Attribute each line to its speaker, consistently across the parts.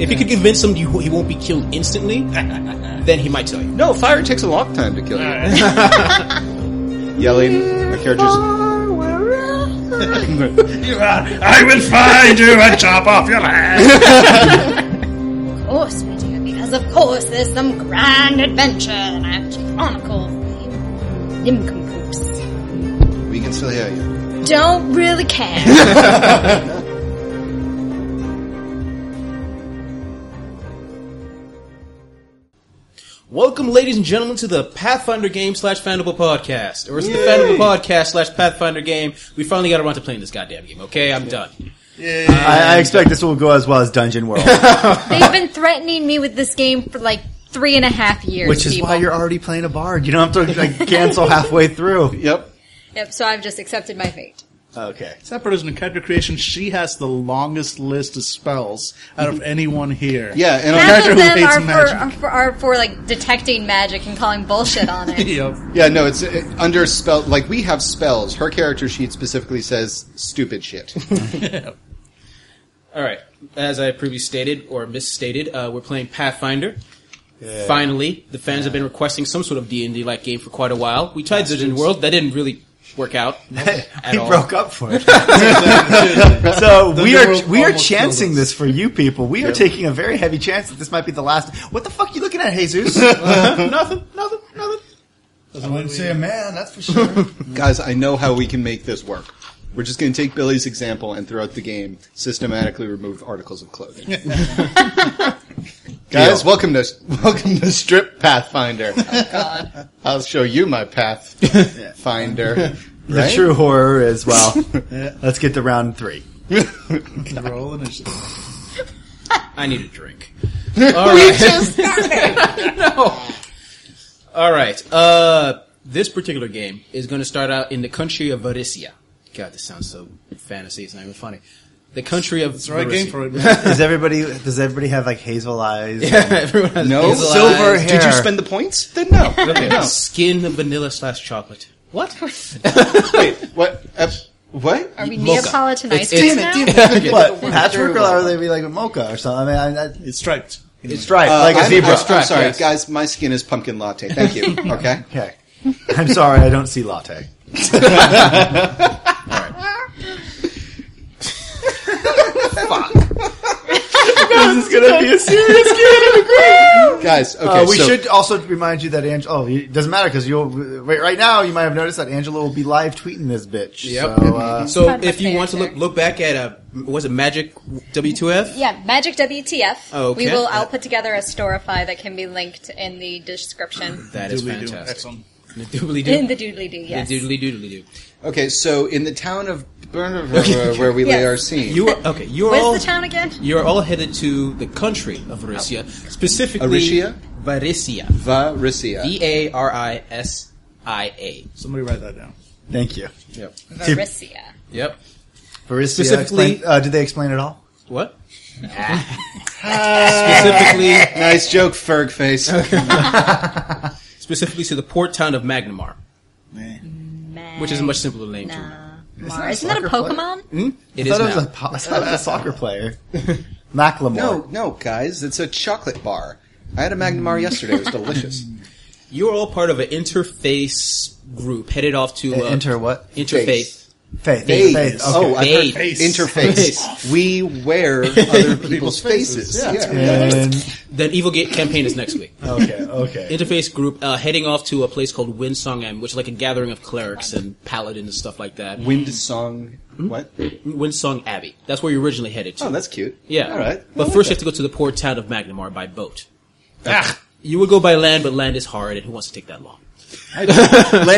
Speaker 1: If you could convince him you, he won't be killed instantly, then he might tell you.
Speaker 2: No, fire takes a long time to kill you. Yelling, my character's.
Speaker 3: I will find you and chop off your head.
Speaker 4: Of course we do, because of course there's some grand adventure and I have to chronicle for you. Nimcompoops.
Speaker 2: We can still hear you.
Speaker 4: Don't really care.
Speaker 1: Welcome, ladies and gentlemen, to the Pathfinder Game slash Fandible Podcast. Or it's the Fandible Podcast slash Pathfinder Game. We finally got around to playing this goddamn game, okay? I'm done.
Speaker 5: I, I expect this will go as well as Dungeon World,
Speaker 4: They've been threatening me with this game for like three and a half years.
Speaker 5: which is
Speaker 4: people.
Speaker 5: why you're already playing a bard. You don't have to like, cancel halfway through.
Speaker 2: Yep.
Speaker 4: Yep, so I've just accepted my fate.
Speaker 5: Okay.
Speaker 3: Separate is an encounter creation. She has the longest list of spells out of anyone here.
Speaker 2: Yeah, and on
Speaker 4: Half
Speaker 3: character
Speaker 4: of
Speaker 3: who
Speaker 4: them
Speaker 3: hates
Speaker 4: are for,
Speaker 3: magic.
Speaker 4: are for are for like detecting magic and calling bullshit on it.
Speaker 3: Yep.
Speaker 2: Yeah, no, it's uh, under spell. Like we have spells. Her character sheet specifically says stupid shit.
Speaker 1: All right. As I previously stated or misstated, uh, we're playing Pathfinder. Finally, the fans have been requesting some sort of D and D like game for quite a while. We tried Dungeon World. That didn't really work out at
Speaker 5: he
Speaker 1: all.
Speaker 5: broke up for it. so we
Speaker 3: world
Speaker 5: are we are
Speaker 3: almost killed
Speaker 5: chancing
Speaker 3: us.
Speaker 5: this for you people. We are taking a very heavy chance that this might be the last. What the fuck are you looking at, Jesus?
Speaker 1: nothing, nothing, nothing.
Speaker 6: I wouldn't say a man, that's for sure.
Speaker 2: Guys, I know how we can make this work. We're just going to take Billy's example and throughout the game, systematically remove articles of clothing. Guys, welcome to welcome to Strip Pathfinder. I'll show you my Pathfinder.
Speaker 5: the true horror as well. Let's get to round three.
Speaker 3: Roll initiative.
Speaker 1: I need a drink. All right. no. All right. Uh, this particular game is going to start out in the country of Varisia. God, this sounds so fantasy. It's not even funny. The country of
Speaker 3: It's the right game for it. man.
Speaker 5: Does everybody does everybody have like hazel eyes?
Speaker 1: Everyone has
Speaker 2: No
Speaker 1: hazel
Speaker 5: silver
Speaker 1: eyes.
Speaker 5: hair.
Speaker 2: Did you spend the points? Then no. no.
Speaker 1: Skin of vanilla slash chocolate. What?
Speaker 2: Wait, what? Uh, what?
Speaker 4: Are we
Speaker 1: Mocha.
Speaker 4: Neapolitan
Speaker 1: It's-
Speaker 4: ice
Speaker 1: it's-
Speaker 4: cream
Speaker 1: Damn
Speaker 4: now?
Speaker 5: What patchwork or are they be like mocha or something? I mean, I, I,
Speaker 3: It's striped.
Speaker 5: it's right,
Speaker 2: Uh,
Speaker 5: like a
Speaker 2: I'm-
Speaker 5: zebra.
Speaker 2: I'm, I'm sorry,
Speaker 1: yes.
Speaker 2: guys. My skin is pumpkin latte. Thank you. Okay.
Speaker 5: okay, I'm sorry, I don't see latte. this is gonna be a serious
Speaker 2: Guys, okay.
Speaker 5: uh, we
Speaker 2: so-
Speaker 5: should also remind you that Angela. Oh, it doesn't matter because you'll wait. Right now, you might have noticed that Angela will be live tweeting this bitch.
Speaker 1: Yep.
Speaker 5: So, uh,
Speaker 1: So
Speaker 4: Fun
Speaker 1: if you want to look
Speaker 4: character.
Speaker 1: look back at a was it Magic W2F?
Speaker 4: Yeah, Magic WTF.
Speaker 1: Oh, okay.
Speaker 4: We will. I'll put together a storify that can be linked in the description.
Speaker 1: That is
Speaker 3: Doobly-doo.
Speaker 1: fantastic.
Speaker 3: Excellent.
Speaker 1: The doobly
Speaker 4: In
Speaker 1: doo.
Speaker 4: the doodly doo, yes.
Speaker 1: The doodly doodly doo.
Speaker 2: Okay, so in the town of Burner, where we lay
Speaker 4: Yes.
Speaker 2: our scene,
Speaker 1: You are, okay? You are all
Speaker 4: Where's the town again?
Speaker 1: You're all headed to the country of Varisia, specifically
Speaker 2: Arisia?
Speaker 1: Varisia,
Speaker 2: Varisia.
Speaker 1: V A R I S I A.
Speaker 3: Somebody write that down.
Speaker 5: thank you.
Speaker 1: Yep.
Speaker 4: Varisia.
Speaker 1: Yep.
Speaker 5: Barista,
Speaker 1: Specifically-
Speaker 5: explain- uh, did they explain it all?
Speaker 1: What? specifically,
Speaker 2: Nice joke, Ferg face.
Speaker 1: specifically to the port town of Magnamar, which is a much simpler name to remember.
Speaker 4: Nah. Mar. Isn't that
Speaker 5: that a
Speaker 4: a
Speaker 5: soccer
Speaker 4: Pokemon?
Speaker 1: It
Speaker 5: I
Speaker 1: is
Speaker 5: thought it
Speaker 1: now.
Speaker 5: was, a, po- I thought it was a soccer player, Macklemore.
Speaker 2: No, no, guys, it's a chocolate bar. I had a Magnamar yesterday. It was delicious.
Speaker 1: You're all part of an interface group headed off to
Speaker 5: Uh,
Speaker 1: uh,
Speaker 5: Enter what?
Speaker 1: interfaith.
Speaker 5: Faith.
Speaker 2: Faith.
Speaker 5: Faith.
Speaker 2: Oh,
Speaker 5: Okay.
Speaker 2: I heard
Speaker 1: Face.
Speaker 2: interface. we wear other people's faces. Yeah.
Speaker 5: And-
Speaker 1: The evil gate campaign is next week.
Speaker 5: okay. Okay.
Speaker 1: interface group uh, heading off to a place called Windsong End, which is like a gathering of clerics and paladins and stuff like that.
Speaker 2: Wind song. What?
Speaker 1: Windsong Abbey. That's where you're originally headed to.
Speaker 2: Oh, that's cute.
Speaker 1: yeah.
Speaker 2: All right.
Speaker 1: But first, you have to go to the port town of Magnamar by boat. You would go by land, but land is hard, and who wants to take that long?
Speaker 2: land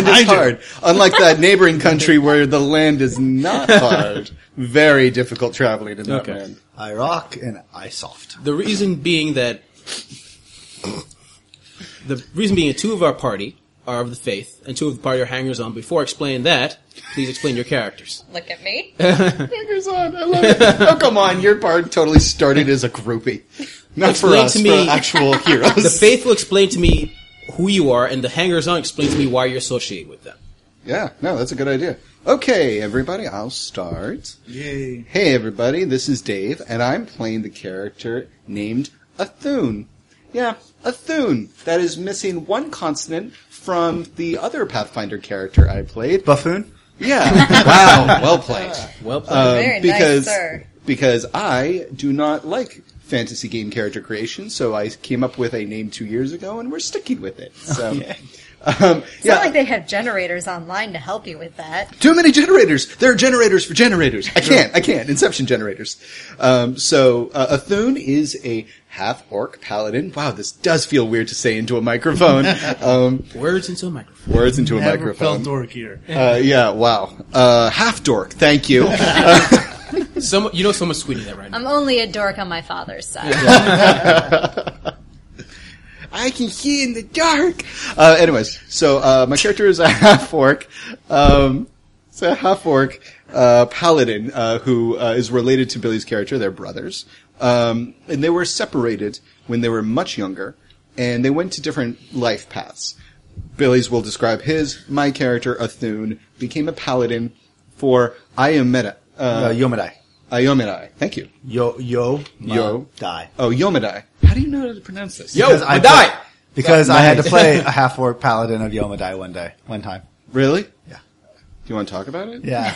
Speaker 2: is hard. Unlike that neighboring country where the land is not hard. Very difficult traveling in that
Speaker 1: Okay.
Speaker 2: land.
Speaker 5: I rock and I soft.
Speaker 1: The reason being that the reason being that two of our party are of the faith, and two of the party are hangers on. Before I explain that, please explain your characters.
Speaker 4: Look at me.
Speaker 1: Um,
Speaker 2: Fingers on. I love it. Oh, come on. Your bard totally started as a groupie. Not for
Speaker 1: Explain
Speaker 2: us,
Speaker 1: to
Speaker 2: for
Speaker 1: me-
Speaker 2: actual heroes.
Speaker 1: The faith will explain to me who you are, and the hangers on explain to me why you're associated with them.
Speaker 2: Yeah, no, that's a good idea. Okay, everybody, I'll start.
Speaker 3: Yay.
Speaker 2: Hey, everybody, this is Dave, and I'm playing the character named Athun. Yeah, Athun. That is missing one consonant from the other Pathfinder character I played.
Speaker 5: Buffoon?
Speaker 2: Yeah. wow. Well played.
Speaker 1: Well played.
Speaker 2: Um,
Speaker 4: Very nice,
Speaker 2: because
Speaker 4: sir.
Speaker 2: because I do not like fantasy game character creation, so I came up with a name two years ago, and we're sticking with it. So, um,
Speaker 4: It's
Speaker 2: yeah,
Speaker 4: not like they have generators online to help you with that.
Speaker 2: too many generators. There are generators for generators. I can't. I can't. Inception generators. Um, so uh, Athun is a half orc paladin. Wow, this does feel weird to say into a microphone. um,
Speaker 1: Words into a microphone.
Speaker 2: words into a
Speaker 3: Never
Speaker 2: microphone.
Speaker 3: felt dorkier.
Speaker 2: Uh, yeah. Wow. Uh, half dork. Thank you.
Speaker 1: Some, you know someone's tweeting that right now.
Speaker 7: I'm only a dork on my father's side.
Speaker 2: I can see in the dark. Uh, anyways, so uh, my character is a half orc. Um, it's a half orc uh, paladin uh, who uh, is related to Billy's character. They're brothers, um, and they were separated when they were much younger, and they went to different life paths. Billy's will describe his. My character, Athun, became a paladin for Iomeda. Uh,
Speaker 5: Uh, Yomedai.
Speaker 2: Iomedai. Thank you.
Speaker 5: Yo, yo, ma-
Speaker 2: Yo.
Speaker 5: die.
Speaker 2: Oh, Yomedai. How do you know how to pronounce this?
Speaker 1: Yo,
Speaker 5: Because
Speaker 1: I
Speaker 5: I
Speaker 1: die.
Speaker 5: put- Because I had to play a half orc paladin of Yomadai one day, one time.
Speaker 2: Really?
Speaker 5: Yeah.
Speaker 2: Do you want to talk about it?
Speaker 5: Yeah.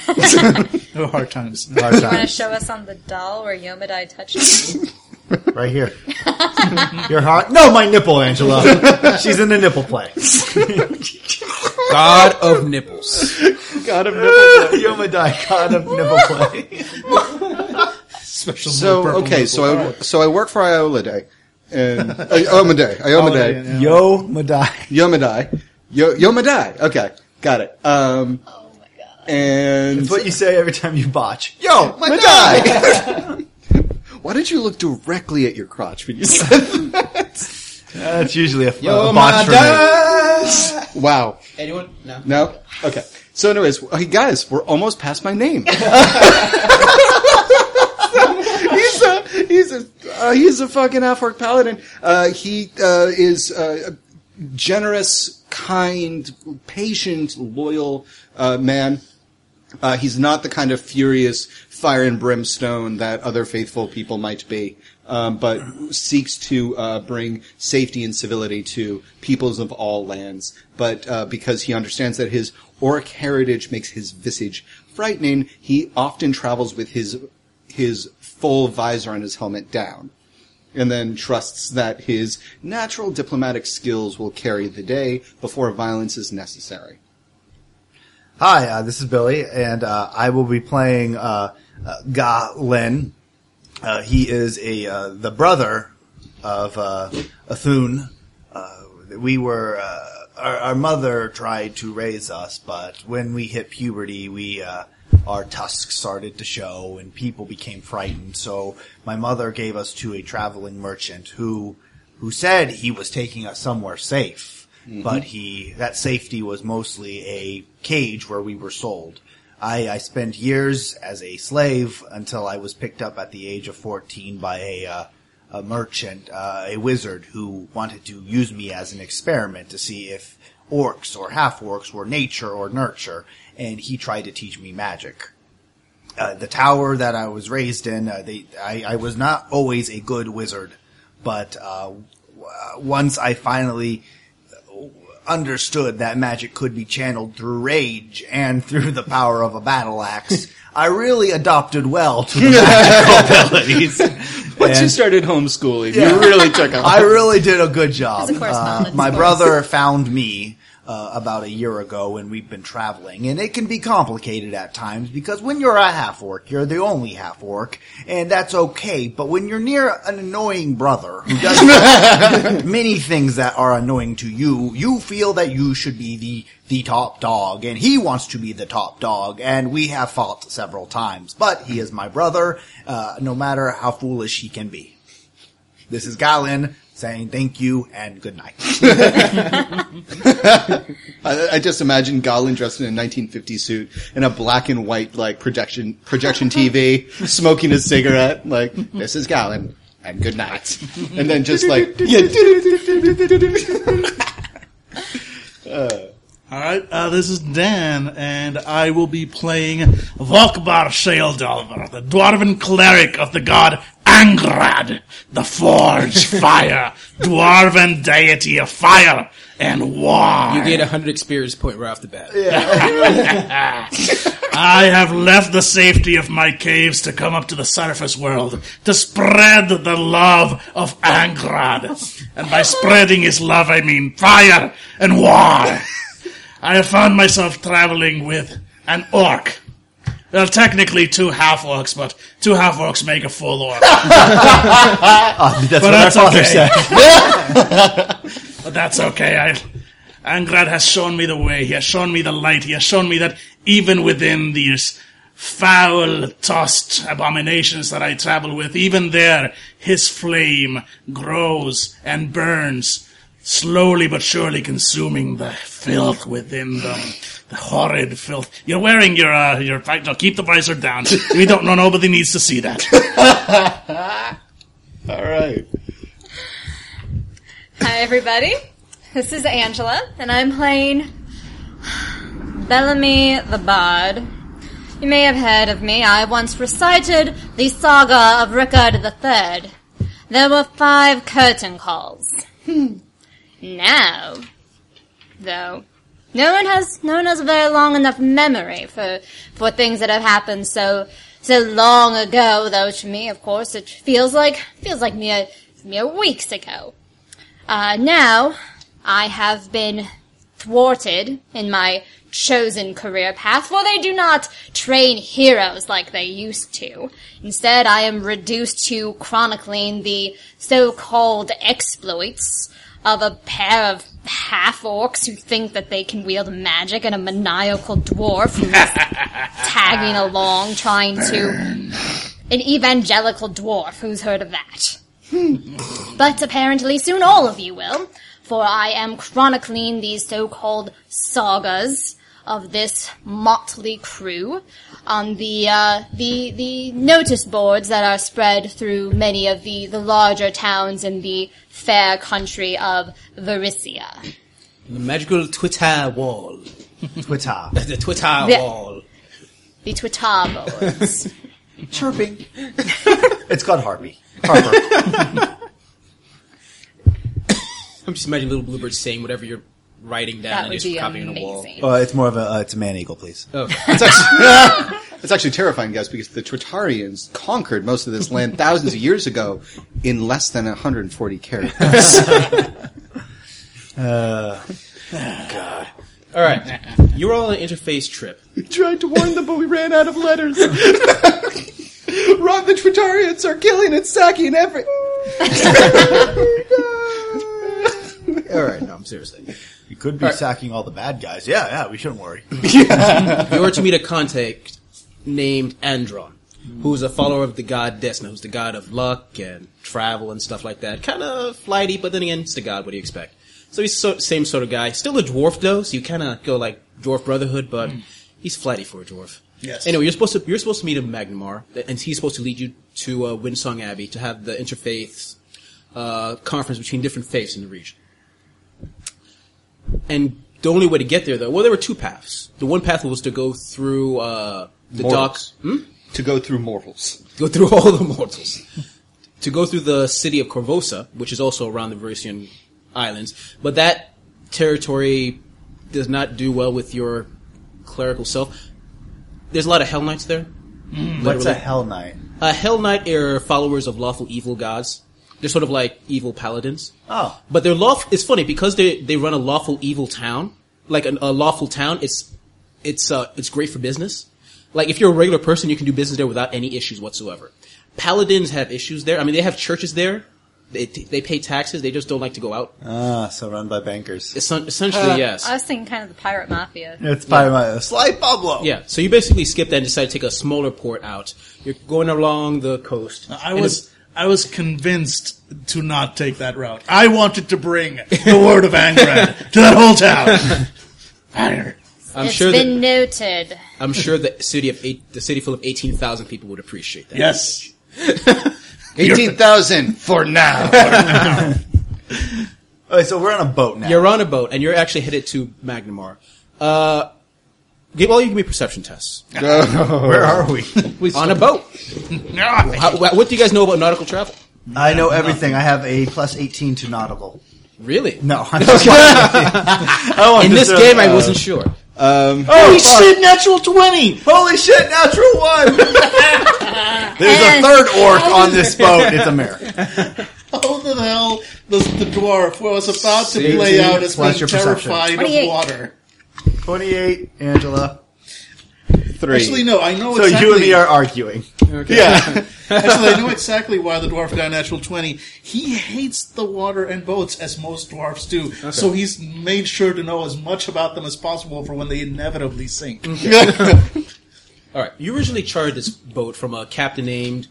Speaker 3: No hard times.
Speaker 5: Hard
Speaker 4: You want
Speaker 5: time.
Speaker 4: to show us on the doll where Yomedai touched you?
Speaker 5: Right here. Your heart. No, my nipple, Angela. She's in the nipple play.
Speaker 1: God of nipples.
Speaker 2: God of nipple.
Speaker 5: Yomadai, god of nipple play.
Speaker 3: Special
Speaker 2: So
Speaker 3: purple
Speaker 2: okay,
Speaker 3: nipple.
Speaker 2: so I so I work for Ioladay, and uh, Iomaday, Iomaday,
Speaker 3: yeah.
Speaker 5: Yomadai.
Speaker 2: Yomadai, Yo- Yomadai. Okay, got it. Um,
Speaker 7: Oh my god.
Speaker 2: and
Speaker 5: It's what you say every time you botch.
Speaker 2: yo, Madai. Why did you look directly at your crotch when you said that?
Speaker 5: That's usually a, a botch for me.
Speaker 2: Wow.
Speaker 1: Anyone? No.
Speaker 2: No. Okay. So, anyways, hey guys, we're almost past my name. he's a he's a uh, he's a fucking half orc paladin. Uh, he uh, is uh, a generous, kind, patient, loyal uh, man. Uh, he's not the kind of furious fire and brimstone that other faithful people might be, um, but seeks to uh, bring safety and civility to peoples of all lands. But uh, because he understands that his auric heritage makes his visage frightening, he often travels with his his full visor on his helmet down and then trusts that his natural diplomatic skills will carry the day before violence is necessary.
Speaker 5: Hi, uh, this is Billy, and uh, I will be playing uh, uh, Ga Lin. Uh, he is a uh, the brother of uh, Athun. Uh, we were uh, our, our mother tried to raise us, but when we hit puberty, we uh, our tusks started to show, and people became frightened. So my mother gave us to a traveling merchant who who said he was taking us somewhere safe but he that safety was mostly a cage where we were sold. I, I spent years as a slave until I was picked up at the age of fourteen by a uh, a merchant, uh, a wizard who wanted to use me as an experiment to see if orcs or half orcs were nature or nurture, and he tried to teach me magic uh, the tower that I was raised in, uh, they, I, I was not always a good wizard, but uh, w- uh, once I finally understood that magic could be channeled through rage and through the power of a battle axe, I really adopted well to the magical abilities.
Speaker 2: Once you
Speaker 5: And-
Speaker 2: started homeschooling,
Speaker 5: Yeah.
Speaker 2: you really took off.
Speaker 5: I really did a good job.
Speaker 4: It's a correspondence
Speaker 5: Uh, my
Speaker 4: course.
Speaker 5: brother found me uh, about a year ago, and we've been traveling. And it can be complicated at times because when you're a half orc, you're the only half orc, and that's okay. But when you're near an annoying brother who does many things that are annoying to you, you feel that you should be the the top dog, and he wants to be the top dog, and we have fought several times. But he is my brother, uh, no matter how foolish he can be. This is Galen saying thank you and good night.
Speaker 2: I, I just imagine Goblin dressed in a 1950 suit in a black and white like projection projection TV, smoking a cigarette. Like this is Goblin, and good night. And then just like yeah.
Speaker 3: All right, uh, this is Dan, and I will be playing Volkbar Sheldalvar, the dwarven cleric of the god Angrad, the Forge Fire, dwarven deity of fire and war.
Speaker 1: You get 100 experience point right off the bat.
Speaker 3: I have left the safety of my caves to come up to the surface world to spread the love of Angrad. And by spreading his love, I mean fire and war. I have found myself traveling with an orc. Well, technically two half orcs, but two half orcs make a full orc.
Speaker 5: That's
Speaker 3: But
Speaker 5: what
Speaker 3: that's
Speaker 5: our father
Speaker 3: okay.
Speaker 5: said.
Speaker 3: But that's okay. I, Angrad has shown me the way. He has shown me the light. He has shown me that even within these foul, tossed abominations that I travel with, even there, his flame grows and burns, slowly but surely consuming the filth within them. The horrid filth. You're wearing your, uh, your, vi- no, keep the visor down. We don't know, nobody needs to see that.
Speaker 2: All right.
Speaker 4: Hi, everybody. This is Angela, and I'm playing Bellamy the Bard. You may have heard of me. I once recited the saga of Rickard the Third. There were five curtain calls. Hmm. now, though, no one has no one has a very long enough memory for for things that have happened so so long ago. Though to me, of course, it feels like feels like mere mere weeks ago. Uh, now, I have been thwarted in my chosen career path, for they do not train heroes like they used to. Instead, I am reduced to chronicling the so-called exploits of a pair of half-orcs who think that they can wield magic and a maniacal dwarf who's tagging along trying to... An evangelical dwarf, who's heard of that? But apparently soon all of you will, for I am chronicling these so-called sagas of this motley crew on the uh, the the notice boards that are spread through many of the the larger towns in the fair country of Varicia.
Speaker 1: The magical Twitter wall.
Speaker 5: Twitter.
Speaker 1: The Twitter
Speaker 4: The-
Speaker 1: wall.
Speaker 4: The Twitter boards.
Speaker 5: Chirping. it's called Harpy. Harper.
Speaker 1: I'm just imagining little bluebirds saying whatever you're writing down
Speaker 4: That
Speaker 1: and
Speaker 4: would
Speaker 1: just
Speaker 4: be
Speaker 1: copying on a wall.
Speaker 4: amazing.
Speaker 5: uh, it's more of a, uh, it's a man eagle, please.
Speaker 1: Oh,
Speaker 2: That's actually terrifying, guys, because the Tritarians conquered most of this land thousands of years ago in less than 140 characters.
Speaker 1: all right. You're all on an interface trip.
Speaker 2: we tried to warn them, but we ran out of letters. Rob, the Tritarians are killing and sacking every.
Speaker 1: All right, no, I'm seriously.
Speaker 5: You could be sacking all the bad guys. Yeah, yeah, we shouldn't worry.
Speaker 1: You are to meet a contact named Andron, who's a follower of the god Desna, who's the god of luck and travel and stuff like that. Kind of flighty, but then again, it's the god. What do you expect? So he's so, same sort of guy. Still a dwarf though, so you kind of go like dwarf brotherhood, but he's flighty for a dwarf.
Speaker 3: Yes.
Speaker 1: Anyway, you're supposed to you're supposed to meet him in Magnamar, and he's supposed to lead you to uh, Windsong Abbey to have the interfaith uh, conference between different faiths in the region. And the only way to get there, though, well, there were two paths. The one path was to go through uh, the docks, Hmm?
Speaker 2: Mortals. To go through mortals.
Speaker 1: go through all the mortals, to go through the city of Corvosa, which is also around the Verisian Islands. But that territory does not do well with your clerical self. There's a lot of Hell Knights there.
Speaker 5: What's
Speaker 1: Literally.
Speaker 5: a hell knight?
Speaker 1: Uh, Hell Knight are followers of lawful evil gods. They're sort of like evil paladins.
Speaker 5: Oh.
Speaker 1: But they're lawful. It's funny because they they run a lawful evil town, like an, a lawful town. It's it's uh, it's great for business. Like if you're a regular person, you can do business there without any issues whatsoever. Paladins have issues there. I mean, they have churches there. They they pay taxes. They just don't like to go out.
Speaker 5: Ah, so run by bankers.
Speaker 1: Essen- essentially, yes.
Speaker 4: I was thinking kind of the pirate mafia.
Speaker 5: It's by my uh, Sly Pablo.
Speaker 1: yeah, so you basically skip that and decide to take a smaller port out. You're going along the coast.
Speaker 3: I
Speaker 1: And
Speaker 3: was I was convinced to not take that route. I wanted to bring the word of Angrad to that whole town. Fire.
Speaker 1: it's- I'm
Speaker 4: It's
Speaker 1: sure that
Speaker 4: been noted.
Speaker 1: I'm sure the city of eight, the city full of eighteen thousand people would appreciate that.
Speaker 3: Yes.
Speaker 2: 18,000 for now.
Speaker 5: Okay, so we're on a boat now.
Speaker 1: You're on a boat and you're actually headed to Magnamar. Uh, give all you give me perception tests
Speaker 5: Where are we?
Speaker 1: on a boat.
Speaker 8: Ah,
Speaker 1: How, wha- what do you guys know about nautical travel?
Speaker 5: I know everything. I have a plus 18 to nautical.
Speaker 1: Really?
Speaker 5: No, I'm just oh,
Speaker 1: In this game, I wasn't sure.
Speaker 5: Holy
Speaker 1: shit, natural twenty.
Speaker 5: Holy shit, natural one! There's a third orc on this boat. It's a mare.
Speaker 3: How the hell does the dwarf was about to play
Speaker 5: Eighteen
Speaker 3: out as being
Speaker 5: plus your perception.
Speaker 3: terrified of
Speaker 9: 28.
Speaker 3: water?
Speaker 5: 28, Angela.
Speaker 10: Three.
Speaker 3: Actually, no, I know
Speaker 5: So
Speaker 3: exactly.
Speaker 5: you and me are arguing.
Speaker 3: Yeah. Actually, I know exactly why the dwarf got a natural 20. He hates the water and boats as most dwarfs do. So he's made sure to know as much about them as possible for when they inevitably sink.
Speaker 1: All right, you originally chartered this boat from a captain named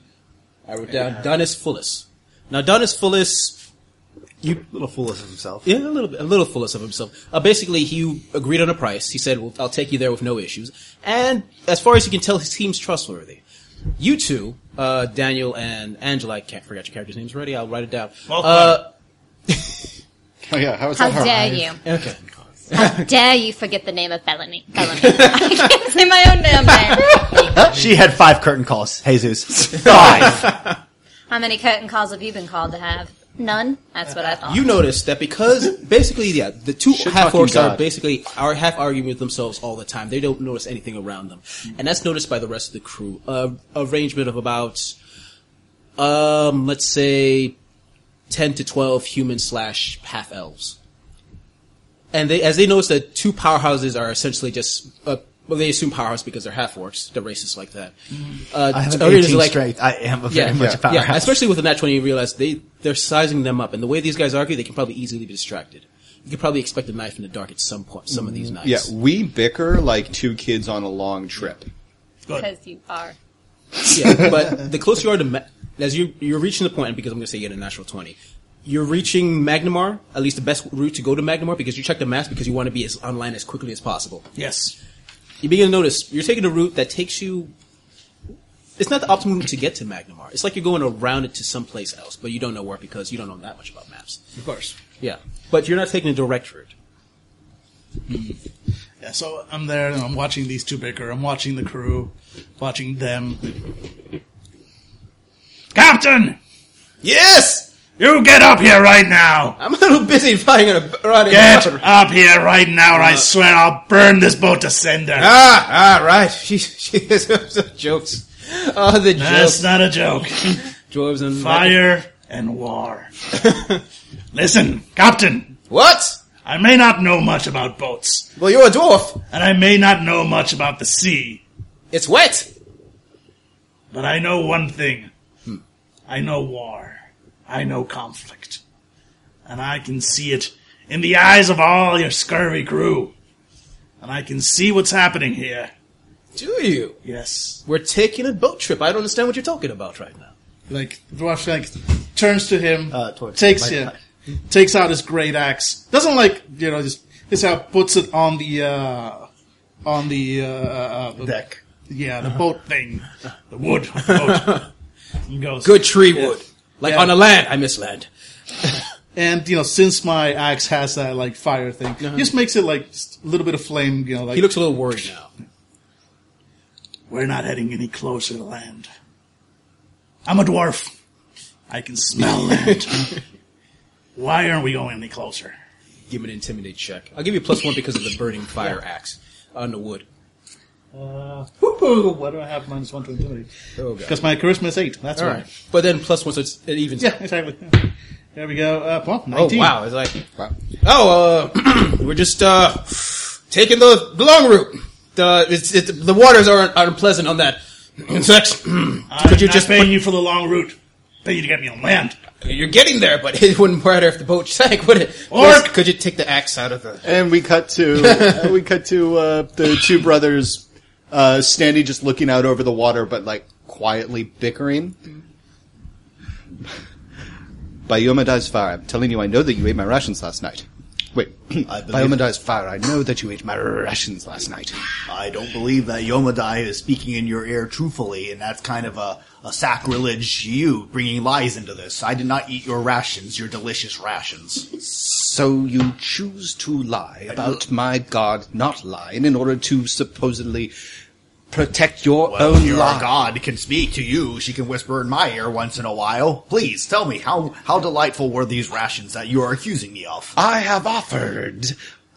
Speaker 1: I wrote down Donis Fullis. Now, Donis Fullis,
Speaker 5: You little fool of himself.
Speaker 1: yeah, a little bit, a little Fullis of himself. Uh, basically, he agreed on a price. He said, "Well, I'll take you there with no issues." And as far as you can tell, he seems trustworthy. You two, uh, Daniel and Angela, I can't forget your characters' names already. I'll write it down. Uh,
Speaker 3: Oh, yeah, how is
Speaker 4: How dare you?
Speaker 1: okay.
Speaker 4: How dare you forget the name of Bellamy? Bellamy. I can't say my own damn name.
Speaker 5: She had five curtain calls. Jesus. Five.
Speaker 4: How many curtain calls have you been called to have? None. That's what I thought.
Speaker 1: You notice that because basically, yeah, the two half orcs are basically are half arguing with themselves all the time. They don't notice anything around them,
Speaker 5: Mm.
Speaker 1: and that's noticed by the rest of the crew. A arrangement of about, um, let's say, ten to twelve human slash half elves, and they as they notice that two powerhouses are essentially just. Uh, well, they assume powerhouse because they're half orcs. They're racist like that. Uh,
Speaker 5: Mm. I have an
Speaker 1: Targaryen is
Speaker 5: 18
Speaker 1: like-
Speaker 5: strength. I am a very much a powerhouse.
Speaker 1: yeah, especially with the nat 20, you realize they, they're sizing them up. And the way these guys argue, they can probably easily be distracted. You could probably expect a knife in the dark at some point, some of these
Speaker 5: Mm,
Speaker 1: knives.
Speaker 10: Yeah, we bicker like two kids on a long trip.
Speaker 4: Because you are.
Speaker 1: Yeah, but the closer you are to, Ma- as you, you're reaching the point, and because I'm going to say you get a natural 20, you're reaching Magnamar, at least the best route to go to Magnamar, because you check the maps because you want to be as online as quickly as possible.
Speaker 8: yes.
Speaker 1: You begin to notice you're taking a route that takes you. It's not the optimum route to get to Magnamar. It's like you're going around it to someplace else, but you don't know where because you don't know that much about maps.
Speaker 8: Of course.
Speaker 1: Yeah, but you're not taking a direct route.
Speaker 3: Yeah, so I'm there and I'm watching these two bicker. I'm watching the crew, watching them.
Speaker 8: Captain!
Speaker 1: Yes,
Speaker 8: You get up here right now!
Speaker 1: I'm a little busy flying on a riding
Speaker 8: Get up here right now, or I swear I'll burn this boat to cinder.
Speaker 1: Ah, ah, right. She she has some jokes. Oh, the
Speaker 8: That's
Speaker 1: jokes.
Speaker 8: not a joke.
Speaker 1: Dwarves and
Speaker 8: Fire and war. Listen, Captain,
Speaker 1: What?
Speaker 8: I may not know much about boats,
Speaker 1: Well, you're a dwarf.
Speaker 8: and I may not know much about the sea,
Speaker 1: It's wet.
Speaker 8: but I know one thing. I know war. I know conflict. And I can see it in the eyes of all your scurvy crew. And I can see what's happening here.
Speaker 1: Do you?
Speaker 8: Yes.
Speaker 1: We're taking a boat trip. I don't understand what you're talking about right now.
Speaker 3: Like, the dwarf like, turns to him,
Speaker 5: Uh, towards
Speaker 3: takes
Speaker 5: my-
Speaker 3: him, takes out his great axe. Doesn't like, you know, just, this how puts it on the, uh, on the, uh, uh, uh,
Speaker 5: Deck.
Speaker 3: Yeah, the boat thing. The wood. The boat. Uh-huh. He goes,
Speaker 1: Good tree wood, like
Speaker 3: Yeah.
Speaker 1: on a land. I miss land.
Speaker 3: And, you know, since my axe has that, like, fire thing, just makes it, like, just a little bit of flame, you know, like,
Speaker 1: He looks a little worried now.
Speaker 8: We're not heading any closer to land. I'm a dwarf. I can smell land. Why aren't we going any closer?
Speaker 1: Give him an intimidate check. I'll give you plus one because of the burning fire axe on the wood.
Speaker 3: uh, whoo-hoo, why do I have minus one to intimidate?
Speaker 1: Oh god.
Speaker 3: Because my charisma is eight. That's
Speaker 1: All
Speaker 3: why.
Speaker 1: right. But then plus one, so it's, it evens.
Speaker 3: Yeah, exactly. There we go. Uh, well,
Speaker 1: Oh
Speaker 3: 19.
Speaker 1: wow! It's like oh, uh, we're just uh, taking the the long route. The it's, it's, the waters are, are unpleasant on that. In fact,
Speaker 8: I'm
Speaker 1: could you
Speaker 8: not
Speaker 1: just
Speaker 8: paying you for the long route. Pay you to get me on land.
Speaker 1: you're getting there, but it wouldn't matter if the boat sank, would it?
Speaker 8: Or-
Speaker 1: Yes, could you take the axe out of the?
Speaker 11: And we cut to uh, we cut to uh, the two brothers uh, standing, just looking out over the water, but like quietly bickering. By Yoma dies fire. I'm telling you, I know that you ate my rations last night. Wait, Biomandai's fire. I know that you ate my rations last night.
Speaker 5: I don't believe that Yomadai is speaking in your ear truthfully, and that's kind of a, a sacrilege you bringing lies into this. I did not eat your rations, your delicious rations.
Speaker 11: So you choose to lie about my god not lying in order to supposedly protect your
Speaker 5: Well,
Speaker 11: own
Speaker 5: your
Speaker 11: life.
Speaker 5: god can speak to you. She can whisper in my ear once in a while. Please tell me how, how delightful were these rations that you are accusing me of?
Speaker 11: I have offered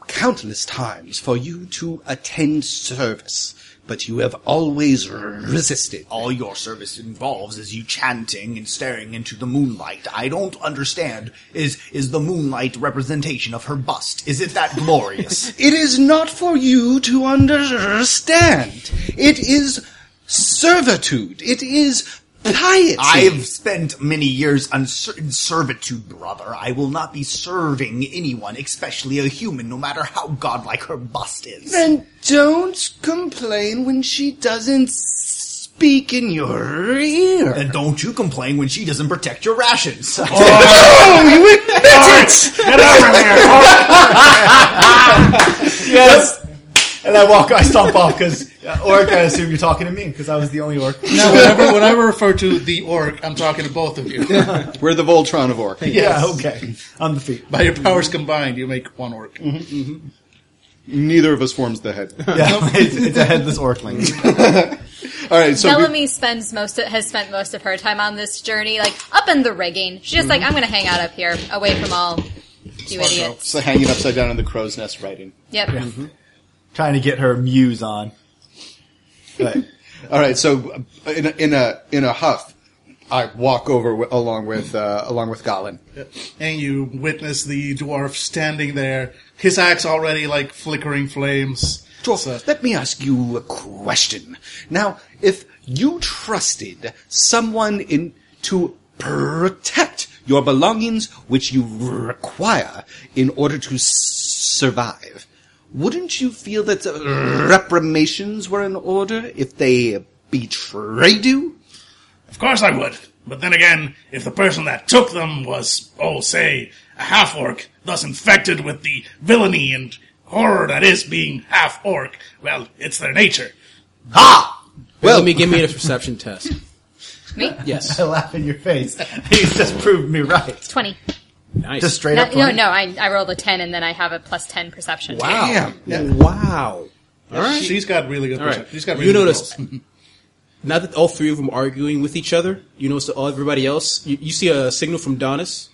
Speaker 11: countless times for you to attend service, but you have always resisted.
Speaker 5: All your service involves is you chanting and staring into the moonlight. I don't understand. Is is the moonlight representation of her bust? Is it that glorious?
Speaker 11: It is not for you to understand. It is servitude. It is piety.
Speaker 5: I've spent many years on ser- in servitude, brother. I will not be serving anyone, especially a human, no matter how godlike her bust is.
Speaker 11: And don't complain when she doesn't speak in your ear.
Speaker 5: And don't you complain when she doesn't protect your rations.
Speaker 11: Oh,
Speaker 8: Get over here!
Speaker 5: yes. And I walk, I stomp off because orc. I assume you're talking to me because I was the only orc.
Speaker 3: Now, whenever, when I refer to the orc, I'm talking to both of you.
Speaker 11: We're the Voltron of Orc.
Speaker 5: Yeah, okay. On the feet.
Speaker 3: By your powers combined, you make one orc.
Speaker 1: Mm-hmm.
Speaker 11: Neither of us forms the head.
Speaker 5: Yeah, it's, it's a headless orcling.
Speaker 11: All right, so we-
Speaker 4: Bellamy spends most of, has spent most of her time on this journey, like up in the rigging. She's just like, I'm gonna hang out up here, away from all you idiots.
Speaker 11: so hanging upside down in the crow's nest writing.
Speaker 4: Yep.
Speaker 5: Mm-hmm. Trying to get her muse on. But
Speaker 11: All right, so uh, in a, in a in a huff, I walk over wi along with uh, along with Gotlin.
Speaker 3: And you witness the dwarf standing there, his axe already like flickering flames.
Speaker 11: Dwarf,
Speaker 3: So-
Speaker 11: let me ask you a question. Now, if you trusted someone in to protect your belongings, which you require in order to s- survive, wouldn't you feel that uh, reprimations were in order if they betrayed you?
Speaker 8: Of course I would. But then again, if the person that took them was, oh, say, a half orc, thus infected with the villainy and horror that is being half orc, well, it's their nature.
Speaker 1: Well, let me give me a perception test.
Speaker 4: Me?
Speaker 1: Yes.
Speaker 5: I laugh in your face. He's just proved me right.
Speaker 4: Twenty.
Speaker 1: Nice.
Speaker 5: Just straight
Speaker 4: No,
Speaker 5: up.
Speaker 4: no,
Speaker 5: right?
Speaker 4: no. I, I rolled a ten, and then I have a plus ten perception.
Speaker 1: Wow. Wow. All right.
Speaker 3: She's got really good.
Speaker 1: All right.
Speaker 3: perception. She's got really
Speaker 1: you
Speaker 3: good
Speaker 1: notice.
Speaker 3: rolls.
Speaker 1: Now that all three of them arguing with each other, you notice that all everybody else. You, you see a signal from Donis,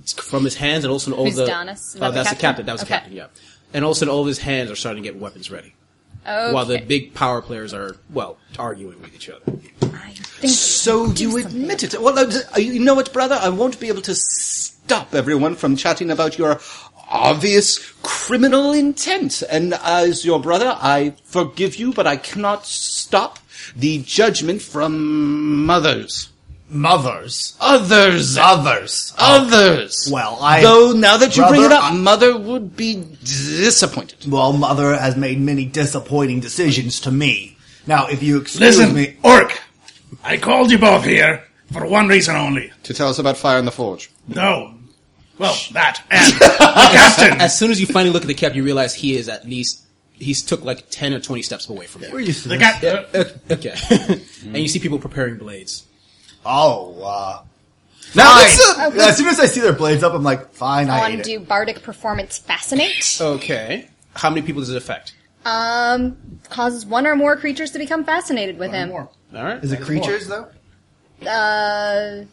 Speaker 1: it's from his hands, and also all
Speaker 4: Who's
Speaker 1: the.
Speaker 4: Donis? Is
Speaker 1: Oh,
Speaker 4: that the
Speaker 1: that's the
Speaker 4: captain?
Speaker 1: captain. That was
Speaker 4: Okay.
Speaker 1: the captain. Yeah. And also, all of his hands are starting to get weapons ready,
Speaker 4: Okay.
Speaker 1: while the big power players are well arguing with each other.
Speaker 4: I think
Speaker 11: So you admit it. Well, uh, you know what, brother? I won't be able to stop everyone from chatting about your obvious criminal intent. And as your brother, I forgive you, but I cannot stop the judgment from others.
Speaker 5: Mothers.
Speaker 11: Others!
Speaker 5: Others.
Speaker 11: Others!
Speaker 5: Well, I-
Speaker 11: Though now that you bring it
Speaker 5: Brother,
Speaker 11: up,
Speaker 5: I-
Speaker 11: mother would be disappointed.
Speaker 5: Well, mother has made many disappointing decisions to me. Now, if you excuse
Speaker 8: Listen,
Speaker 5: me,
Speaker 8: orc, I called you both here for one reason only.
Speaker 11: To tell us about Fire in the Forge.
Speaker 8: No. Well, that and the captain.
Speaker 1: As soon as you finally look at the captain, you realize he is at least he's took like ten or twenty steps away from you.
Speaker 8: The cap-
Speaker 1: Okay. and you see people preparing blades.
Speaker 5: oh, uh,
Speaker 11: Now,
Speaker 5: fine.
Speaker 11: let's, uh,
Speaker 5: as soon as I see their blades up, I'm like, fine, I
Speaker 4: I
Speaker 5: ate
Speaker 4: want
Speaker 5: it.
Speaker 4: to do bardic performance fascinate.
Speaker 1: Okay. How many people does it affect?
Speaker 4: Um, causes one or more creatures to become fascinated with him.
Speaker 3: More.
Speaker 1: All right.
Speaker 5: Is it creatures though?
Speaker 4: Uh,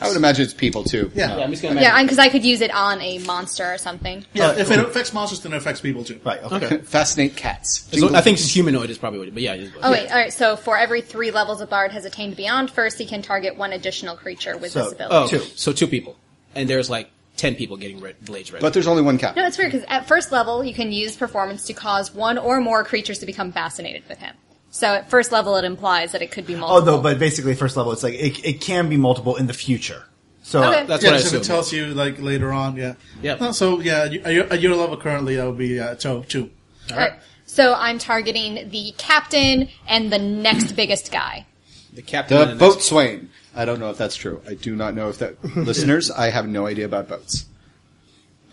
Speaker 11: I would imagine it's people, too.
Speaker 3: Yeah.
Speaker 1: Yeah, I'm just gonna.
Speaker 4: yeah, because I could use it on a monster or something.
Speaker 3: Yeah, if it affects monsters, then it affects people too.
Speaker 5: Uh, Right. Okay.
Speaker 11: Fascinate cats.
Speaker 1: As long- I think it's humanoid is probably what it. But yeah. It is,
Speaker 4: Oh wait, all right. So for every three levels a bard has attained beyond first, he can target one additional creature with
Speaker 5: So-
Speaker 4: this ability.
Speaker 1: Oh,
Speaker 5: Two.
Speaker 1: So two people, and there's like ten people getting red, blades ready.
Speaker 11: But there's only one cat.
Speaker 4: No, it's weird because at first level, you can use performance to cause one or more creatures to become fascinated with him. So at first level, it implies that it could be multiple.
Speaker 5: Although, but basically, first level, it's like it, it can be multiple in the future. So
Speaker 4: Okay.
Speaker 1: That's
Speaker 3: yeah,
Speaker 1: what I
Speaker 3: so if
Speaker 1: assume.
Speaker 3: it tells you like later on, yeah.
Speaker 1: Yep.
Speaker 3: No, so yeah, you- at your, at your level currently, that would be uh, two. two.
Speaker 4: All right. So I'm targeting the captain and the next biggest guy.
Speaker 1: the captain.
Speaker 11: The
Speaker 1: and the next-
Speaker 11: boatswain. I don't know if that's true. I do not know if that. Listeners, I have no idea about boats.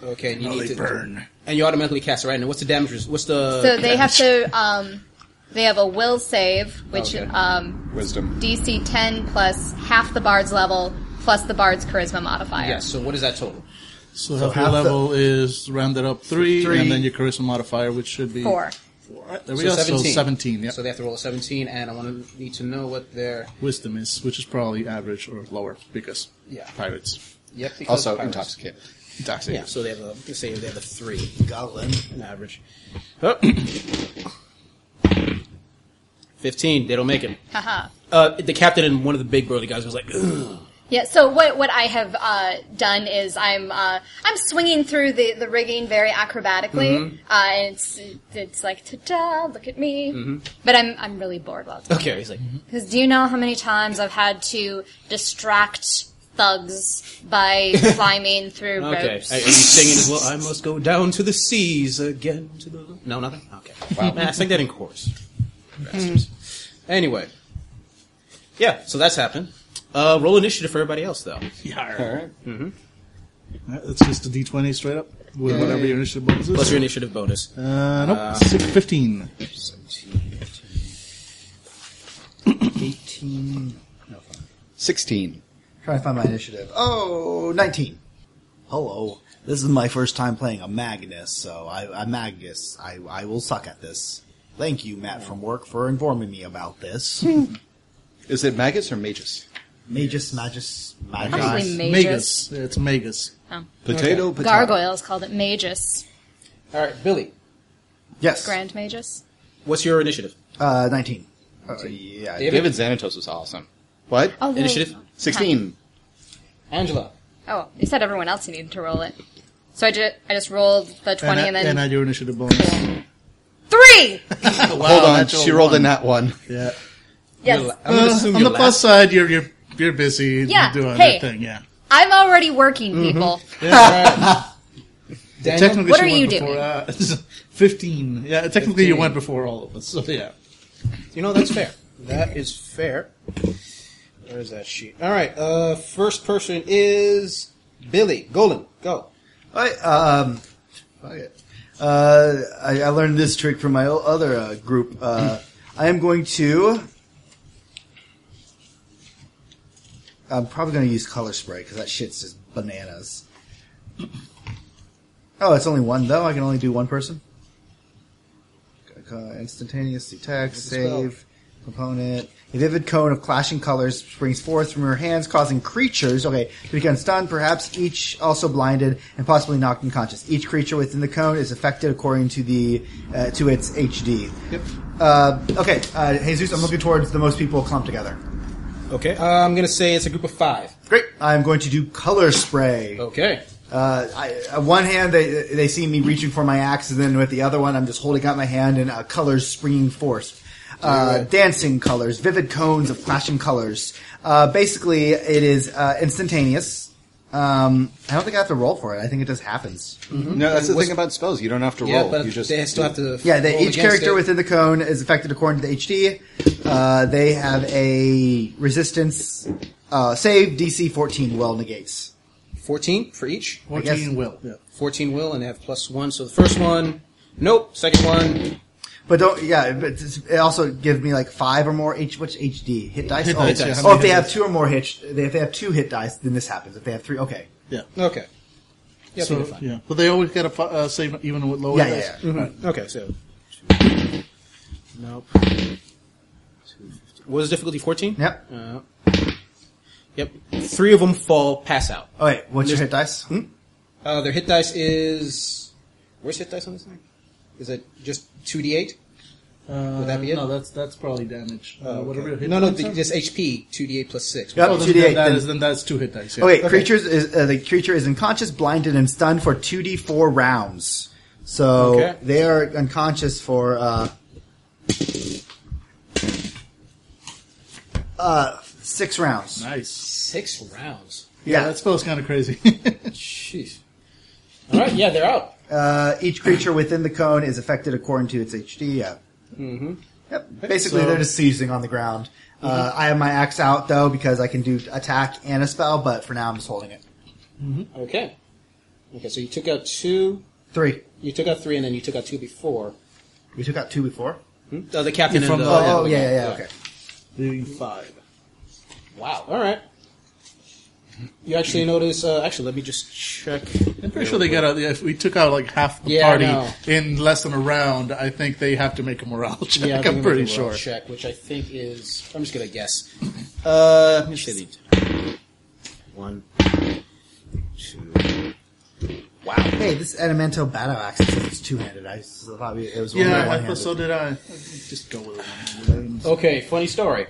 Speaker 1: Okay, and you
Speaker 12: No,
Speaker 1: need
Speaker 12: they
Speaker 1: to
Speaker 12: burn.
Speaker 1: and you automatically cast it right now. What's the damage? res- What's the
Speaker 4: So they have to. Um, they have a will save, which
Speaker 1: Okay.
Speaker 4: um,
Speaker 2: Wisdom.
Speaker 4: DC 10 plus half the bard's level plus the bard's charisma modifier.
Speaker 1: Yes. So what is that total?
Speaker 3: So, half your
Speaker 11: half the-
Speaker 3: level is rounded up three,
Speaker 1: Three.
Speaker 3: and then your charisma modifier, which should be
Speaker 4: Four.
Speaker 3: Alright, There we
Speaker 1: So
Speaker 3: go. So seventeen. Yeah.
Speaker 1: So they have to roll a seventeen, and I want to need to know what their
Speaker 3: Wisdom is, which is probably average or lower because
Speaker 1: Yeah.
Speaker 3: pirates.
Speaker 1: yep. because
Speaker 2: Also
Speaker 1: of pirates.
Speaker 2: intoxicated.
Speaker 3: Intoxic.
Speaker 1: Yeah. So they have a let's say they have a three
Speaker 11: Goblin.
Speaker 1: on average. Oh. Fifteen. They don't make it.
Speaker 4: Haha.
Speaker 1: Uh, the captain and one of the big burly guys was like, Ugh.
Speaker 4: Yeah. So what what I have uh, done is I'm uh, I'm swinging through the, the rigging very acrobatically,
Speaker 1: Mm-hmm.
Speaker 4: uh, and it's it's like ta-da, look at me.
Speaker 1: Mm-hmm.
Speaker 4: But I'm I'm really bored while
Speaker 1: "Okay." He's like,
Speaker 4: because do you know how many times I've had to distract thugs by climbing through
Speaker 1: Okay.
Speaker 4: ropes?
Speaker 1: Are you singing as well? I must go down to the seas again to the. No, nothing. Okay. Wow. Man, I sang that in chorus. Bastards. Anyway. Yeah. So that's happened. Uh, roll initiative for everybody else, though.
Speaker 3: It's just a D twenty straight up with whatever your initiative bonus is.
Speaker 1: Plus your initiative bonus.
Speaker 3: Uh, nope. Six, 15.
Speaker 11: 18.
Speaker 2: 16.
Speaker 11: Trying to find my initiative. Oh, 19. Hello. This is my first time playing a Magnus, so I, a Magnus. I, I will suck at this. Thank you, Matt from work, for informing me about this.
Speaker 2: Is it maggots or magus?
Speaker 11: Magus, Magus,
Speaker 4: Actually,
Speaker 11: Magus.
Speaker 4: magus.
Speaker 3: Magus. It's Magus.
Speaker 2: Potato, potato.
Speaker 4: Gargoyles called it magus.
Speaker 1: All right, Billy.
Speaker 11: Yes.
Speaker 4: Grand magus.
Speaker 1: What's your initiative?
Speaker 11: Uh, 19. Uh, yeah.
Speaker 1: David?
Speaker 2: David Xanatos was awesome. What?
Speaker 4: Oh, no.
Speaker 1: Initiative.
Speaker 2: 16.
Speaker 1: Angela.
Speaker 4: Oh, you said everyone else needed to roll it. So I just I just rolled the twenty and,
Speaker 3: and,
Speaker 4: then
Speaker 3: and add your initiative bonus.
Speaker 4: three.
Speaker 2: Hold on, she rolled a nat one.
Speaker 3: Yeah.
Speaker 4: Yes.
Speaker 1: I'm gonna
Speaker 3: Uh,
Speaker 1: assume
Speaker 3: on
Speaker 1: you're
Speaker 3: the plus side, you're you're you're busy
Speaker 4: Yeah,
Speaker 3: doing
Speaker 4: hey.
Speaker 3: your thing. Yeah.
Speaker 4: I'm already working, people.
Speaker 1: last. Daniel?
Speaker 3: Technically,
Speaker 4: What
Speaker 3: she
Speaker 4: are
Speaker 3: went
Speaker 4: you
Speaker 3: before,
Speaker 4: doing?
Speaker 3: Uh, Fifteen. Yeah. Technically, you went before all of us. So yeah.
Speaker 1: You know that's fair. That is fair. Where's that sheet? All right. Uh, first person is Billy Golem. Go.
Speaker 11: Alright, um, fuck it. Uh, I, I learned this trick from my o- other uh, group. Uh, I am going to. I'm probably going to use color spray because that shit's just bananas. Oh, it's only one though. I can only do one person. Uh, Instantaneous attack, save, component. A vivid cone of clashing colors springs forth from her hands, causing creatures, okay, to become stunned, perhaps each also blinded and possibly knocked unconscious. Each creature within the cone is affected according to the uh, to its HD. Yep. Uh, okay, uh, Jesus, I'm looking towards the most people clumped together.
Speaker 1: Okay. Uh, I'm gonna say it's a group of five.
Speaker 11: Great. I'm going to do color spray.
Speaker 1: Okay.
Speaker 11: Uh, I, on one hand, they they see me reaching for my axe, and then with the other one, I'm just holding out my hand, and uh, colors springing forth. Uh, dancing colors, vivid cones of flashing colors. Uh, basically, it is uh, instantaneous. Um, I don't think I have to roll for it. I think it just happens.
Speaker 2: No, that's the
Speaker 1: What's-
Speaker 2: thing about spells. You don't have to
Speaker 1: Hmm? Yeah,
Speaker 2: roll.
Speaker 1: but
Speaker 2: you just
Speaker 1: they still have to.
Speaker 11: Yeah, they,
Speaker 1: roll
Speaker 11: each
Speaker 1: against
Speaker 11: character
Speaker 1: it.
Speaker 11: within the cone is affected according to the HD. Uh, they have a resistance uh, save DC 14 well negates.
Speaker 1: fourteen for each.
Speaker 3: Fourteen will. Yeah.
Speaker 1: Fourteen will, and they have plus one. So the first one, nope. Second one,
Speaker 11: But don't, yeah, but it's- it also gives me like five or more H, what's HD? Hit dice? oh,
Speaker 3: dice, yeah, how
Speaker 11: oh, if
Speaker 3: many
Speaker 11: they
Speaker 3: hit
Speaker 11: have two or more hit, if they have two hit dice, then this happens. If they have three, okay.
Speaker 1: okay. Yeah, so,
Speaker 3: So yeah. But they always get a fi- uh, save even with lower.
Speaker 11: Yeah, yeah,
Speaker 3: dice.
Speaker 11: yeah.
Speaker 1: Okay, so nope. What is difficulty? Fourteen.
Speaker 11: Yep.
Speaker 1: Uh, yep. Three of them fall, pass out.
Speaker 11: All right, what's your hit dice?
Speaker 3: Hmm?
Speaker 1: Uh, their hit dice is. Where's hit dice on this thing? Is it just 2d8?
Speaker 3: Uh,
Speaker 1: Would that be it? Oh,
Speaker 3: No, that's that's probably damage. Uh, whatever. your hit
Speaker 1: no, no,
Speaker 3: points
Speaker 1: the,
Speaker 3: are.
Speaker 1: just HP, 2d8 plus 6.
Speaker 11: Yep,
Speaker 3: Oh, then,
Speaker 11: 2d8.
Speaker 3: then that
Speaker 11: then-
Speaker 3: is- then that's two hit dice. Yeah.
Speaker 11: oh, wait, creatures is, uh, the creature is unconscious, blinded, and stunned for 2d4 rounds. So
Speaker 1: Okay.
Speaker 11: they are unconscious for, uh, uh, six rounds.
Speaker 3: Nice.
Speaker 1: Six rounds.
Speaker 3: Yeah,
Speaker 11: Yeah.
Speaker 3: that spell's kind of crazy.
Speaker 1: Jeez. Alright, yeah, they're out.
Speaker 11: Uh, each creature within the cone is affected according to its HD. Yeah. Mm-hmm. Yep. Basically,
Speaker 3: So-
Speaker 11: they're just seizing on the ground. Uh, I have my axe out though because I can do attack and a spell, but for now I'm just holding it.
Speaker 1: Okay. Okay, so you took out two.
Speaker 11: Three.
Speaker 1: You took out three, and then you took out two before.
Speaker 11: We took out two before.
Speaker 1: Hmm? Oh, the captain
Speaker 11: From
Speaker 1: and
Speaker 11: the-
Speaker 1: the.
Speaker 11: oh, yeah, yeah, yeah, okay.
Speaker 1: Five. Wow. All right. You actually notice. Uh, actually, let me just check.
Speaker 3: I'm pretty sure they got out. If we took out like half the
Speaker 1: Yeah, I know.
Speaker 3: party in less than a round, I think they have to make a morale check.
Speaker 1: Yeah, I think
Speaker 3: I'm
Speaker 1: I'm
Speaker 3: pretty
Speaker 1: gonna do a
Speaker 3: sure.
Speaker 1: roll Check, which I think is. I'm just gonna guess. Uh, let me see. the- One, two. Wow.
Speaker 11: Hey, this Adamanto battle axe is two-handed. I s- thought we- it was only
Speaker 3: Yeah, I
Speaker 11: one-handed.
Speaker 3: thought so did I. Just go with it.
Speaker 1: Okay, funny story.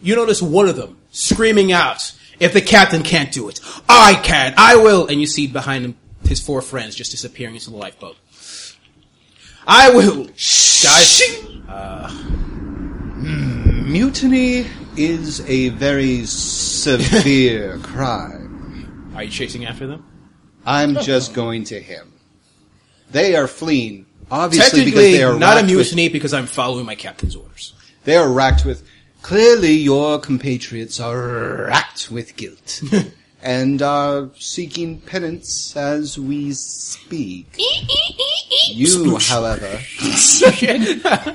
Speaker 1: You notice one of them screaming out, "If the captain can't do it, I can. I will." And you see behind him his four friends just disappearing into the lifeboat. I will, guys.
Speaker 2: Mutiny is a very severe crime.
Speaker 1: Are you chasing after them?
Speaker 2: I'm just going to him. They are fleeing, obviously, because
Speaker 1: Technically,
Speaker 2: they are
Speaker 1: not a
Speaker 2: racked with-
Speaker 1: mutiny because I'm following my captain's orders.
Speaker 2: They are racked with. Clearly, your compatriots are racked with guilt and are seeking penance as we speak. you, however,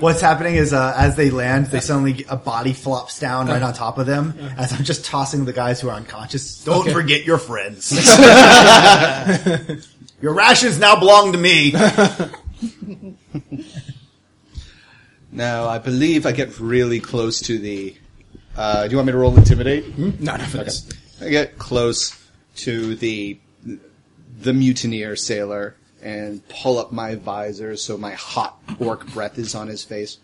Speaker 11: What's happening is uh, as they land, they suddenly get- a body flops down right on top of them. As I'm just tossing the guys who are unconscious. Don't forget your friends. your rations now belong to me.
Speaker 2: now I believe I get really close to the. Uh, do you want me to roll intimidate?
Speaker 1: Not after this.
Speaker 2: I get close to the the mutineer sailor and pull up my visor so my hot orc breath is on his face.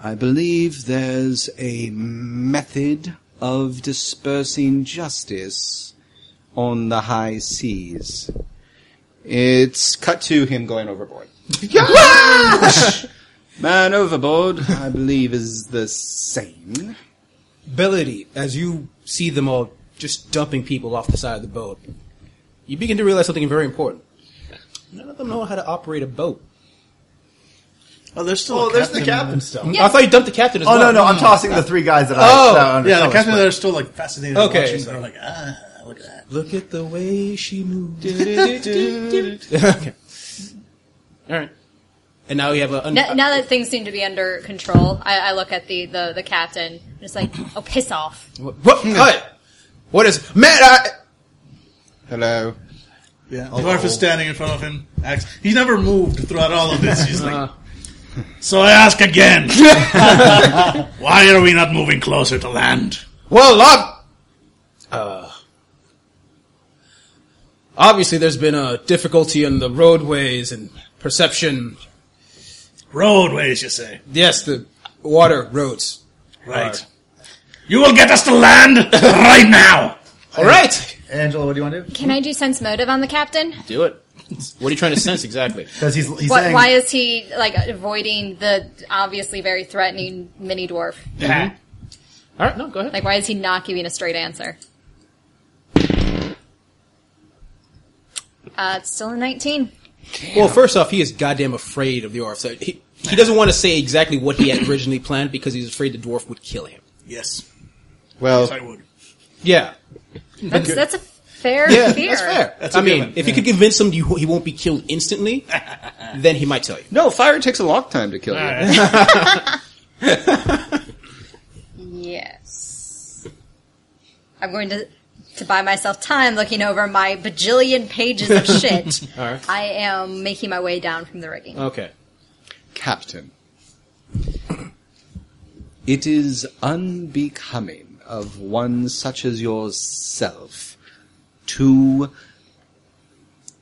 Speaker 2: I believe there's a method of dispersing justice on the high seas. It's cut to him going overboard. Man overboard, I believe, is the same.
Speaker 1: Bellity, as you see them all just dumping people off the side of the boat, you begin to realize something very important. None of them know how to operate a boat.
Speaker 3: Oh, there's still.
Speaker 11: Oh,
Speaker 3: a
Speaker 11: there's the
Speaker 3: captain.
Speaker 11: captain still.
Speaker 1: I thought you dumped the captain as
Speaker 11: Oh
Speaker 1: well.
Speaker 11: no, no, I'm tossing the three guys that I.
Speaker 1: Oh,
Speaker 11: that I under-
Speaker 3: Yeah, the
Speaker 11: that
Speaker 3: captain.
Speaker 11: was-
Speaker 3: They're still like fascinated.
Speaker 1: Okay.
Speaker 3: Watching. They're like, ah, look at that.
Speaker 1: Look at the way she moved. okay. All right. And now you have a. Un-
Speaker 4: Now, now that things seem to be under control, I, I look at the, the, the captain, just like, oh, piss off.
Speaker 1: what?
Speaker 11: Hmm.
Speaker 1: what? What is man? I,
Speaker 2: Hello.
Speaker 3: Yeah, dwarf is standing in front of him. Acts. He's never moved throughout all of this. He's like,
Speaker 5: So I ask again. Why are we not moving closer to land?
Speaker 1: well, ob- uh, obviously there's been a difficulty in the roadways and perception.
Speaker 5: Roadways, you say?
Speaker 1: Yes, the water roads.
Speaker 5: Right. You will get us to land right now.
Speaker 1: All right.
Speaker 11: Angela, what do you want to do?
Speaker 4: Can I do sense motive on the captain?
Speaker 1: Do it. What are you trying to sense exactly?
Speaker 11: Because he's he's
Speaker 4: What,
Speaker 11: saying
Speaker 4: why is he, like, avoiding the obviously very threatening mini dwarf?
Speaker 3: Mm-hmm.
Speaker 1: All right, no, go ahead.
Speaker 4: Like, why is he not giving a straight answer? Uh, it's still a 19.
Speaker 1: Well, first off, he is goddamn afraid of the orc. So he, he doesn't want to say exactly what he had originally planned because he's afraid the dwarf would kill him.
Speaker 5: Yes,
Speaker 2: Well,
Speaker 5: I would.
Speaker 1: Yeah,
Speaker 4: That's, that's a fair
Speaker 1: yeah,
Speaker 4: fear.
Speaker 1: that's fair. I mean, if you could convince him you, he won't be killed instantly, then he might tell you.
Speaker 2: No, fire takes a long time to kill you.
Speaker 4: Yes. I'm going to to buy myself time looking over my bajillion pages of shit.
Speaker 1: Alright.
Speaker 4: I am making my way down from the rigging.
Speaker 1: Okay.
Speaker 2: Captain, it is unbecoming of one such as yourself to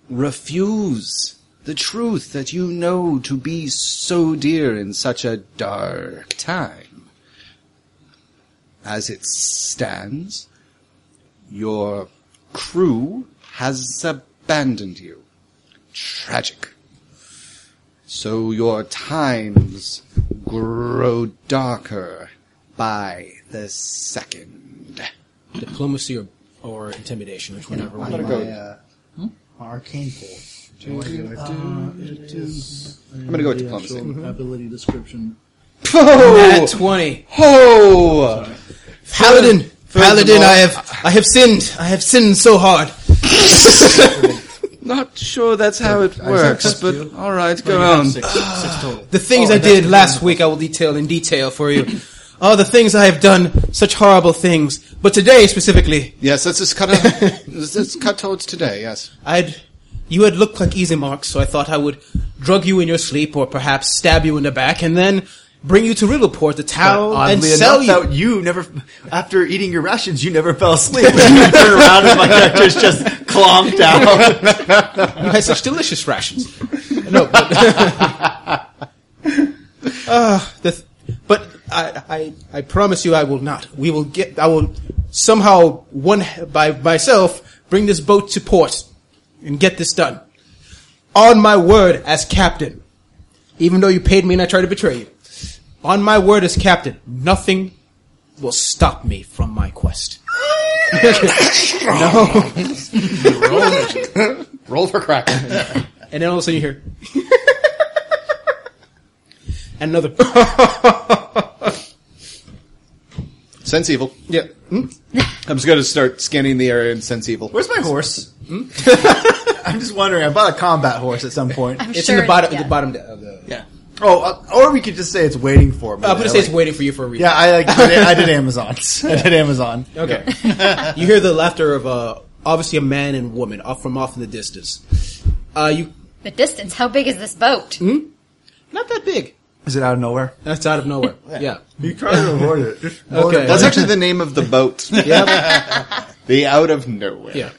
Speaker 2: refuse the truth that you know to be so dear in such a dark time. As it stands, your crew has abandoned you. Tragic. So your times grow darker by the second.
Speaker 1: Diplomacy or, or intimidation, which one ever one.
Speaker 11: my, uh, arcane force.
Speaker 2: I'm gonna go with diplomacy. Mm-hmm.
Speaker 3: ability description.
Speaker 1: Nat twenty.
Speaker 2: Oh!
Speaker 1: Paladin,
Speaker 2: of
Speaker 1: paladin,
Speaker 2: all-
Speaker 1: I have I have sinned. I have sinned so hard.
Speaker 13: Not sure that's how it
Speaker 14: I
Speaker 13: works,
Speaker 14: trust
Speaker 13: but
Speaker 14: you.
Speaker 13: all right, go
Speaker 5: You
Speaker 13: on.
Speaker 5: have Six, six total.
Speaker 1: Ah. The things
Speaker 14: Oh,
Speaker 1: I
Speaker 14: that's
Speaker 1: did last week I will detail in detail for you. oh, the things I have done, such horrible things. But today specifically,
Speaker 2: Yes, let's just cut out, let's just cut towards today, yes.
Speaker 1: I'd you had looked like easy marks, so I thought I would drug you in your sleep or perhaps stab you in the back and then bring you to Riddleport, the town, and
Speaker 11: Oddly
Speaker 1: sell
Speaker 11: enough,
Speaker 1: you.
Speaker 11: that Oh, you never, after eating your rations, you never fell asleep. you turn around and my character's just clomped out.
Speaker 1: You had such delicious rations. No, but, Ah, the th- but I, I, I promise you, I will not. We will get. I will somehow one by myself bring this boat to port and get this done. On my word as captain, even though you paid me and I tried to betray you, on my word as captain, nothing will stop me from my quest.
Speaker 2: Roll for crack.
Speaker 1: And then all of a sudden you hear and another.
Speaker 2: sense evil. Hmm?
Speaker 1: yeah.
Speaker 2: I'm just going to start scanning the area and sense evil.
Speaker 11: Where's my horse? I'm just wondering. I bought a combat horse at some point.
Speaker 4: I'm
Speaker 1: It's
Speaker 4: sure
Speaker 1: in the bottom.
Speaker 4: yeah.
Speaker 1: The bottom of the.
Speaker 11: Yeah. Oh, uh, or we could just say it's waiting for me.
Speaker 1: I'm gonna
Speaker 11: I
Speaker 1: say it's
Speaker 11: like-
Speaker 1: waiting for you for a reason.
Speaker 11: Yeah, I, like, did, I did Amazon. I did Amazon.
Speaker 1: Okay. you hear the laughter of uh, obviously a man and woman off from off in the distance. Uh, you
Speaker 4: The distance. How big is this boat?
Speaker 1: Hmm? not that big.
Speaker 11: Is it out of nowhere?
Speaker 1: That's out of nowhere. yeah.
Speaker 14: You try to avoid it. Just avoid
Speaker 1: Okay.
Speaker 14: it.
Speaker 2: That's actually the name of the boat.
Speaker 1: Yeah.
Speaker 2: the out of nowhere.
Speaker 1: yeah.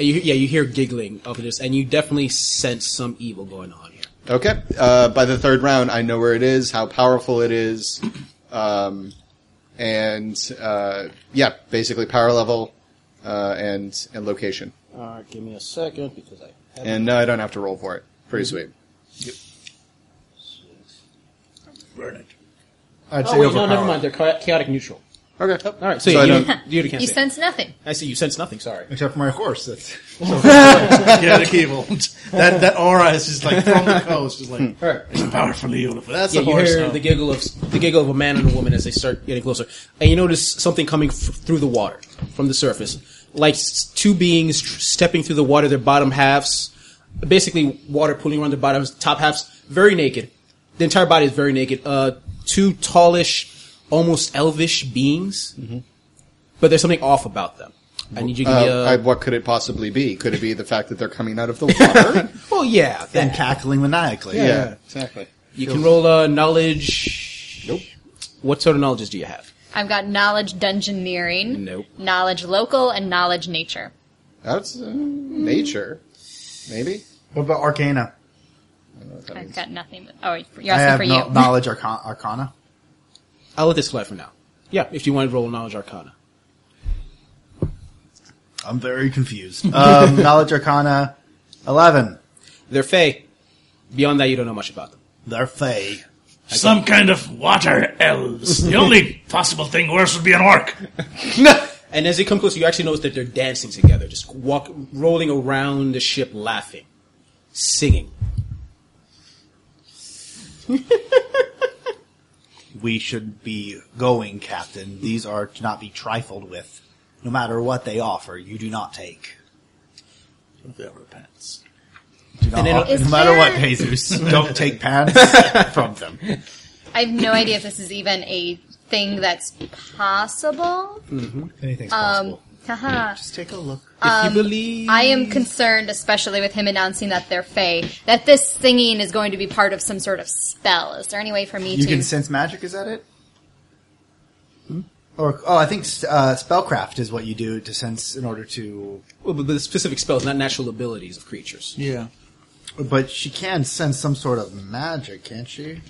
Speaker 1: And you, yeah, you hear giggling up in this, and you definitely sense some evil going on here.
Speaker 2: Okay. Uh, by the third round, I know where it is, how powerful it is, um, and uh, yeah, basically power level uh, and and location.
Speaker 1: All right, give me a second because I.
Speaker 2: And no, I don't have to roll for it. Pretty sweet.
Speaker 3: Burn it.
Speaker 11: I'd
Speaker 1: Oh wait, no, never mind. They're cha- chaotic neutral.
Speaker 2: Okay.
Speaker 1: All right, Oh, so,
Speaker 2: So
Speaker 1: yeah,
Speaker 2: I
Speaker 1: you,
Speaker 2: don't-
Speaker 1: you, can't
Speaker 4: You
Speaker 1: say it.
Speaker 4: sense nothing.
Speaker 1: I see you sense nothing. Sorry.
Speaker 11: Except for my horse. That's,
Speaker 5: Yeah, the cable. that that aura is just like from the coast. Just
Speaker 11: Hmm.
Speaker 5: like
Speaker 1: All right.
Speaker 5: it's a powerful evil. That's
Speaker 1: Yeah,
Speaker 5: the
Speaker 1: you
Speaker 5: horse.
Speaker 1: hear
Speaker 5: now.
Speaker 1: the giggle of the giggle of a man and a woman as they start getting closer, and you notice something coming f- through the water from the surface, like s- two beings tr- stepping through the water. Their bottom halves, basically water pooling around their bottoms, top halves very naked. The entire body is very naked. Uh, two tallish, almost elvish beings, but there's something off about them. I need you to give me
Speaker 2: Uh, I,
Speaker 1: a.
Speaker 2: what could it possibly be? Could it be the fact that they're coming out of the water?
Speaker 1: Oh yeah,
Speaker 11: and
Speaker 1: that,
Speaker 11: cackling maniacally.
Speaker 2: yeah, exactly.
Speaker 1: you can roll a knowledge. Nope. What sort of knowledges do you have?
Speaker 4: I've got knowledge dungeoneering,
Speaker 1: Nope.
Speaker 4: knowledge local, and knowledge nature.
Speaker 2: That's uh, nature, maybe.
Speaker 11: What about Arcana?
Speaker 4: I've got nothing. With, oh, you're asking
Speaker 11: I have
Speaker 4: for
Speaker 11: no-
Speaker 4: you.
Speaker 11: knowledge arcana, arcana.
Speaker 1: I'll let this slide for now. Yeah, if you want to roll knowledge arcana.
Speaker 11: I'm very confused. Um, knowledge arcana, eleven.
Speaker 1: They're fey. Beyond that, you don't know much about them.
Speaker 11: They're fey.
Speaker 3: Some kind of water elves. the only possible thing worse would be an orc.
Speaker 1: And as they come closer, you actually notice that they're dancing together, just walk, rolling around the ship, laughing, singing.
Speaker 11: We should be going, Captain. These are to not be trifled with. No matter what they offer, you do not take.
Speaker 5: Velvet pants.
Speaker 11: Do not
Speaker 1: And then-
Speaker 11: offer-
Speaker 4: Is
Speaker 11: no matter what,
Speaker 4: there-
Speaker 11: Jesus, don't take pants from them.
Speaker 4: I have no idea if this is even a thing that's possible.
Speaker 11: Anything's
Speaker 4: Um,
Speaker 11: possible.
Speaker 4: haha.
Speaker 11: Just take a look.
Speaker 1: If you believe,
Speaker 4: um, I am concerned, especially with him announcing that they're Fey, that this singing is going to be part of some sort of spell. Is there any way for me
Speaker 11: You
Speaker 4: to?
Speaker 11: can sense magic. Is that it? Or oh, I think uh, spellcraft is what you do to sense in order to.
Speaker 1: well, Oh, but the specific spells, not natural abilities of creatures.
Speaker 5: Yeah.
Speaker 11: But she can sense some sort of magic, can't she?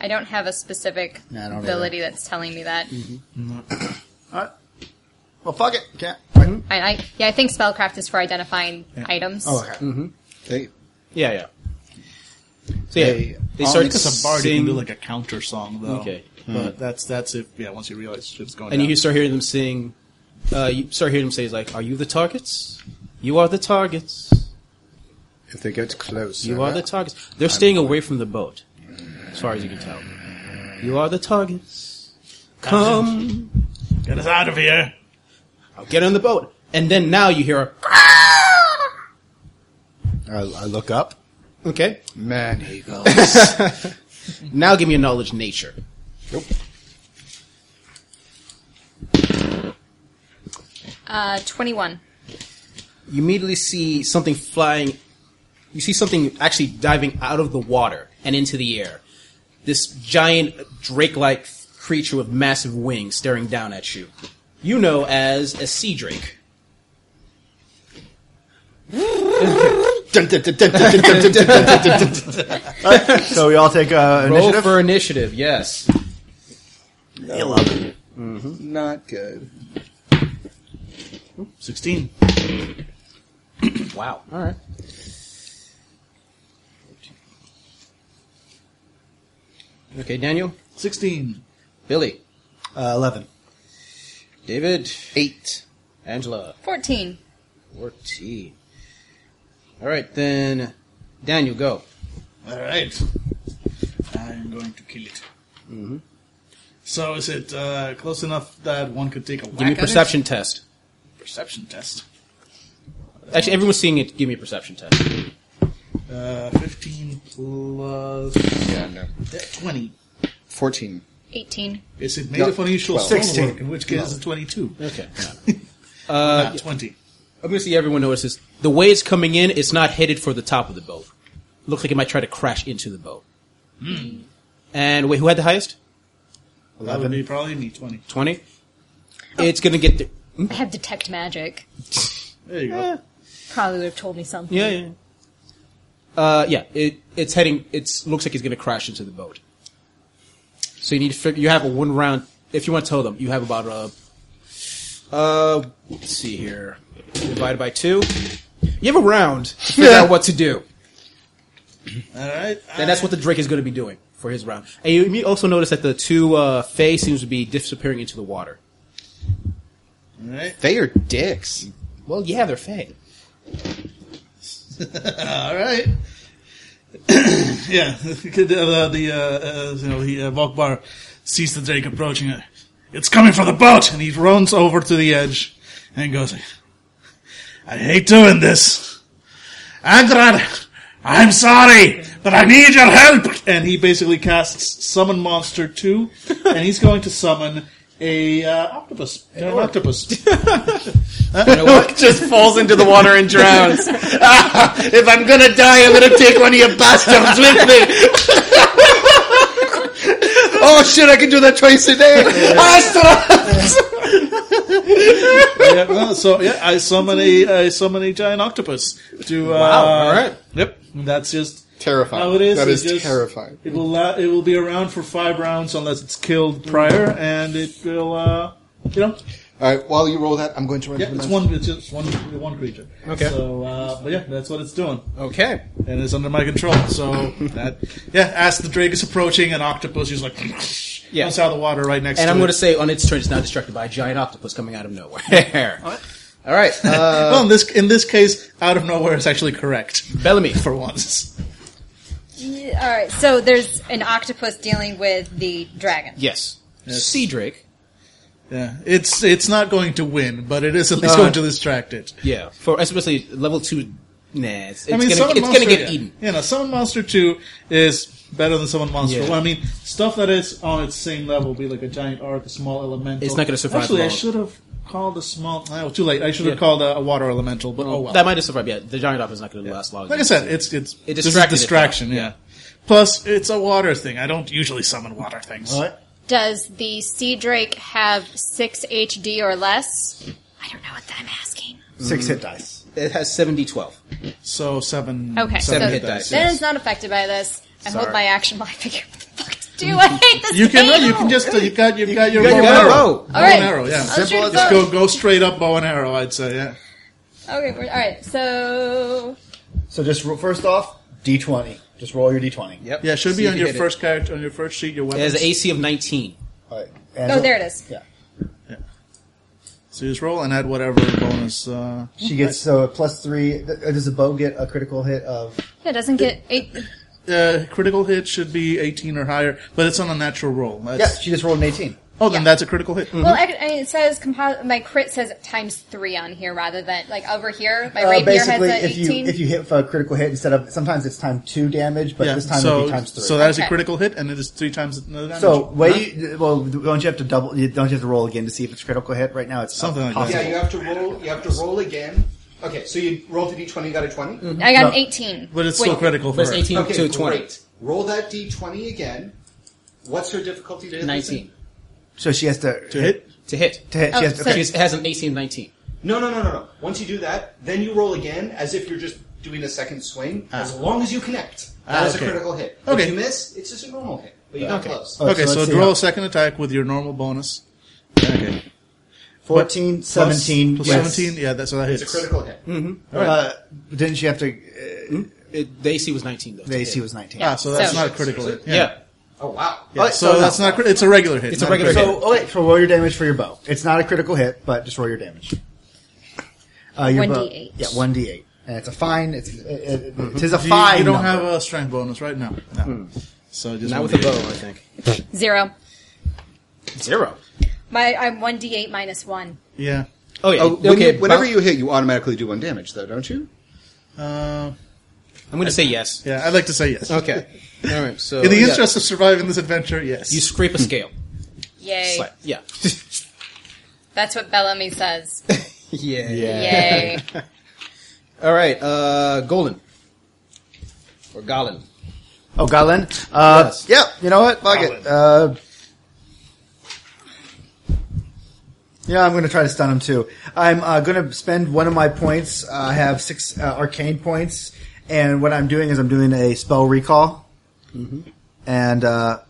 Speaker 4: I don't have a specific
Speaker 11: No, I don't Mm-hmm.
Speaker 4: ability that's telling me that.
Speaker 11: All right. Well, fuck it. Can't. Right.
Speaker 4: I, I, yeah, I think spellcraft is for identifying items.
Speaker 11: Oh, okay.
Speaker 2: They,
Speaker 1: Yeah, yeah. So yeah, they, start
Speaker 5: it's a bard. You
Speaker 1: sing-
Speaker 5: can do like a counter song though.
Speaker 1: Okay.
Speaker 5: But that's that's if yeah. Once you realize shit's going.
Speaker 1: and
Speaker 5: down.
Speaker 1: you start hearing them sing. Uh, you start hearing them say, "Like, are you the targets? You are the targets."
Speaker 2: if they get close,
Speaker 1: You are the targets. They're staying away from the boat, as far as you can tell. You are the targets. Come,
Speaker 3: Get us out of here.
Speaker 1: I'll get on the boat. And then now you hear a
Speaker 5: I, I look up.
Speaker 1: Okay.
Speaker 5: Man,
Speaker 1: Now give me a knowledge nature.
Speaker 4: Uh, 21.
Speaker 1: You immediately see something flying. You see something actually diving out of the water and into the air. This giant drake-like creature with massive wings staring down at you. You know as a sea drake.
Speaker 5: so we all take uh,
Speaker 1: Roll
Speaker 5: initiative.
Speaker 1: for initiative. Yes.
Speaker 5: Eleven.
Speaker 10: Not good.
Speaker 8: 16.
Speaker 1: Wow. All right. Okay, Daniel,
Speaker 3: 16.
Speaker 1: Billy,
Speaker 5: Uh, Eleven.
Speaker 1: David, eight, Angela,
Speaker 4: 14.
Speaker 1: fourteen. All right, then, Daniel, go.
Speaker 3: Alright. I'm going to kill it. Mm-hmm. So is it uh, close enough that one could take a whack
Speaker 1: Give me a
Speaker 3: at it?
Speaker 1: perception test.
Speaker 3: Perception test.
Speaker 1: Actually, everyone's seeing it. Give me a perception test.
Speaker 3: Uh, 15 plus
Speaker 10: Yeah, no.
Speaker 3: yeah, 20.
Speaker 10: 14.
Speaker 4: 18.
Speaker 3: Is it made
Speaker 10: No,
Speaker 3: of unusual
Speaker 10: 12.
Speaker 3: stone
Speaker 5: 16.
Speaker 3: work, in which case it's Uh, 22.
Speaker 1: Okay.
Speaker 3: not 20.
Speaker 1: Obviously, everyone notices the way it's coming in. It's not headed for the top of the boat. Looks like it might try to crash into the boat. And wait, who had the highest?
Speaker 3: That would be probably me, 20.
Speaker 1: Twenty. It's gonna get. The-
Speaker 11: Hmm?
Speaker 4: I have detect magic.
Speaker 3: There you go.
Speaker 4: Probably would have told me something.
Speaker 1: Yeah, yeah. Uh, yeah. It it's heading. It's looks like it's going to crash into the boat. So you need to figure. You have a one round. If you want to tow them, you have about a. Uh, let's see here. Divided by two. You have a round. To figure out what to do.
Speaker 3: Alright.
Speaker 1: And that's what the Drake is going to be doing for his round. And you may also notice that the two uh, Fae seems to be disappearing into the water.
Speaker 3: Alright.
Speaker 10: They are dicks.
Speaker 1: Well, yeah, they're Fae.
Speaker 3: Alright. yeah. The, the, uh, uh, you know, the uh, Vokbar sees the Drake approaching. Uh, it's coming for the boat! And he runs over to the edge and goes, I hate doing this. Angrad, I'm sorry, but I need your help! And he basically casts Summon Monster 2, and he's going to summon a uh, octopus. An octopus.
Speaker 10: Just falls into the water and drowns. if I'm gonna die, I'm gonna take one of your bastards with me. oh shit, I can do that twice a day.
Speaker 3: yeah, well, so yeah, I summon a I summon a giant octopus to. Uh,
Speaker 1: all right.
Speaker 3: Yep. That's just
Speaker 10: terrifying.
Speaker 3: how it is.
Speaker 10: That
Speaker 3: It
Speaker 10: is
Speaker 3: just-
Speaker 10: terrifying.
Speaker 3: It will la- it will be around for five rounds unless it's killed prior, and it will. Uh, you know,
Speaker 10: All right, while you roll that, I'm going to run
Speaker 3: yeah,
Speaker 10: to the
Speaker 3: it's
Speaker 10: mouse.
Speaker 3: one, it's just one, one creature.
Speaker 1: Okay.
Speaker 3: So, uh, but yeah, that's what it's doing,
Speaker 1: Okay.
Speaker 3: and it's under my control. So that, yeah, as the drake is approaching, an octopus is like, yeah, comes out of the water right next.
Speaker 1: And
Speaker 3: to
Speaker 1: I'm
Speaker 3: it.
Speaker 1: going to say on its turn, it's now distracted by a giant octopus coming out of nowhere. All right. Uh,
Speaker 3: well, in this in this case, out of nowhere is actually correct
Speaker 1: Bellamy.
Speaker 3: for once.
Speaker 4: Yeah, all right, so there's an octopus dealing with the dragon.
Speaker 1: Yes. Sea Drake.
Speaker 3: Yeah, it's it's not going to win, but it is at least going to distract it.
Speaker 1: Yeah. For especially level two. Nah, it's, it's
Speaker 3: I mean,
Speaker 1: gonna
Speaker 3: summon
Speaker 1: it's
Speaker 3: monster,
Speaker 1: gonna get
Speaker 3: yeah.
Speaker 1: eaten.
Speaker 3: Yeah, no, summon monster two is better than summon monster
Speaker 1: Yeah.
Speaker 3: one. I mean, stuff that is on its same level, be like a giant arc, a small elemental.
Speaker 1: It's not gonna survive
Speaker 3: Actually, I
Speaker 1: long.
Speaker 3: should have called a small. Oh, too late. I should have
Speaker 1: Yeah.
Speaker 3: called a, a water elemental, but oh well.
Speaker 1: That might have survived. Yeah, the giant octopus is not gonna last long.
Speaker 3: like I said, it's it's
Speaker 1: It
Speaker 3: this is
Speaker 1: distracted it,
Speaker 3: distraction. yeah. Plus, it's a water thing. I don't usually summon water things.
Speaker 4: Does the sea drake have 6 HD or less? I don't know what I'm asking.
Speaker 5: Six hit dice.
Speaker 1: it has seven d twelve.
Speaker 3: So seven.
Speaker 4: Okay,
Speaker 1: Seven
Speaker 4: so
Speaker 1: hit dice,
Speaker 4: Then
Speaker 1: yes.
Speaker 4: it's not affected by this. I
Speaker 5: Sorry.
Speaker 4: hold my action while I figure what the fuck to do. I hate this
Speaker 3: You can
Speaker 4: table.
Speaker 3: you can just uh, you got you've got your
Speaker 1: got
Speaker 3: bow
Speaker 1: your
Speaker 3: and
Speaker 1: bow.
Speaker 3: arrow. Bow
Speaker 4: All right.
Speaker 3: and arrow. Yeah.
Speaker 4: I'll shoot a
Speaker 3: Just
Speaker 4: bow.
Speaker 3: go go straight up bow and arrow. I'd say yeah.
Speaker 4: Okay, we're, all right. So
Speaker 5: So just ro- first off, D twenty. Just roll your D twenty.
Speaker 1: Yep.
Speaker 3: Yeah, it should
Speaker 1: See
Speaker 3: be
Speaker 1: if you
Speaker 3: on your
Speaker 1: hit it.
Speaker 3: first character on your first sheet. Your
Speaker 1: It
Speaker 3: weapons.
Speaker 1: has an AC of nineteen.
Speaker 5: All right.
Speaker 4: oh, there it is.
Speaker 5: Yeah.
Speaker 3: So you just roll and add whatever bonus. Uh,
Speaker 5: She gets so a plus three. th-
Speaker 11: uh,
Speaker 5: Does the bow get a critical hit of?
Speaker 4: It doesn't get eight.
Speaker 3: uh, critical hit should be eighteen or higher, but it's on a natural roll. That's,
Speaker 5: Yes, she just rolled an eighteen.
Speaker 3: Oh, then that's a critical hit.
Speaker 11: Mm.
Speaker 4: Well, I, I mean, it says compo- my crit says times three on here rather than like over here. My
Speaker 11: Uh,
Speaker 4: rapier has
Speaker 11: basically,
Speaker 4: a
Speaker 11: if you
Speaker 4: eighteen.
Speaker 11: if you hit for a critical hit instead of sometimes it's time two damage, but
Speaker 3: yeah.
Speaker 11: this time
Speaker 3: so
Speaker 11: it'll be times three.
Speaker 3: so that is a
Speaker 4: Okay.
Speaker 3: critical hit, and it is three times another damage.
Speaker 11: So
Speaker 3: Huh?
Speaker 11: way you, well, don't you have to double? you- Don't you have to roll again to see if it's critical hit? Right now, it's
Speaker 3: Something like that.
Speaker 11: possible.
Speaker 3: Yeah,
Speaker 10: you have to roll. You have to roll again. Okay, so you rolled a d20, you got a 20.
Speaker 3: Mm-hmm.
Speaker 4: I got
Speaker 11: No.
Speaker 4: an eighteen.
Speaker 3: but it's still
Speaker 4: Wait.
Speaker 3: critical for
Speaker 1: Plus
Speaker 3: her.
Speaker 1: 18
Speaker 10: Okay,
Speaker 1: to 20.
Speaker 10: great. Roll that d20 again. What's her difficulty to hit this
Speaker 1: 19.
Speaker 10: thing?
Speaker 11: So she has to
Speaker 3: to hit.
Speaker 1: To hit.
Speaker 11: to hit.
Speaker 4: Oh,
Speaker 11: she has to,
Speaker 4: so-
Speaker 11: okay,
Speaker 1: She has an 18 19.
Speaker 10: No, no, no, no, no. Once you do that, then you roll again as if you're just doing a second swing. As long as you connect, that
Speaker 3: Ah,
Speaker 10: is
Speaker 3: okay.
Speaker 10: a critical hit.
Speaker 3: Okay.
Speaker 10: If you miss, it's just a normal hit, but you got close.
Speaker 11: Oh,
Speaker 3: Okay,
Speaker 11: so
Speaker 3: so,
Speaker 11: let's see
Speaker 3: roll
Speaker 11: how-
Speaker 3: a second attack with your normal bonus. Okay.
Speaker 11: 14,
Speaker 3: Plus-
Speaker 11: 17,
Speaker 3: plus
Speaker 11: yes.
Speaker 3: 17, yeah, that's so that hits.
Speaker 10: It's a critical hit.
Speaker 3: Mm-hmm.
Speaker 11: Uh, didn't she have to? Uh,
Speaker 1: It, the AC was 19, though.
Speaker 11: The AC was nineteen.
Speaker 3: Ah, so that's
Speaker 4: So-
Speaker 3: not a critical hit.
Speaker 1: Yeah.
Speaker 3: Yeah.
Speaker 10: Oh wow!
Speaker 3: Yeah,
Speaker 11: Alright,
Speaker 3: so,
Speaker 11: so-
Speaker 3: that's not crit- it's a regular hit.
Speaker 1: It's a
Speaker 3: not
Speaker 1: regular
Speaker 3: crit.
Speaker 1: hit.
Speaker 11: So oh wait, so roll your damage for your bow. It's not a critical hit, but just roll your damage. Uh, your bow-
Speaker 4: 1d8.
Speaker 11: Yeah, one d eight, and it's a fine. It's it, it, it is a
Speaker 3: Do you,
Speaker 11: fine.
Speaker 3: you don't
Speaker 11: number. Hmm.
Speaker 3: have a strength bonus right now. No. So just
Speaker 1: Not
Speaker 3: one
Speaker 1: with a
Speaker 3: d8.
Speaker 1: bow, I think.
Speaker 4: Zero.
Speaker 1: Zero.
Speaker 4: My I'm one d eight minus one.
Speaker 3: Yeah.
Speaker 1: Oh, yeah.
Speaker 2: Oh, when
Speaker 1: okay.
Speaker 2: you- whenever
Speaker 1: bow-
Speaker 2: you hit, you automatically do one damage, though, don't you?
Speaker 3: Uh,
Speaker 1: I'm going to say yes.
Speaker 3: yeah, I'd like to say yes.
Speaker 1: Okay. All right. So
Speaker 3: In the
Speaker 1: yeah.
Speaker 3: interest of surviving this adventure, yes.
Speaker 1: you scrape a scale.
Speaker 4: Yay!
Speaker 1: Slight. Yeah.
Speaker 4: That's what Bellamy says.
Speaker 1: yeah.
Speaker 4: Yay!
Speaker 1: All right. Uh, Golden or Golan.
Speaker 11: Oh, Galen. Uh,
Speaker 1: Yes.
Speaker 11: Yep. You know what? Fuck it. Uh, yeah, I'm going to try to stun him too. I'm uh, going to spend one of my points. Uh, I have six uh, arcane points, and what I'm doing is I'm doing a spell recall,
Speaker 3: Mm-hmm.
Speaker 11: and uh,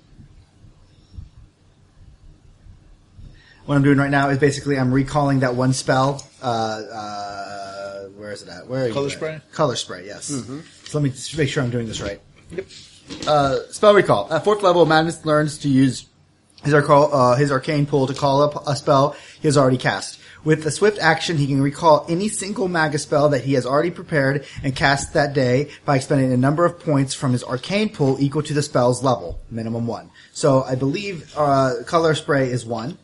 Speaker 11: what I'm doing right now is basically I'm recalling that one spell. Uh, uh, where is it at? Where are you
Speaker 3: Color
Speaker 11: at?
Speaker 3: spray? Mm-hmm.
Speaker 11: Color spray. Yes. So let me just make sure I'm doing this right. Uh, spell recall. At fourth level, Magnus learns to use his, arco- uh, his arcane pool to call up a spell he has already cast. With a swift action, he can recall any single magic spell that he has already prepared and cast that day by expending a number of points from his arcane pool equal to the spell's level, minimum one. So I believe uh, color spray is one.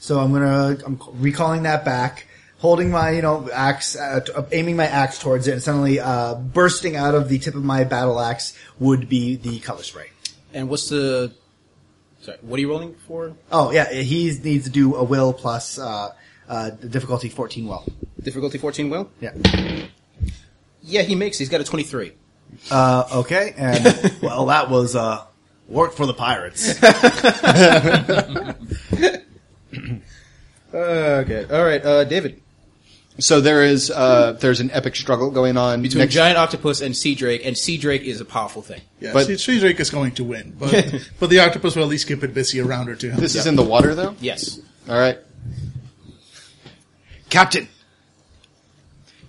Speaker 11: So I'm gonna I'm recalling that back, holding my you know axe, uh, t- aiming my axe towards it, and suddenly uh, bursting out of the tip of my battle axe would be the color spray.
Speaker 1: And what's the? Sorry. What are you rolling for?
Speaker 11: Oh yeah, he needs to do a will plus uh, uh, difficulty fourteen will.
Speaker 1: Difficulty 14. Will.
Speaker 11: Yeah.
Speaker 1: Yeah, he makes. it. He's got a 23.
Speaker 11: Uh, okay, and well that was uh, work for the pirates.
Speaker 1: Okay. All right. Uh, David.
Speaker 2: So there is uh, there's an epic struggle going on
Speaker 1: Between
Speaker 2: next-
Speaker 1: giant octopus and sea drake, and sea drake is a powerful thing.
Speaker 3: yeah,
Speaker 2: but-
Speaker 3: but Drake is going to win, but but the octopus will at least give Pidbissy a round or two.
Speaker 2: This is in the water, though.
Speaker 1: Yes.
Speaker 2: All right, Captain.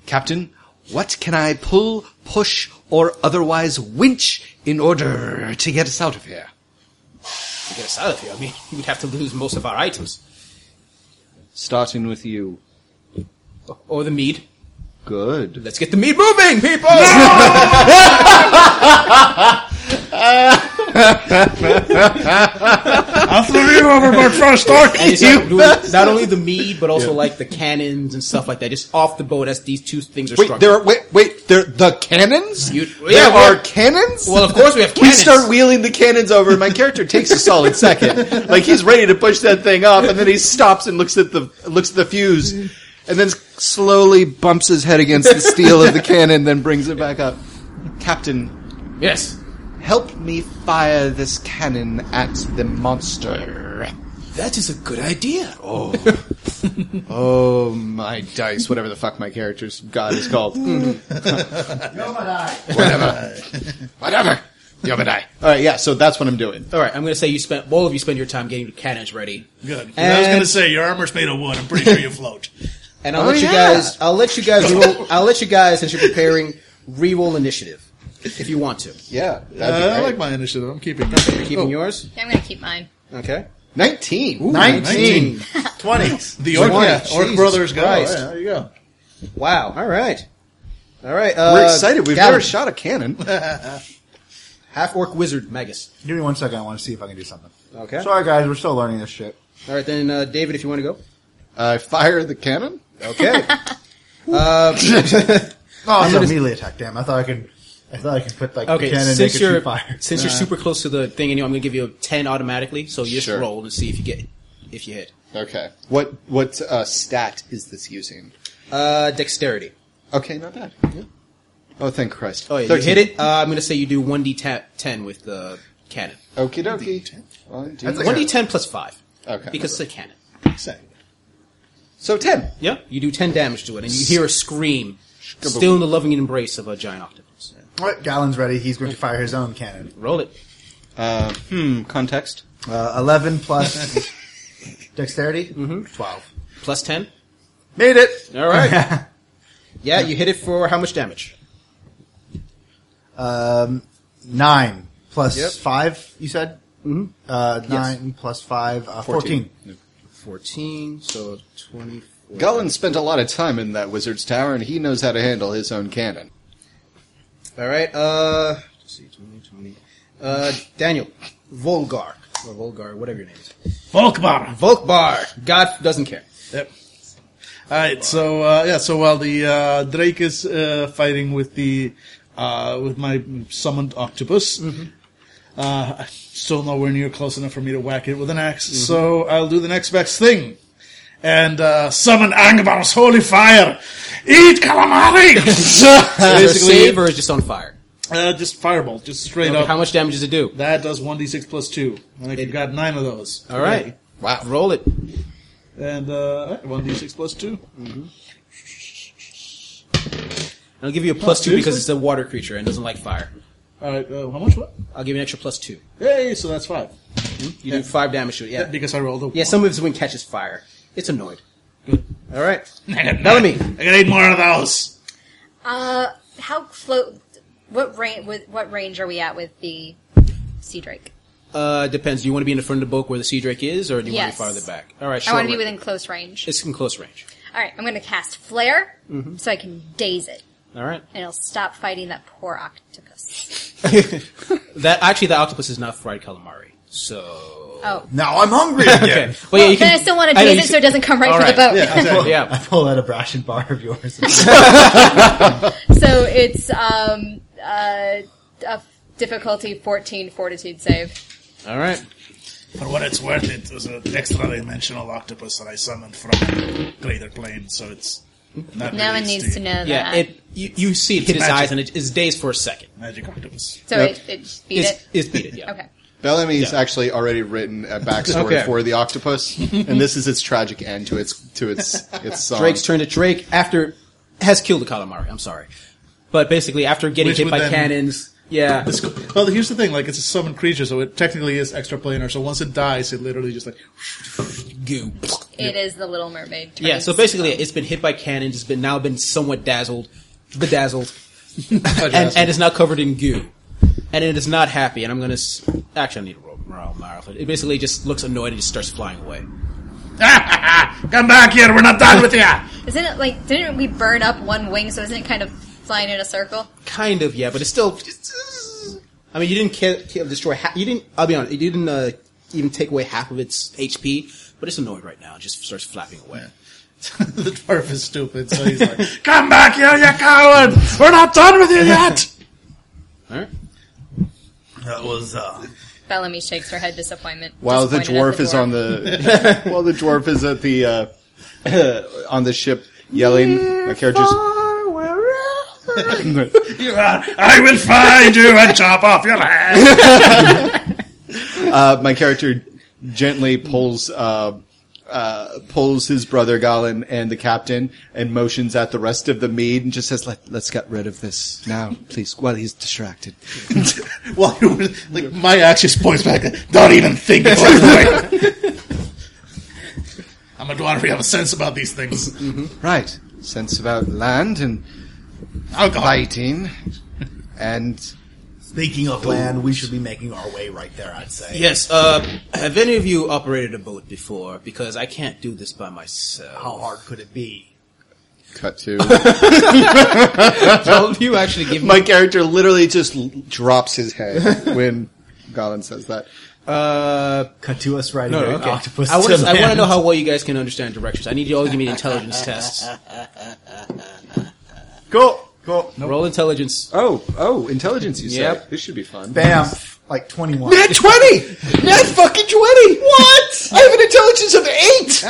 Speaker 2: Captain, what can I pull, push, or otherwise winch in order to get us out of here?
Speaker 1: To get us out of here, I mean, we'd have to lose most of our items
Speaker 2: Starting with you.
Speaker 1: or the mead.
Speaker 2: Good.
Speaker 1: Let's get the mead moving, people.
Speaker 3: I'll throw you overboard first, Stark!
Speaker 1: And it's like doing not only the mead, but also like the cannons and stuff like that. Just off the boat as these two things are
Speaker 2: Wait,
Speaker 1: struck.
Speaker 2: there. Are, wait, wait. There. The cannons.
Speaker 1: You-
Speaker 2: there
Speaker 1: yeah,
Speaker 2: are
Speaker 1: well-
Speaker 2: cannons.
Speaker 1: well, of course we have
Speaker 2: we
Speaker 1: cannons.
Speaker 2: start wheeling the cannons over. and My character takes a solid second, like he's ready to push that thing up, and then he stops and looks at the looks at the fuse, and then slowly bumps his head against the steel of the cannon, then brings it back up. Captain,
Speaker 1: yes.
Speaker 2: help me fire this cannon at the monster.
Speaker 1: That is a good idea.
Speaker 2: Oh, oh my dice! Whatever the fuck my character's god is called. Whatever, whatever. You're gonna die. All right, yeah. So that's what I'm doing.
Speaker 1: All right, I'm going to say you spent all of you spend your time getting the cannons ready.
Speaker 3: Good. 'Cause I was
Speaker 1: And-
Speaker 3: going to say, your armor's made of wood. I'm pretty sure you float.
Speaker 1: And I'll
Speaker 2: Oh,
Speaker 1: let you
Speaker 2: yeah.
Speaker 1: guys. I'll let you guys. Roll, I'll let you guys since you're preparing re-roll initiative if you want to.
Speaker 2: Yeah,
Speaker 3: Uh,
Speaker 2: that'd be
Speaker 3: I like
Speaker 2: great.
Speaker 3: my initiative. I'm keeping
Speaker 1: You're
Speaker 3: it.
Speaker 2: Oh.
Speaker 1: keeping yours.
Speaker 4: I'm gonna keep mine.
Speaker 1: Okay.
Speaker 2: Nineteen.
Speaker 11: Nineteen. Twenties.
Speaker 3: The Orc,
Speaker 1: Twenty.
Speaker 3: yeah, Orc
Speaker 1: Jesus
Speaker 3: Brothers go.
Speaker 1: Christ.
Speaker 3: Yeah, there you go.
Speaker 1: Wow. All right. All right. Uh,
Speaker 2: We're excited. We've
Speaker 1: Gavin,
Speaker 2: never shot a cannon.
Speaker 1: half orc wizard Magus.
Speaker 11: Give me one second. I want to see if I can do something.
Speaker 1: Okay.
Speaker 5: Sorry, guys, we're still learning this shit.
Speaker 1: All right, then, uh, David, if you want to go.
Speaker 2: I Uh, fire the cannon.
Speaker 1: Okay. uh,
Speaker 5: Oh, it's
Speaker 1: I'm
Speaker 5: a
Speaker 1: gonna-
Speaker 5: melee attack. Damn, I thought I could. I thought I could put like
Speaker 1: Okay,
Speaker 5: the cannon
Speaker 1: since
Speaker 5: and make it
Speaker 1: you're
Speaker 5: shoot fire.
Speaker 1: since you're super close to the thing, and you, I'm going to give you a ten automatically. So you just
Speaker 2: Sure.
Speaker 1: roll and see if you get if you hit.
Speaker 2: Okay. What what uh, stat is this using?
Speaker 1: Uh, dexterity.
Speaker 2: Okay, not bad. Oh, thank Christ!
Speaker 1: Oh, yeah, you
Speaker 2: 13.
Speaker 1: hit it. Uh, I'm going to say you do one d ten with the cannon.
Speaker 2: Okie dokie. One D-
Speaker 1: That's like One a- D10 plus five.
Speaker 2: Okay.
Speaker 1: Because it's a cannon.
Speaker 3: Exactly.
Speaker 2: So ten.
Speaker 1: Yeah, you do ten damage to it, and you hear a scream, still in the loving embrace of a giant octopus.
Speaker 5: All right, Galen's ready. He's going to fire his own cannon.
Speaker 1: Roll it.
Speaker 2: Uh, hmm. Context.
Speaker 5: Uh, Eleven plus dexterity. Mm-hmm. Twelve.
Speaker 1: Plus ten.
Speaker 5: Made it.
Speaker 1: All right. yeah, you hit it for how much damage?
Speaker 5: Um, nine plus
Speaker 1: Yep.
Speaker 5: five. You said. Mm-hmm. Uh,
Speaker 1: Yes.
Speaker 5: nine plus five. Uh,
Speaker 2: Fourteen.
Speaker 5: Fourteen.
Speaker 1: Fourteen. So twenty.
Speaker 2: Gullen spent a lot of time in that wizard's tower, and he knows how to handle his own cannon.
Speaker 1: All right. Uh, let's see, 20, 20. Uh, Daniel, Volgar or Volgar, whatever your name is.
Speaker 8: Volkbar.
Speaker 1: Volkbar. God doesn't care.
Speaker 3: Yep. All right. So uh, yeah. So while the uh, Drake is uh, fighting with the uh, with my summoned octopus,
Speaker 1: Mm-hmm.
Speaker 3: uh, still nowhere near close enough for me to whack it with an ax
Speaker 1: Mm-hmm.
Speaker 3: So I'll do the next best thing. And uh, summon Angbar's holy fire. Eat calamari.
Speaker 1: So
Speaker 3: so
Speaker 1: is it save or is it just on fire?
Speaker 3: uh, just fireball, just straight
Speaker 1: Okay,
Speaker 3: up.
Speaker 1: how much damage does it do?
Speaker 3: That does one d six plus two. I think you've got nine of those.
Speaker 1: All right.
Speaker 2: Wow.
Speaker 1: Roll it.
Speaker 3: And uh, one d six plus two.
Speaker 1: I'll give you a plus
Speaker 3: Oh,
Speaker 1: two because
Speaker 3: seriously?
Speaker 1: it's a water creature and doesn't like fire.
Speaker 3: All right. Uh, how much? What?
Speaker 1: I'll give you an extra plus two.
Speaker 3: Hey, so that's five.
Speaker 1: You do five damage to it. Yeah.
Speaker 3: Because I rolled a
Speaker 1: Yeah. Some of his wing catches fire. It's annoyed. Good. All right. Bellamy.
Speaker 8: I gotta eat more of those.
Speaker 15: Uh, how close? What range? What range are we at with the sea drake?
Speaker 1: Uh, depends. Do you want to be in the front of the boat where the sea drake is, or do you
Speaker 15: Yes.
Speaker 1: want to be farther back? All right. Sure.
Speaker 15: I want to be within close range.
Speaker 1: It's in close range.
Speaker 15: All right, I'm going to cast flare
Speaker 1: Mm-hmm.
Speaker 15: so I can daze it,
Speaker 1: All right.
Speaker 15: and it'll stop fighting that poor octopus.
Speaker 1: That actually, the octopus is not fried calamari. So
Speaker 15: Oh,
Speaker 5: Now I'm hungry again.
Speaker 1: okay. Well,
Speaker 15: Well,
Speaker 1: yeah, you
Speaker 15: then
Speaker 1: can-
Speaker 15: I still want to
Speaker 1: I know,
Speaker 15: daze
Speaker 1: you
Speaker 15: it so
Speaker 1: should-
Speaker 15: it doesn't come right
Speaker 1: All
Speaker 15: for the boat.
Speaker 1: yeah.
Speaker 5: I pull out a ration bar of yours.
Speaker 15: so it's um uh a difficulty 14 fortitude save.
Speaker 1: All right.
Speaker 8: For what it's worth, it was an extra-dimensional octopus that I summoned from greater plane, so it's not
Speaker 15: No
Speaker 8: really
Speaker 15: one needs
Speaker 8: steep.
Speaker 15: to know
Speaker 1: Yeah.
Speaker 15: that.
Speaker 1: It. You, you see it hit his
Speaker 8: magic.
Speaker 1: eyes and it is dazed for a second.
Speaker 8: Magic octopus.
Speaker 15: so
Speaker 2: Yep.
Speaker 15: it, it beat
Speaker 1: It's,
Speaker 15: it.
Speaker 1: it's beat it. Yeah.
Speaker 15: Okay.
Speaker 2: Bellamy's actually already written a backstory
Speaker 1: Okay.
Speaker 2: for the octopus, and this is its tragic end to its to its its song.
Speaker 1: Drake's turn to Drake after has killed the calamari. I'm sorry, but basically after getting
Speaker 3: Which
Speaker 1: hit
Speaker 3: would
Speaker 1: by
Speaker 3: then-
Speaker 1: cannons. Yeah.
Speaker 3: This, well, here's the thing: like, it's a summoned creature, so it technically is extraplanar. So once it dies, it literally just like
Speaker 1: goo.
Speaker 15: It is the Little Mermaid.
Speaker 1: Yeah,
Speaker 15: turns.
Speaker 1: so basically, it's been hit by cannons. It's been now been somewhat dazzled, bedazzled, and,
Speaker 3: dazzled.
Speaker 1: and is now covered in goo. And it is not happy. And I'm gonna s- actually I need a roll morale marathon. It basically just looks annoyed and just starts flying away.
Speaker 3: "Ah,
Speaker 8: Come back here, we're not done with you!
Speaker 15: Isn't it like didn't we burn up one wing? So isn't it kind of flying in a circle?
Speaker 1: Kind of, yeah, but it's still. I mean, you didn't kill, kill destroy. Ha- you didn't. I'll be honest. You didn't uh, even take away half of its HP, but it's annoyed right now. It just starts flapping away.
Speaker 3: the dwarf is stupid. So he's like,
Speaker 8: Come back here, you coward! We're not done with you yet!
Speaker 1: All right.
Speaker 5: that was uh,
Speaker 15: Bellamy shakes her head, disappointment.
Speaker 2: While the
Speaker 15: disappointed at
Speaker 2: dwarf is on the while the dwarf is at the uh, on the ship yelling, my character's
Speaker 8: You are, I will find you and chop off your head!
Speaker 2: uh, my character gently pulls uh, uh, pulls his brother Galen and the captain and motions at the rest of the mead and just says, Let, "Let's get rid of this now, please." While he's distracted,
Speaker 3: "Well, you were- like my axe just points back.
Speaker 8: Don't even think it's right. I'm a dwarf, we have a sense about these things.
Speaker 10: Mm-hmm.
Speaker 2: right? Sense about land and
Speaker 8: Alcohol.
Speaker 2: fighting and
Speaker 5: speaking of land. We should be making our way right there. I'd say.
Speaker 1: Yes. Uh, have any of you operated a boat before? Because I can't do this by myself.
Speaker 5: How hard could it be?
Speaker 2: cut to
Speaker 1: Don't you actually give me?
Speaker 2: my character literally just l- drops his head when Galen says that.
Speaker 1: Uh,
Speaker 5: cut to us riding
Speaker 1: no,
Speaker 5: an
Speaker 1: okay.
Speaker 5: octopus.
Speaker 1: I want
Speaker 5: to
Speaker 1: to. I want to
Speaker 5: land.
Speaker 1: know how well you guys can understand directions. I need you all to give me intelligence tests.
Speaker 5: Cool. Cool.
Speaker 1: Roll intelligence.
Speaker 10: Oh, oh, intelligence. You
Speaker 1: Yep.
Speaker 10: said this should be fun.
Speaker 5: Bam. Like 21.
Speaker 10: Nat twenty. Nat fucking twenty. What? I have an intelligence of eight.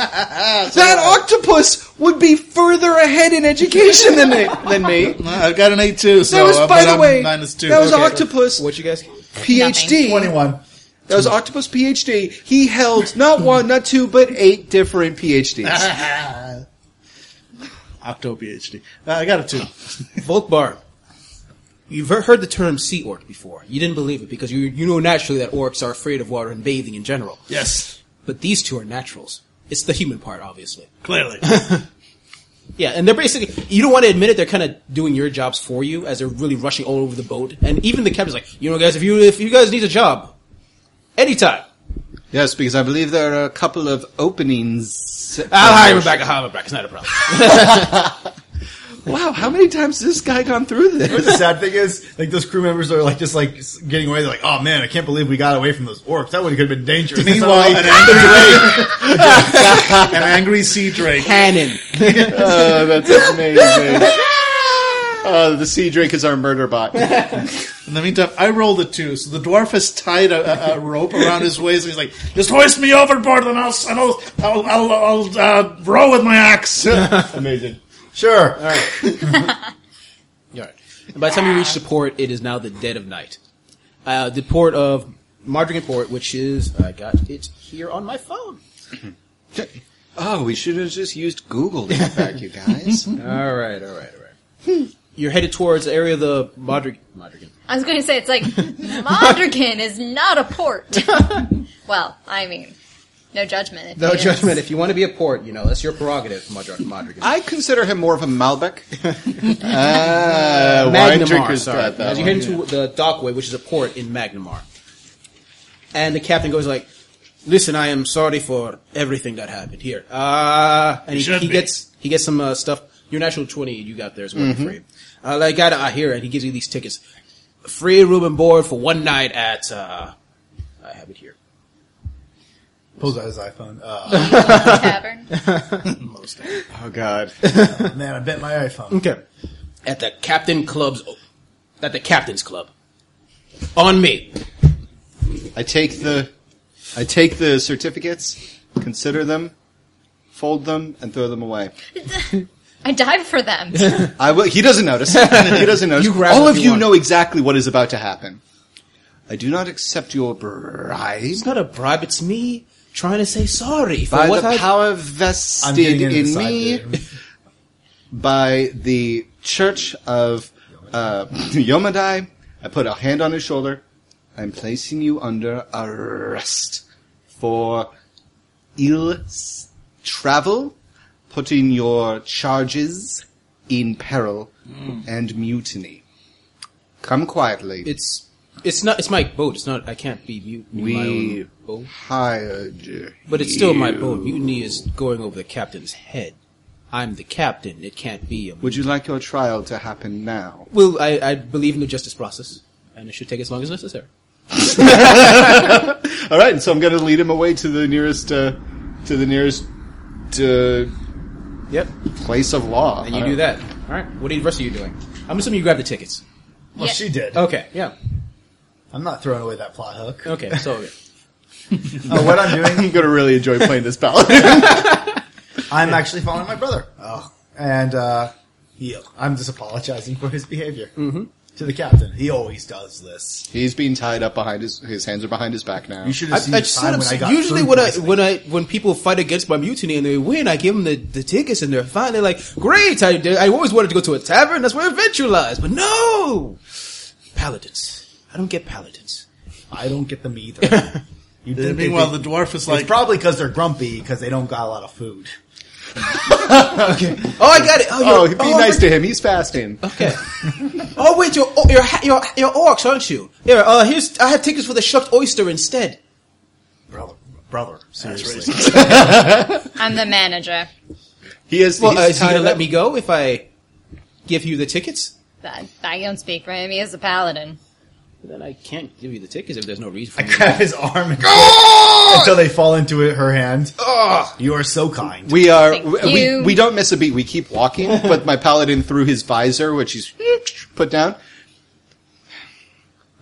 Speaker 10: that octopus would be further ahead in education than me. Than me.
Speaker 3: I've got an eight too. So
Speaker 10: that was,
Speaker 3: uh,
Speaker 10: by
Speaker 3: but
Speaker 10: the
Speaker 3: I'm
Speaker 10: way,
Speaker 3: minus two.
Speaker 10: that was
Speaker 3: Okay.
Speaker 10: octopus.
Speaker 1: What you guys?
Speaker 10: PhD.
Speaker 5: Twenty-one.
Speaker 10: That was octopus PhD. He held not
Speaker 3: Hmm.
Speaker 10: one, not two, but eight different PhDs.
Speaker 3: Octo PhD. Uh, I got a two.
Speaker 1: Volkbar, you've he- heard the term sea orc before. You didn't believe it because you, you know naturally that orcs are afraid of water and bathing in general.
Speaker 3: Yes.
Speaker 1: But these two are naturals. It's the human part, obviously.
Speaker 3: Clearly.
Speaker 1: Yeah, and they're basically, you don't want to admit it, they're kind of doing your jobs for you as they're really rushing all over the boat. And even the captain's like, you know guys, if you, if you guys need a job, anytime,
Speaker 2: Yes, because I believe there are a couple of openings.
Speaker 1: I'll hire him back, I'll hire him back, it's not a problem.
Speaker 10: wow, how many times has this guy gone through
Speaker 5: You know
Speaker 10: this?
Speaker 5: what the sad thing is, like those crew members are like just like s- getting away. They're like, "Oh man, I can't believe we got away from those orcs. That would have been dangerous."
Speaker 3: Meanwhile, an angry drake, an angry sea drake.
Speaker 1: Cannon.
Speaker 2: Oh, that's amazing. Uh, the sea drake is our murder bot.
Speaker 3: In the meantime, I rolled a two, so the dwarf has tied a, a, a rope around his waist, and he's like, "Just hoist me overboard, and I'll and I'll I'll, I'll, I'll uh, row with my axe."
Speaker 2: amazing.
Speaker 5: sure.
Speaker 1: Alright. And by the time you reach the port, it is now the dead of night. Uh, the port of Margarine Port, which is, I got it here on my phone.
Speaker 11: Oh, we should have just used Google to get back, you guys.
Speaker 1: All right, all right, all right. Hmm. You're headed towards the area of the Modrig- Modrigan.
Speaker 15: I was going to say it's like Modrigan is not a port. well, I mean, no judgment. if
Speaker 1: No
Speaker 15: it is.
Speaker 1: judgment. If you want to be a port, you know that's your prerogative, Modr- Modrigan.
Speaker 2: I consider him more of a Malbec. Ah, wine
Speaker 1: Magnamar,
Speaker 2: drinkers
Speaker 1: sorry.
Speaker 2: got that
Speaker 1: As you
Speaker 2: one.
Speaker 1: head into the dockway, which is a port in Magnamar, and the captain goes like, "Listen, I am sorry for everything that happened here." Uh, and he,
Speaker 8: Should
Speaker 1: he
Speaker 8: be.
Speaker 1: gets he gets some uh, stuff. Your natural twenty you got there is one
Speaker 2: Mm-hmm.
Speaker 1: free. Uh, like I, I hear, and he gives you these tickets, free room and board for one night at. Uh, I have it here.
Speaker 5: Pulls out his iPhone. Uh,
Speaker 15: Tavern.
Speaker 2: Oh God!
Speaker 5: man, I bet my iPhone.
Speaker 1: Okay. At the Captain Club's, at the Captain's Club. On me.
Speaker 2: I take the, I take the certificates, consider them, fold them, and throw them away.
Speaker 15: I dive for them.
Speaker 2: I will. He doesn't notice. he doesn't notice.
Speaker 1: You grab
Speaker 2: All
Speaker 1: what
Speaker 2: of
Speaker 1: you
Speaker 2: you
Speaker 1: want.
Speaker 2: know exactly what is about to happen. I do not accept your bribe
Speaker 1: It's not a bribe, it's me trying to say sorry for
Speaker 2: by
Speaker 1: what
Speaker 2: the
Speaker 1: I...
Speaker 2: power
Speaker 5: I'm
Speaker 2: vested
Speaker 5: getting
Speaker 2: in,
Speaker 5: into the side
Speaker 2: me
Speaker 5: there.
Speaker 2: by the Church of uh, Yomadai. I put a hand on his shoulder. I'm placing you under arrest for ill s- travel, putting your charges in peril,
Speaker 1: Hmm.
Speaker 2: and mutiny. Come quietly.
Speaker 1: It's, it's not, it's my boat, it's not, I can't be mute. my
Speaker 2: we
Speaker 1: own boat.
Speaker 2: hired you.
Speaker 1: But it's still my boat. Mutiny is going over the captain's head. I'm the captain, it can't be a...
Speaker 2: Would you like your trial to happen now?
Speaker 1: Well, I, I believe in the justice process, and it should take as long as necessary.
Speaker 2: All right, and so I'm going to lead him away to the nearest uh, to the nearest uh,
Speaker 1: Yep.
Speaker 2: place of law.
Speaker 1: And you do that. Alright, what are the rest of you doing? I'm assuming you grabbed the tickets.
Speaker 5: Well, "Oh, she did.
Speaker 1: Okay, yeah.
Speaker 5: I'm not throwing away that plot hook.
Speaker 1: Okay, so...
Speaker 5: Uh, what I'm doing,
Speaker 2: I'm going to really enjoy playing this paladin.
Speaker 5: I'm actually following my brother. Oh, and uh, he, I'm just apologizing for his behavior
Speaker 1: Mm-hmm.
Speaker 5: to the captain. He always does this.
Speaker 2: He's being tied up behind his his hands are behind his back now.
Speaker 5: You should
Speaker 1: I,
Speaker 5: have seen
Speaker 1: I
Speaker 5: the
Speaker 1: just
Speaker 5: time
Speaker 1: said
Speaker 5: when I got
Speaker 1: usually
Speaker 5: food
Speaker 1: when I
Speaker 5: poisoning.
Speaker 1: when I when people fight against my mutiny and they win, I give them the, the tickets and they're fine. They're like, great! I, I always wanted to go to a tavern. That's where adventure lies. But no, paladins. I don't get paladins.
Speaker 5: I don't get them either. You
Speaker 3: And meanwhile, the dwarf is like,
Speaker 5: it's probably because they're grumpy because they don't got a lot of food.
Speaker 1: Oh, I got it. Oh,
Speaker 2: oh,
Speaker 1: you're-
Speaker 2: be nice to him. He's fasting.
Speaker 1: Okay. oh wait, you're o- you're ha- you're you're orcs, aren't you? Here, uh, here's I have tickets for the shucked oyster instead.
Speaker 5: Brother, brother, seriously.
Speaker 4: I'm the manager.
Speaker 2: He is.
Speaker 1: Well, uh,
Speaker 2: he's
Speaker 1: is he gonna
Speaker 2: tied
Speaker 1: let
Speaker 2: up.
Speaker 1: me go if I give you the tickets?
Speaker 4: I, I don't speak for him. He is a paladin.
Speaker 1: Then I can't give you the tickets if there's no reason. For
Speaker 5: I
Speaker 1: me
Speaker 5: grab his arm and until they fall into it, her hand. You are so kind.
Speaker 2: We are
Speaker 5: you.
Speaker 2: we, we don't miss a beat. We keep walking, but my paladin through his visor, which he's put down.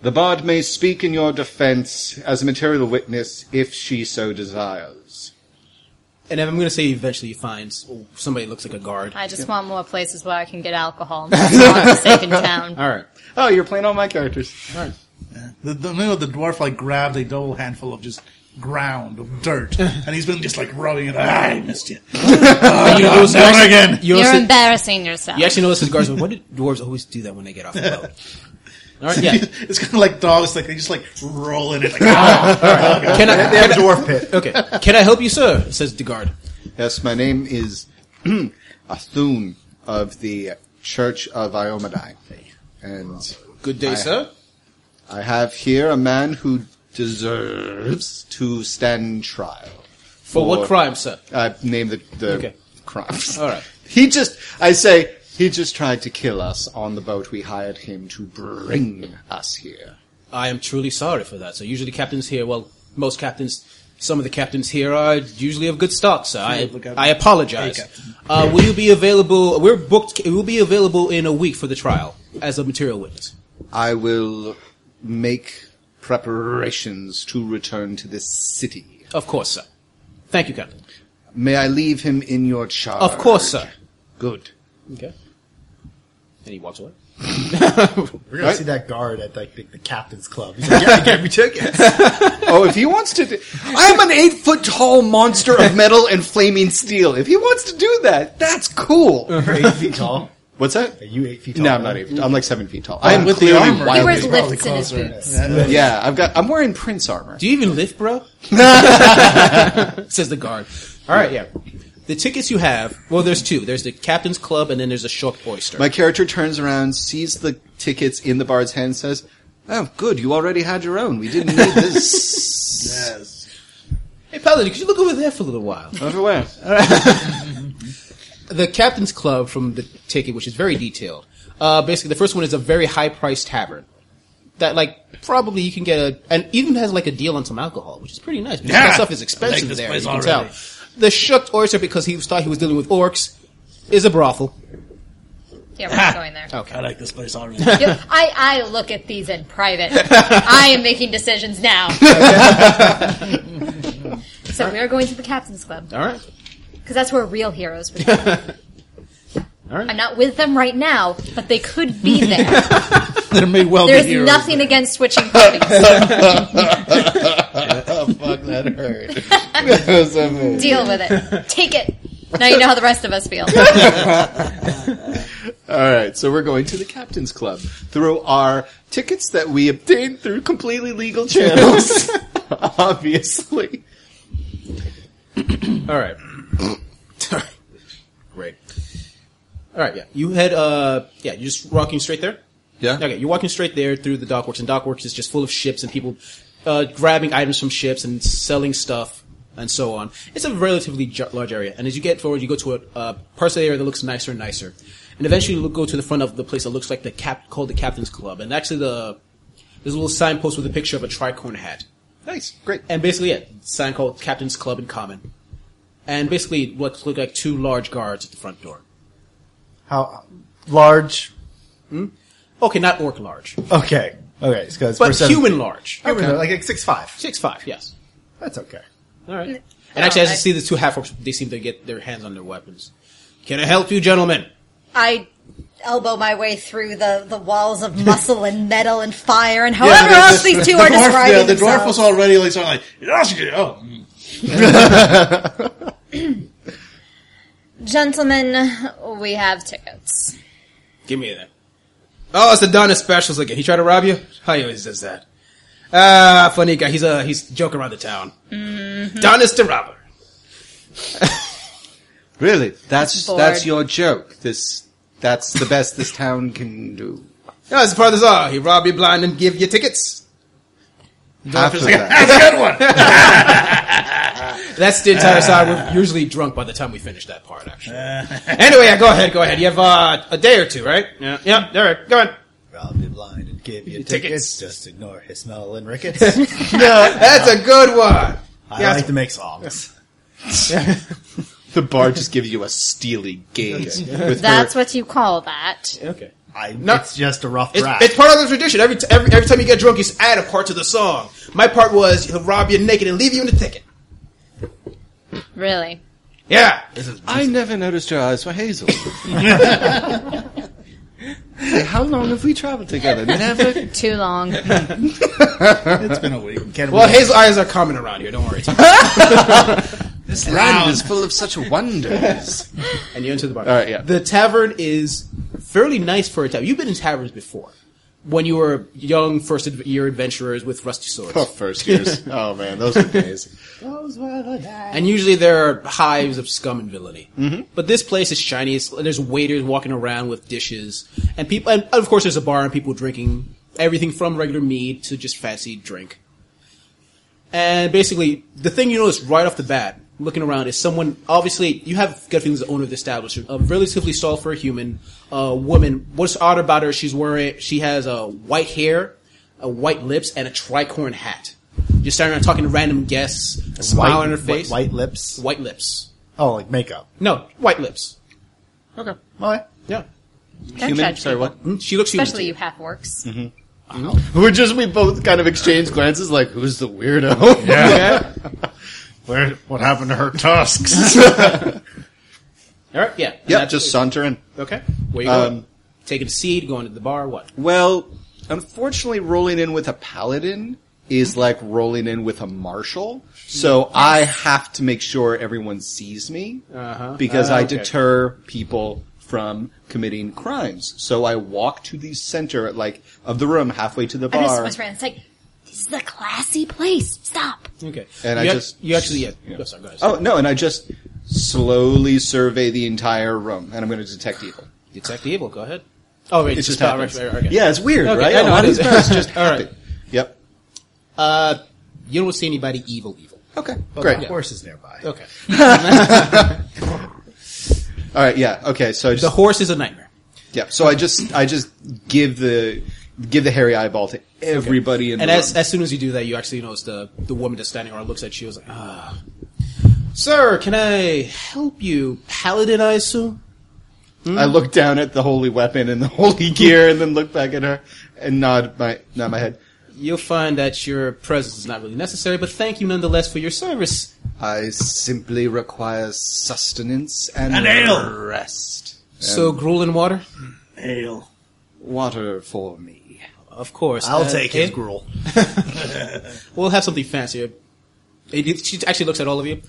Speaker 2: The bard may speak in your defense as a material witness if she so desires.
Speaker 1: And I'm going to say eventually you find somebody looks like a guard.
Speaker 4: I just want more places where I can get alcohol. I'm not forsaken town.
Speaker 1: All right.
Speaker 2: Oh, you're playing all my characters.
Speaker 3: The, the, you know, the dwarf like grabbed a double handful of just ground of dirt, and he's been just like rubbing it. Ah, I missed you. oh,
Speaker 1: You
Speaker 3: God,
Speaker 1: also-
Speaker 3: never again.
Speaker 1: You
Speaker 4: You're
Speaker 1: also-
Speaker 4: embarrassing yourself.
Speaker 1: You actually know this is guards. but Why do dwarves always do that when they get off the boat? All right, yeah.
Speaker 3: it's kind of like dogs. Like they just like roll in it. Like, ah,
Speaker 1: All right.
Speaker 3: ah,
Speaker 1: Can I,
Speaker 3: ah.
Speaker 1: can I- Okay. Can I help you, sir? Says the guard.
Speaker 2: Yes, my name is Athun of the Church of Iomadi. And
Speaker 1: good day,
Speaker 2: I-
Speaker 1: sir.
Speaker 2: I have here a man who deserves to stand trial.
Speaker 1: For what crime, sir?
Speaker 2: I name the, the
Speaker 1: Okay.
Speaker 2: crimes.
Speaker 1: All right.
Speaker 2: He just, I say, he just tried to kill us on the boat we hired him to bring us here.
Speaker 1: I am truly sorry for that. So usually captains here, well, most captains, some of the captains here are usually of good stock. So I,
Speaker 16: Look out.
Speaker 1: I apologize.
Speaker 16: Hey, Captain.
Speaker 1: Uh, will you be available? We're booked. We'll be available in a week for the trial as a material witness.
Speaker 2: I will make preparations to return to this city.
Speaker 1: Of course, sir. Thank you, Captain.
Speaker 2: May I leave him in your charge?
Speaker 1: Of course, sir.
Speaker 2: Good.
Speaker 1: Okay. And he walks away.
Speaker 5: We're gonna see that guard at like the, the captain's club. He's like, yeah, I gave me tickets.
Speaker 2: oh, if he wants to, do, I'm an eight foot tall monster of metal and flaming steel. If he wants to do that, that's cool.
Speaker 5: eight feet tall.
Speaker 2: What's that?
Speaker 5: Are you eight feet
Speaker 2: No,
Speaker 5: tall?
Speaker 2: I'm not eight. Feet,
Speaker 5: Mm.
Speaker 2: I'm like seven feet tall.
Speaker 5: Oh,
Speaker 2: I'm
Speaker 5: with the
Speaker 2: clearly
Speaker 5: armor. He
Speaker 2: wildly-
Speaker 5: wears lifts in his boots. Yeah.
Speaker 2: Yeah, I've got. I'm wearing prince armor.
Speaker 1: Do you even lift, bro? Says the guard. All right, yeah. The tickets you have, well, there's two. There's the Captain's Club, and then there's a Shark Oyster.
Speaker 2: My character turns around, sees the tickets in the bard's hand, and says, "Oh, good. You already had your own. We didn't need this." yes.
Speaker 1: Hey, Paladin, could you look over there for a little while?
Speaker 2: Over where?
Speaker 1: the Captain's Club from the ticket, which is very detailed. Uh, basically, the first one is a very high priced tavern. That, like, probably you can get a, and even has, like, a deal on some alcohol, which is pretty nice. Because
Speaker 16: Yeah.
Speaker 1: That stuff is
Speaker 16: I like
Speaker 1: expensive
Speaker 16: this
Speaker 1: there, you
Speaker 16: place
Speaker 1: can
Speaker 16: already.
Speaker 1: tell. The Shucked Oyster, because he was thought he was dealing with orcs, is a brothel.
Speaker 4: Yeah, we're not going there.
Speaker 1: Okay.
Speaker 16: I like this place already.
Speaker 4: Yep,
Speaker 15: I, I look at these in private. I am making decisions now.
Speaker 4: so we are going to the captain's club.
Speaker 1: All right.
Speaker 4: Because that's where real heroes would be. I'm not with them right now, but they could be there.
Speaker 3: There may well
Speaker 4: There's
Speaker 3: be heroes.
Speaker 4: nothing against switching parties.
Speaker 2: oh, fuck, that hurt. That was amazing.
Speaker 4: Deal with it. Take it. Now you know how the rest of us feel.
Speaker 2: All right, so we're going to the Captain's Club through our tickets that we obtained through completely legal channels, obviously.
Speaker 1: All right. Great. All right, yeah. You head, uh, yeah, you're just walking straight there?
Speaker 2: Yeah.
Speaker 1: Okay, you're walking straight there through the dockworks, and dockworks is just full of ships and people uh, grabbing items from ships and selling stuff and so on. It's a relatively ju- large area, and as you get forward, you go to a uh, part of the area that looks nicer and nicer. And eventually you go to the front of the place that looks like the cap, called the Captain's Club, and actually the, there's a little signpost with a picture of a tricorn hat.
Speaker 2: Nice, great.
Speaker 1: And basically, yeah, sign called Captain's Club in Common. And basically, what look like two large guards at the front door.
Speaker 5: How large?
Speaker 1: Okay, not orc large,
Speaker 5: Okay. Okay. So it's
Speaker 1: but
Speaker 5: percent-
Speaker 1: human large.
Speaker 5: Human, like, like six five.
Speaker 1: Six five, yes.
Speaker 5: That's okay.
Speaker 1: All right. And actually, as you see the two half orcs, they seem to get their hands on their weapons. Can I help you, gentlemen?
Speaker 15: I elbow my way through the, the walls of muscle and metal and fire and
Speaker 3: Yeah,
Speaker 15: however
Speaker 3: the- the-
Speaker 15: else these two
Speaker 3: the
Speaker 15: are
Speaker 3: dwarf-
Speaker 15: describing
Speaker 3: yeah, The dwarf was
Speaker 15: themselves.
Speaker 3: already like something like, "Yes, you- oh, mm."
Speaker 4: Gentlemen, we have tickets.
Speaker 1: Give me that. Oh, it's the Donna Specials again. He tried to rob you? How he always does that. Ah, funny guy. He's a he's joking around the town. Donis the robber.
Speaker 2: Really, that's
Speaker 1: bored.
Speaker 2: that's your joke. This that's the best this town can do.
Speaker 1: That's the part that's all. He rob you blind and give you tickets.
Speaker 2: Half of that.
Speaker 1: That's the entire side. We're usually drunk by the time we finish that part, actually. anyway, yeah, go ahead, go ahead. You have uh, a day or two, right? Yeah. Yeah, all right, go on.
Speaker 5: I'll be blind and give you
Speaker 1: Tickets.
Speaker 5: tickets. Just ignore his smell and rickets.
Speaker 1: that's a good one.
Speaker 5: I
Speaker 1: Yes.
Speaker 5: like to make songs.
Speaker 2: the bar just gives you a steely gaze. With
Speaker 4: That's
Speaker 2: her.
Speaker 4: what you call that.
Speaker 1: Okay.
Speaker 5: I,
Speaker 1: No.
Speaker 5: It's just a rough
Speaker 1: It's,
Speaker 5: draft.
Speaker 1: it's part of the tradition. Every, t- every every time you get drunk, you just add a part to the song. My part was he'll rob you naked and leave you in the thicket.
Speaker 4: Really.
Speaker 1: Yeah.
Speaker 10: I never noticed your eyes were hazel. Hey, How long have we traveled together? Never.
Speaker 4: Too long.
Speaker 10: it's
Speaker 3: been a week.
Speaker 1: well, hazel eyes are common around here. Don't worry.
Speaker 10: this land is full of such wonders.
Speaker 1: and you enter the bar.
Speaker 10: All right, yeah.
Speaker 1: The tavern is fairly nice for a tavern. You've been in taverns before. When you were young first adv- year adventurers with rusty swords.
Speaker 2: Oh, first years. oh man, those were days.
Speaker 5: Those were the days.
Speaker 1: And usually there are hives of scum and villainy.
Speaker 5: Mm-hmm.
Speaker 1: But this place is shiny. It's, there's waiters walking around with dishes, and people. And of course, there's a bar and people drinking everything from regular mead to just fancy drink. And basically, the thing you notice right off the bat, looking around, is someone. Obviously, you have gut feelings. The owner of the establishment, a relatively tall for a human, a woman. What's odd about her? She's wearing. She has a uh, white hair, a white lips, and a tricorn hat. Just standing around talking to random guests, a smile
Speaker 5: White-
Speaker 1: on her
Speaker 5: wh-
Speaker 1: face,
Speaker 5: White lips.
Speaker 1: White lips.
Speaker 5: Oh, like makeup.
Speaker 1: No, white lips.
Speaker 4: Okay.
Speaker 5: What?
Speaker 1: Yeah.
Speaker 4: Don't judge people.
Speaker 1: Hmm? She looks human.
Speaker 4: Especially you half orcs.
Speaker 2: We're just we both kind of exchange glances, like who's the weirdo?
Speaker 5: Yeah. Where? What happened to her tusks?
Speaker 1: All right. Yeah.
Speaker 2: yeah, just sauntering.
Speaker 1: Okay. Where you
Speaker 2: Um,
Speaker 1: going? Taking a seat, going to the bar. What?
Speaker 2: Well, unfortunately, rolling in with a paladin is like rolling in with a marshal. So I have to make sure everyone sees me
Speaker 1: Uh-huh.
Speaker 2: because
Speaker 1: Ah,
Speaker 2: I
Speaker 1: okay.
Speaker 2: deter people from committing crimes. So I walk to the center, like of the room, halfway to the
Speaker 9: I just
Speaker 2: bar.
Speaker 9: whisper and it's like, this is a classy place. Stop.
Speaker 1: Okay.
Speaker 2: And
Speaker 1: You
Speaker 2: I
Speaker 1: ac-
Speaker 2: just
Speaker 1: you actually yeah. Go, sorry, go ahead.
Speaker 2: oh no, and I just slowly survey the entire room, and I'm going to detect evil.
Speaker 1: Detect evil. Go ahead. Oh, wait,
Speaker 2: It
Speaker 1: it's
Speaker 2: just
Speaker 1: just power.
Speaker 2: happens.
Speaker 1: Okay.
Speaker 2: Yeah, it's weird,
Speaker 1: Okay,
Speaker 2: right?
Speaker 1: I
Speaker 2: A
Speaker 1: know,
Speaker 2: lot
Speaker 1: it
Speaker 2: of
Speaker 1: is.
Speaker 2: things just
Speaker 1: All right.
Speaker 2: Yep.
Speaker 1: Uh, you don't see anybody evil. Evil.
Speaker 2: Okay.
Speaker 5: But
Speaker 2: Great.
Speaker 5: my horse is nearby.
Speaker 1: Okay.
Speaker 2: All right. Yeah. Okay. So I just,
Speaker 1: the horse is a nightmare.
Speaker 2: Yeah. So I just I just give the give the hairy eyeball to everybody in
Speaker 1: and
Speaker 2: the
Speaker 1: as
Speaker 2: room.
Speaker 1: as soon as you do that, you actually notice the the woman that's standing around looks at you. Is like, ah, sir, can I help you, paladin? I assume. Hmm?
Speaker 2: I look down at the holy weapon and the holy gear, and then look back at her and nod my nod my head.
Speaker 1: You'll find that your presence is not really necessary, but thank you nonetheless for your service.
Speaker 2: I simply require sustenance and
Speaker 1: An ale.
Speaker 2: rest.
Speaker 1: So
Speaker 2: And
Speaker 1: gruel and water,
Speaker 8: Ale.
Speaker 2: water for me.
Speaker 1: of course.
Speaker 5: I'll take his
Speaker 1: eh?
Speaker 5: gruel.
Speaker 1: We'll have something fancier. It- She actually looks at all of you.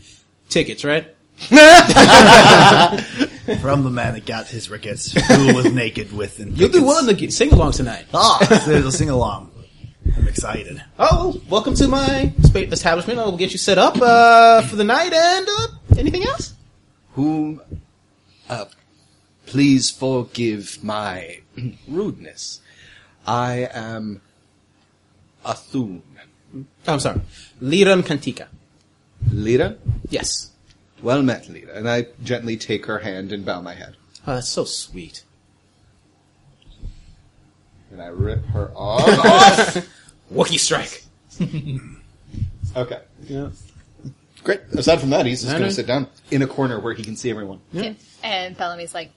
Speaker 1: Tickets, right?
Speaker 5: From the man that got his rickets, who was naked with and
Speaker 1: You'll do
Speaker 5: thickets.
Speaker 1: well in the g- sing along tonight.
Speaker 5: Ah, there's a sing along. I'm excited.
Speaker 1: Oh, welcome to my spa- establishment. I will get you set up uh, for the night. And uh, anything else?
Speaker 11: Whom, uh, please forgive my rudeness. I am a Thun.
Speaker 1: I'm sorry, Liran Cantica.
Speaker 2: Lita,
Speaker 1: Yes.
Speaker 2: well met, Lita. And I gently take her hand and bow my head,
Speaker 1: Oh, that's so sweet.
Speaker 2: and I rip her arm off.
Speaker 1: Wookie strike.
Speaker 2: Okay.
Speaker 1: Yeah.
Speaker 2: Great. Aside from that, he's just
Speaker 1: No,
Speaker 2: going
Speaker 1: no.
Speaker 2: to sit down in a corner where he can see everyone.
Speaker 1: Yeah.
Speaker 4: And Bellamy's like,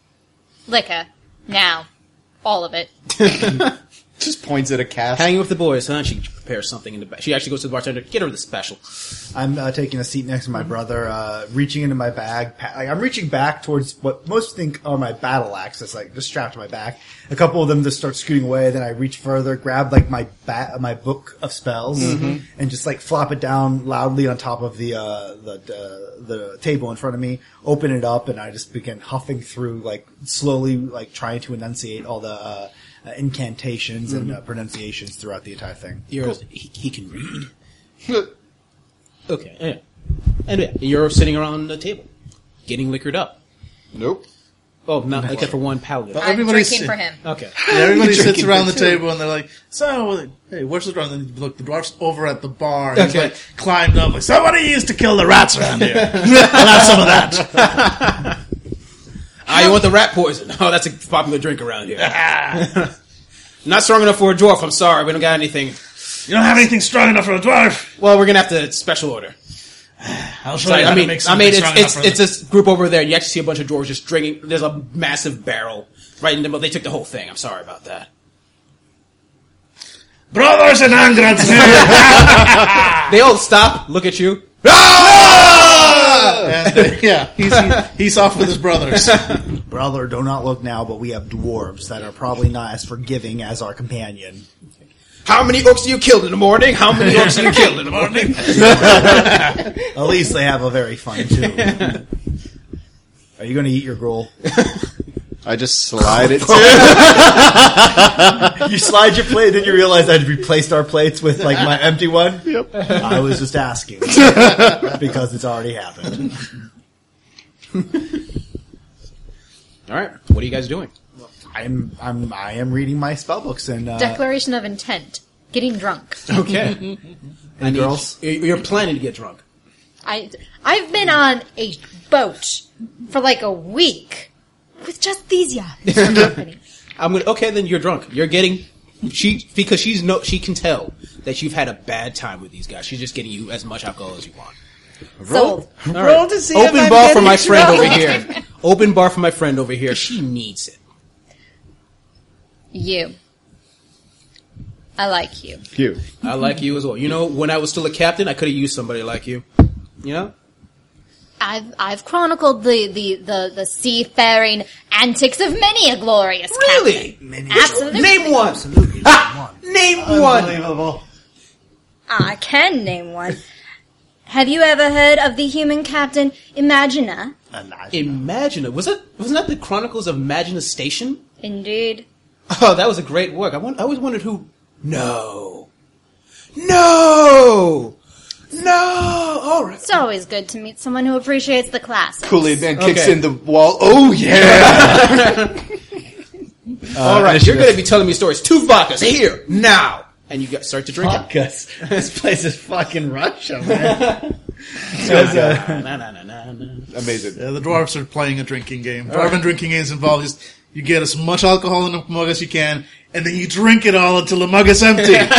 Speaker 4: Licka, now. All of it.
Speaker 2: Just points at a cast.
Speaker 1: Hanging with the boys, huh? She prepares something in the back. She actually goes to the bartender. Get her the special.
Speaker 5: I'm uh, taking a seat next to my brother, uh, reaching into my bag. Pa- like, I'm reaching back towards what most think are my battle axes, like just strapped to my back. A couple of them just start scooting away. Then I reach further, grab like my bat, my book of spells,
Speaker 1: Mm-hmm.
Speaker 5: and just like flop it down loudly on top of the uh, the uh, the table in front of me. Open it up, and I just begin huffing through, like slowly, like trying to enunciate all the. Uh, uh, incantations and uh, pronunciations throughout the entire thing.
Speaker 1: Mm-hmm. You're, he, he can read. okay. Yeah. And yeah, you're sitting around the table, getting liquored up.
Speaker 2: Nope.
Speaker 1: Oh, not except for one paladin.
Speaker 3: Well,
Speaker 15: I'm
Speaker 3: everybody's-
Speaker 15: drinking for him.
Speaker 1: Okay.
Speaker 3: And everybody sits
Speaker 2: Drinking
Speaker 3: around the
Speaker 2: for two.
Speaker 3: table and they're like, "So, hey, where's the dwarf?" And then, look, the dwarf's over at the bar. And He's
Speaker 1: Okay.
Speaker 3: like climbed up, like somebody used to kill the rats around here. I'll have some of that.
Speaker 1: Ah, you want the rat poison? Oh, that's a popular drink around here. Not strong enough for a dwarf. I'm sorry. We don't got anything.
Speaker 8: You don't have anything strong enough for a dwarf.
Speaker 1: Well, we're gonna have to special
Speaker 8: Oh,
Speaker 1: order.
Speaker 8: I'll show
Speaker 1: Sorry,
Speaker 8: you how
Speaker 1: I mean,
Speaker 8: to make
Speaker 1: I
Speaker 8: something
Speaker 1: mean,
Speaker 8: strong
Speaker 1: it's
Speaker 8: enough
Speaker 1: it's, it's this group over there. You actually see a bunch of dwarves just drinking. There's a massive barrel right in the middle. They took the whole thing. I'm sorry about that.
Speaker 8: Brothers and Angrads,
Speaker 1: they all stop, look at you.
Speaker 3: And, uh, yeah, he's, he- he's off with his brothers.
Speaker 5: Brother, do not look now, but we have dwarves that are probably not as forgiving as our companion.
Speaker 1: How many orcs do you kill in the morning? How many orcs do you kill in the morning?
Speaker 5: At least they have a very fun too. Are you going to eat your gruel?
Speaker 2: I just slide it.
Speaker 5: you slide your plate, then you realize I'd replaced our plates with like my empty one. Yep. I was just asking because it's already happened.
Speaker 1: All right, what are you guys doing?
Speaker 5: I'm I'm I am reading my spell books and uh,
Speaker 9: Declaration of intent. Getting drunk.
Speaker 1: Okay.
Speaker 5: and girls.
Speaker 1: You're planning to get drunk.
Speaker 9: I I've been on a boat for like a week with just these yahoos.
Speaker 1: I'm gonna. Okay, then you're drunk. You're getting. She because she's no. She can tell that you've had a bad time with these guys. She's just getting you as much alcohol as you want.
Speaker 9: Sold.
Speaker 1: All
Speaker 9: Roll
Speaker 1: right.
Speaker 9: to see
Speaker 1: Open
Speaker 9: if I'm
Speaker 1: bar for
Speaker 9: getting
Speaker 1: my friend
Speaker 9: drunk.
Speaker 1: over here. Open bar for my friend over here. She needs it.
Speaker 4: You. I like you.
Speaker 2: You.
Speaker 1: I like you as well. You know, when I was still a captain, I could have used somebody like you. You know.
Speaker 4: I've I've chronicled the the the, the seafaring antics of many a glorious
Speaker 1: really
Speaker 4: Absolutely.
Speaker 1: Name one.
Speaker 4: Absolutely.
Speaker 1: Name
Speaker 5: Unbelievable.
Speaker 4: Ah, I can name one. Have you ever heard of the human captain Imagina?
Speaker 1: Imagina. Was it? Wasn't that the Chronicles of Magina Station?
Speaker 4: Indeed.
Speaker 1: Oh, that was a great work. I, won- I always wondered who. No. No. No. All right.
Speaker 4: It's always good to meet someone who appreciates the classics.
Speaker 2: Kool-Aid man kicks
Speaker 1: Okay.
Speaker 2: in the wall. Oh yeah!
Speaker 1: All right,
Speaker 2: Uh, initiative.
Speaker 1: you're going to be telling me stories. Two vodkas here now, and you got start to drink it.
Speaker 16: Vodkas. this place is fucking Russia,
Speaker 1: man.
Speaker 3: Because, uh,
Speaker 2: Amazing.
Speaker 3: Yeah, Uh, the dwarves are playing a drinking game.
Speaker 1: All
Speaker 3: Dwarven
Speaker 1: right.
Speaker 3: drinking games involve just you get as much alcohol in the mug as you can, and then you drink it all until the mug is empty, and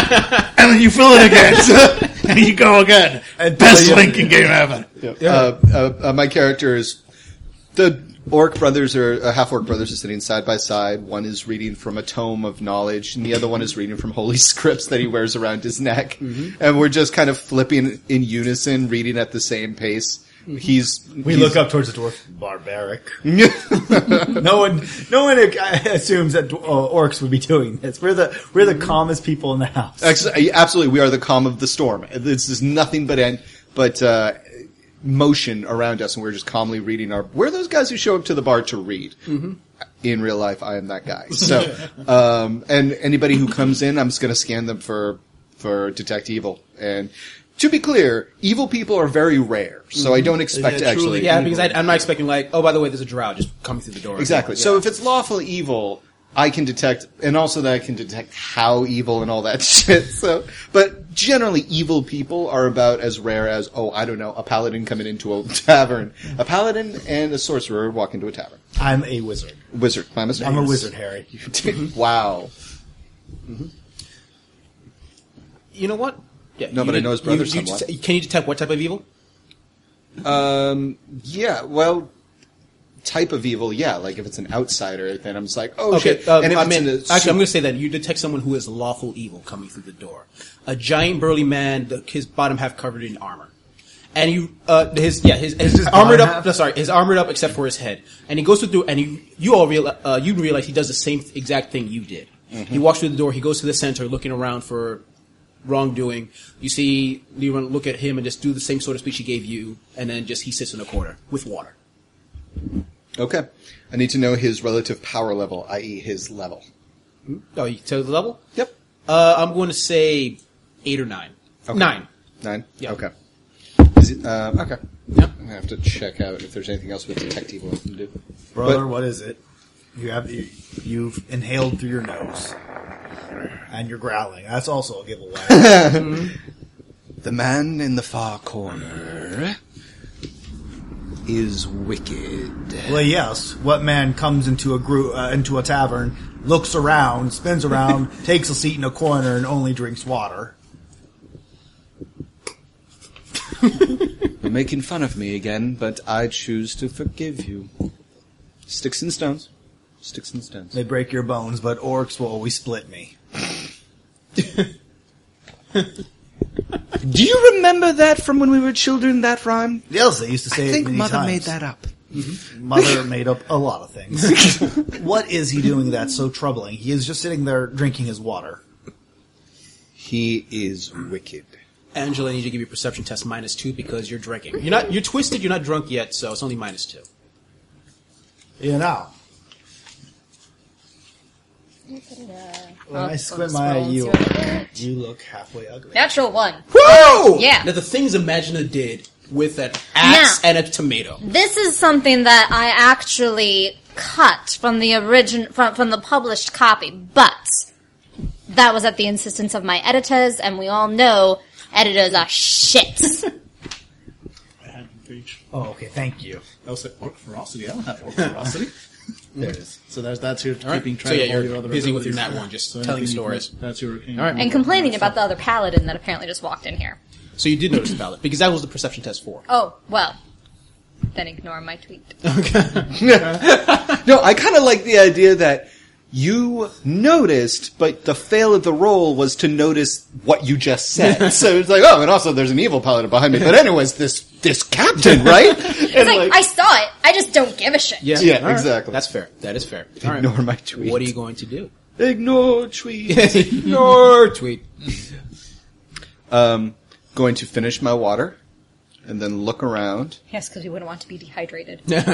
Speaker 3: then you fill it again, and you go again. Best drinking game ever.
Speaker 2: Uh, uh, uh, my character is the orc brothers or uh, half orc brothers are sitting side by side. One is reading from a tome of knowledge, and the other one is reading from holy scripts that he wears around his neck. And we're just kind of flipping in unison, reading at the same pace.
Speaker 5: Mhm.
Speaker 2: He's
Speaker 5: We
Speaker 2: he's-
Speaker 5: look up towards the dwarf. Barbaric. no one, no one uh, assumes that dw- uh, orcs would be doing this. We're the we're the calmest people in the house.
Speaker 2: Actually, absolutely, we are the calm of the storm. This is nothing but end, but uh, motion around us, and we're just calmly reading our. We're those guys who show up to the bar to read.
Speaker 1: Mm-hmm.
Speaker 2: In real life, I am that guy. So, um, and anybody who comes in, I'm just going to scan them for for detect evil. And to be clear, evil people are very rare, so I don't expect actually.
Speaker 1: Mm-hmm. Yeah, because I, I'm not expecting like, oh, by the way, there's a drow just coming through the door.
Speaker 2: Exactly.
Speaker 1: Yeah.
Speaker 2: So if it's lawful evil, I can detect, and also that I can detect how evil and all that shit. So, but generally, evil people are about as rare as oh, I don't know, a paladin coming into a tavern, a paladin and a sorcerer walk into a tavern.
Speaker 5: I'm a wizard.
Speaker 2: Wizard, my mistake.
Speaker 5: I'm a wizard, Harry.
Speaker 2: wow.
Speaker 1: you know what? Yeah,
Speaker 2: No,
Speaker 1: you
Speaker 2: but I
Speaker 1: did-
Speaker 2: know his brother's
Speaker 1: you- you
Speaker 2: somewhat.
Speaker 1: det- can you detect what type of evil?
Speaker 2: Um. Yeah. Well. Type of evil, yeah. Like if it's an outsider, then I'm just like, oh shit.
Speaker 1: uh,
Speaker 2: and if
Speaker 1: I
Speaker 2: it's
Speaker 1: mean,
Speaker 2: in a
Speaker 1: actually,
Speaker 2: super-
Speaker 1: I'm going to say that you detect someone who is lawful evil coming through the door. A giant burly man, the, his bottom half covered in armor, and you, uh, his yeah, his, his, armored
Speaker 5: bottom
Speaker 1: up. no, sorry, his armored up except for his head, and he goes through and you you all real, uh, you realize he does the same exact thing you did.
Speaker 2: Mm-hmm.
Speaker 5: Mhm.
Speaker 1: He walks through the door. He goes to the center, looking around for wrongdoing. You see Leron look at him and just do the same sort of speech he gave you, and then just he sits in a corner with water.
Speaker 2: Okay. I need to know his relative power level, i.e., his level.
Speaker 1: Oh, you tell the level?
Speaker 2: Yep.
Speaker 1: Uh, I'm going to say eight or nine.
Speaker 2: Okay.
Speaker 1: Nine.
Speaker 2: Nine?
Speaker 1: Yeah.
Speaker 2: Okay. Is it, um, okay.
Speaker 1: Yep.
Speaker 2: I have to check out if there's anything else with detect evil I can do.
Speaker 5: Brother, what is it? You have you, you've inhaled through your nose, and you're growling. That's also a giveaway.
Speaker 2: the man in the far corner
Speaker 17: is wicked.
Speaker 5: Well, yes. What man comes into a group, uh, into a tavern, looks around, spins around, takes a seat in a corner, and only drinks water?
Speaker 2: You're making fun of me again, but I choose to forgive you. Sticks and stones. Sticks and stones.
Speaker 5: They break your bones, but orcs will always split me.
Speaker 2: Do you remember that from when we were children, that rhyme?
Speaker 5: Yes, they used to say
Speaker 2: I
Speaker 5: it
Speaker 2: think
Speaker 5: many
Speaker 2: Mother
Speaker 5: times.
Speaker 2: made that up.
Speaker 5: Mother made up a lot of things. what is he doing that's so troubling? He is just sitting there drinking his water.
Speaker 2: He is wicked.
Speaker 1: Angela, I need you to give me a perception test minus two because you're drinking. You're not. You're twisted. You're not drunk yet, so it's only minus two.
Speaker 5: You know. When
Speaker 1: I'll-
Speaker 5: I
Speaker 1: I'll
Speaker 5: squint
Speaker 1: just
Speaker 5: my eye,
Speaker 1: roll
Speaker 5: you,
Speaker 1: into
Speaker 5: you look halfway ugly.
Speaker 4: Natural one.
Speaker 1: Whoa!
Speaker 4: Yeah.
Speaker 1: Now the things Imagina did with an axe and a tomato.
Speaker 15: This is something that I actually cut from the origin from from the published copy, but that was at the insistence of my editors, and we all know editors are shit.
Speaker 5: Oh, okay. Thank you.
Speaker 3: I was like, orc ferocity. I don't have orc ferocity.
Speaker 5: there it is.
Speaker 3: So there's that's your
Speaker 1: All right.
Speaker 3: keeping track
Speaker 1: So, yeah,
Speaker 3: of all
Speaker 1: you're
Speaker 3: your other
Speaker 1: busy with
Speaker 3: abilities.
Speaker 1: your nat one, just
Speaker 3: So
Speaker 1: telling
Speaker 3: anything you
Speaker 1: stories.
Speaker 3: can- That's your.
Speaker 1: All right.
Speaker 4: And complaining about the other paladin that apparently just walked in here.
Speaker 1: So you did notice about it because that was the perception test four.
Speaker 4: Oh, well. Then ignore my tweet.
Speaker 2: no, I kind of like the idea that you noticed, but the fail of the roll was to notice what you just said. so it's like, oh, and also there's an evil paladin behind me. But anyways, this this captain, right?
Speaker 4: It's like, I saw it. I just don't give a shit.
Speaker 1: Yeah,
Speaker 2: Yeah,
Speaker 1: all right.
Speaker 2: exactly.
Speaker 1: That's fair. That is fair.
Speaker 2: Ignore my tweet.
Speaker 1: What are you going to do?
Speaker 2: Ignore tweet.
Speaker 1: Ignore tweet.
Speaker 2: Um, going to finish my water and then look around.
Speaker 4: Yes, because we wouldn't want to be dehydrated.
Speaker 2: no,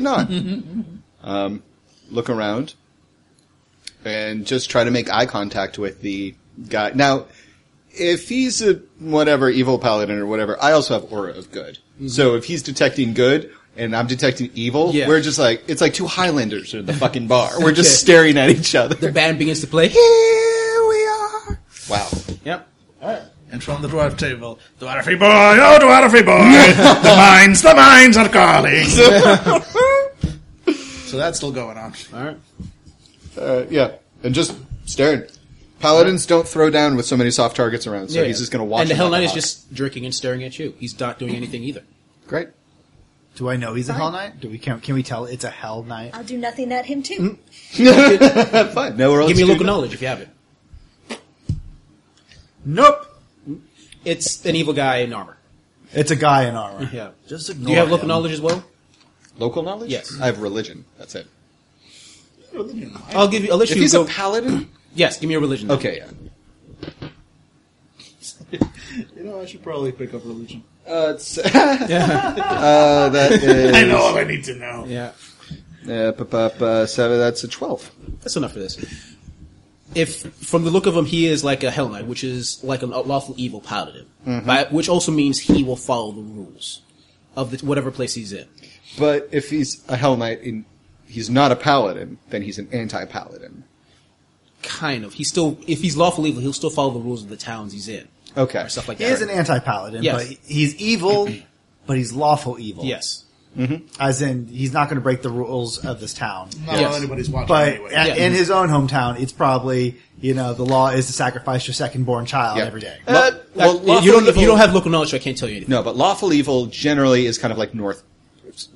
Speaker 2: not. um, look around and just try to make eye contact with the guy. Now, if he's a whatever evil paladin or whatever, I also have aura of good. So if he's detecting good and I'm detecting evil,
Speaker 1: Mm-hmm. Yeah.
Speaker 2: we're just like it's like two Highlanders at the fucking bar. We're just
Speaker 1: Okay.
Speaker 2: staring at each other.
Speaker 1: The band begins to play.
Speaker 2: Wow.
Speaker 1: Yep.
Speaker 18: And from the dwarf table, dwarfy boy, oh dwarfy boy, the mines, the mines are calling.
Speaker 3: So that's still going on.
Speaker 1: All right.
Speaker 2: Uh, yeah, and just staring. Paladins don't throw down with so many soft targets around, so
Speaker 1: Yeah,
Speaker 2: he's
Speaker 1: yeah.
Speaker 2: just going to watch.
Speaker 1: And the
Speaker 2: him
Speaker 1: Hell
Speaker 2: like
Speaker 1: Knight
Speaker 2: a
Speaker 1: is
Speaker 2: hawk.
Speaker 1: just drinking and staring at you. He's not doing anything either.
Speaker 2: Great.
Speaker 5: Do I know he's a hell knight? Do we can, can we tell it's a hell knight?
Speaker 4: I'll do nothing at him, too.
Speaker 2: Fine. Nowhere else
Speaker 1: Give me a
Speaker 2: to
Speaker 1: local
Speaker 2: do that.
Speaker 1: knowledge if you have it.
Speaker 5: Nope.
Speaker 1: It's an evil guy in armor.
Speaker 5: It's a guy in armor.
Speaker 1: Yeah.
Speaker 5: Just
Speaker 1: Do you have local
Speaker 5: him.
Speaker 1: knowledge as well?
Speaker 2: Local knowledge?
Speaker 1: Yes.
Speaker 2: I have religion. That's it.
Speaker 1: I'll give you. I'll let
Speaker 2: If
Speaker 1: you
Speaker 2: he's
Speaker 1: go.
Speaker 2: a paladin,
Speaker 1: yes. Give me a religion. then.
Speaker 2: Okay, yeah.
Speaker 3: You know, I should probably pick up religion.
Speaker 2: Uh, it's uh, that is.
Speaker 18: I know all I need to know.
Speaker 1: Yeah.
Speaker 2: Uh, p- p- uh, seven. That's a twelve.
Speaker 1: That's enough for this. If from the look of him, he is like a Hell Knight, which is like an lawful evil paladin,
Speaker 2: Mm-hmm.
Speaker 1: By- which also means he will follow the rules of the, whatever place he's in.
Speaker 2: But if he's a hell knight and he's not a paladin, then he's an anti-paladin.
Speaker 1: Kind of. He still, if he's lawful evil, he'll still follow the rules of the towns he's in
Speaker 2: Okay.
Speaker 1: or stuff like
Speaker 5: He
Speaker 1: that.
Speaker 5: is an anti-paladin,
Speaker 1: Yes.
Speaker 5: but he- he's evil, but he's lawful evil.
Speaker 1: yes.
Speaker 5: As in, he's not going to break the rules of this town.
Speaker 3: Not
Speaker 1: Yes.
Speaker 3: while anybody's watching
Speaker 5: But
Speaker 3: anyway.
Speaker 5: a-
Speaker 1: Yeah.
Speaker 5: in his own hometown, it's probably, you know, the law is to sacrifice your second-born child
Speaker 2: Yeah.
Speaker 5: every day.
Speaker 2: Uh, well,
Speaker 1: Well,
Speaker 2: lawful
Speaker 1: you don't.
Speaker 2: evil-
Speaker 1: You don't have local knowledge, so I can't tell you anything.
Speaker 2: No, but lawful evil generally is kind of like North.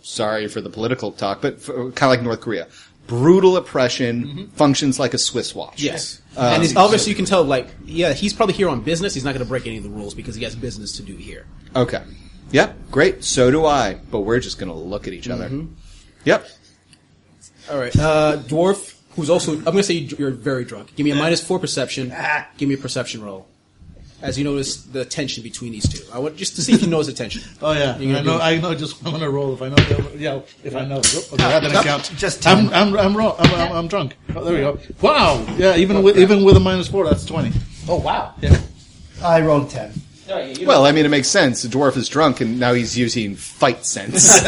Speaker 2: Sorry for the political talk, but for, kind of like North Korea. Brutal oppression functions like a Swiss watch.
Speaker 1: Mm-hmm. Yes.
Speaker 2: Um,
Speaker 1: and it's obviously you can tell, like, yeah, he's probably here on business. He's not going to break any of the rules because he has business to do here.
Speaker 2: Okay. Yep. Great. So do I. But we're just going to look at each other. Yep.
Speaker 1: All right. Uh, dwarf, who's also, I'm going to say you're very drunk. Give me a minus four perception. Give me a perception roll. As you notice the tension between these two. I want just to see if you notice the tension.
Speaker 3: Oh yeah,
Speaker 1: You're gonna
Speaker 3: I
Speaker 1: do-
Speaker 3: know. I know. Just I'm gonna roll if I know. The other, yeah, if I know. Oop, Okay, that didn't count.
Speaker 5: Just
Speaker 3: I'm I'm I'm wrong. I'm, I'm, I'm drunk. Oh, there we go. Wow. Yeah. Even with even with a minus four, that's twenty.
Speaker 1: Oh, wow.
Speaker 3: Yeah.
Speaker 5: I rolled a 10.
Speaker 2: Well, I mean, it makes sense. The dwarf is drunk, and now he's using fight sense.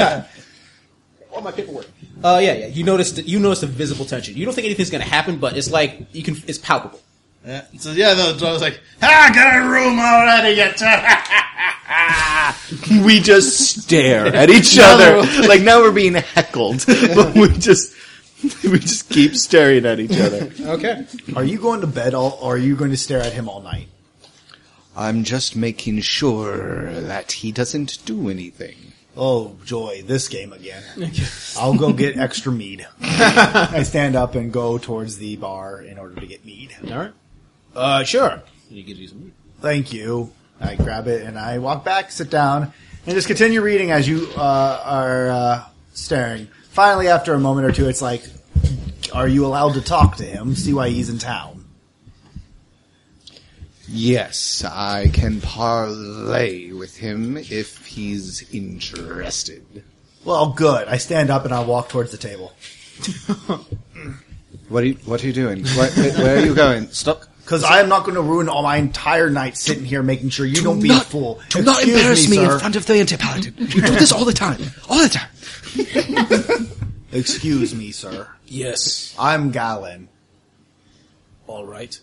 Speaker 1: All my paperwork. Uh, yeah, yeah. You notice, the, you notice the visible tension. You don't think anything's going to happen, but it's like, you can, it's palpable.
Speaker 3: Yeah. So yeah, no, so I was like, ah, got a room already. Get
Speaker 2: we just stare at each
Speaker 3: Now
Speaker 2: other
Speaker 3: we're-
Speaker 2: like now we're being heckled, but we just we just keep staring at each other.
Speaker 1: Okay.
Speaker 5: Are you going to bed all, or are you going to stare at him all night?
Speaker 11: I'm just making sure that he doesn't do anything.
Speaker 5: Oh, joy, this game again. I'll go get extra mead. I stand up and go towards the bar in order to get mead.
Speaker 1: All right. Uh, sure. He gives you some meat.
Speaker 5: Thank you. I grab it and I walk back, sit down, and just continue reading as you uh, are uh, staring. Finally, after a moment or two, it's like, are you allowed to talk to him? See why he's in town.
Speaker 11: Yes, I can parlay with him if he's interested.
Speaker 5: Well, good. I stand up and I walk towards the table.
Speaker 11: What are you, what are you doing? What, where are you going? Stop.
Speaker 5: Because I am not going to ruin all my entire night sitting here making sure you do not be a fool.
Speaker 11: Do not
Speaker 5: Excuse
Speaker 11: embarrass me,
Speaker 5: sir.
Speaker 11: in front of the Antipaladin. You do this all the time. All the time.
Speaker 5: Excuse me, sir.
Speaker 1: Yes.
Speaker 5: I'm Galen.
Speaker 1: All right.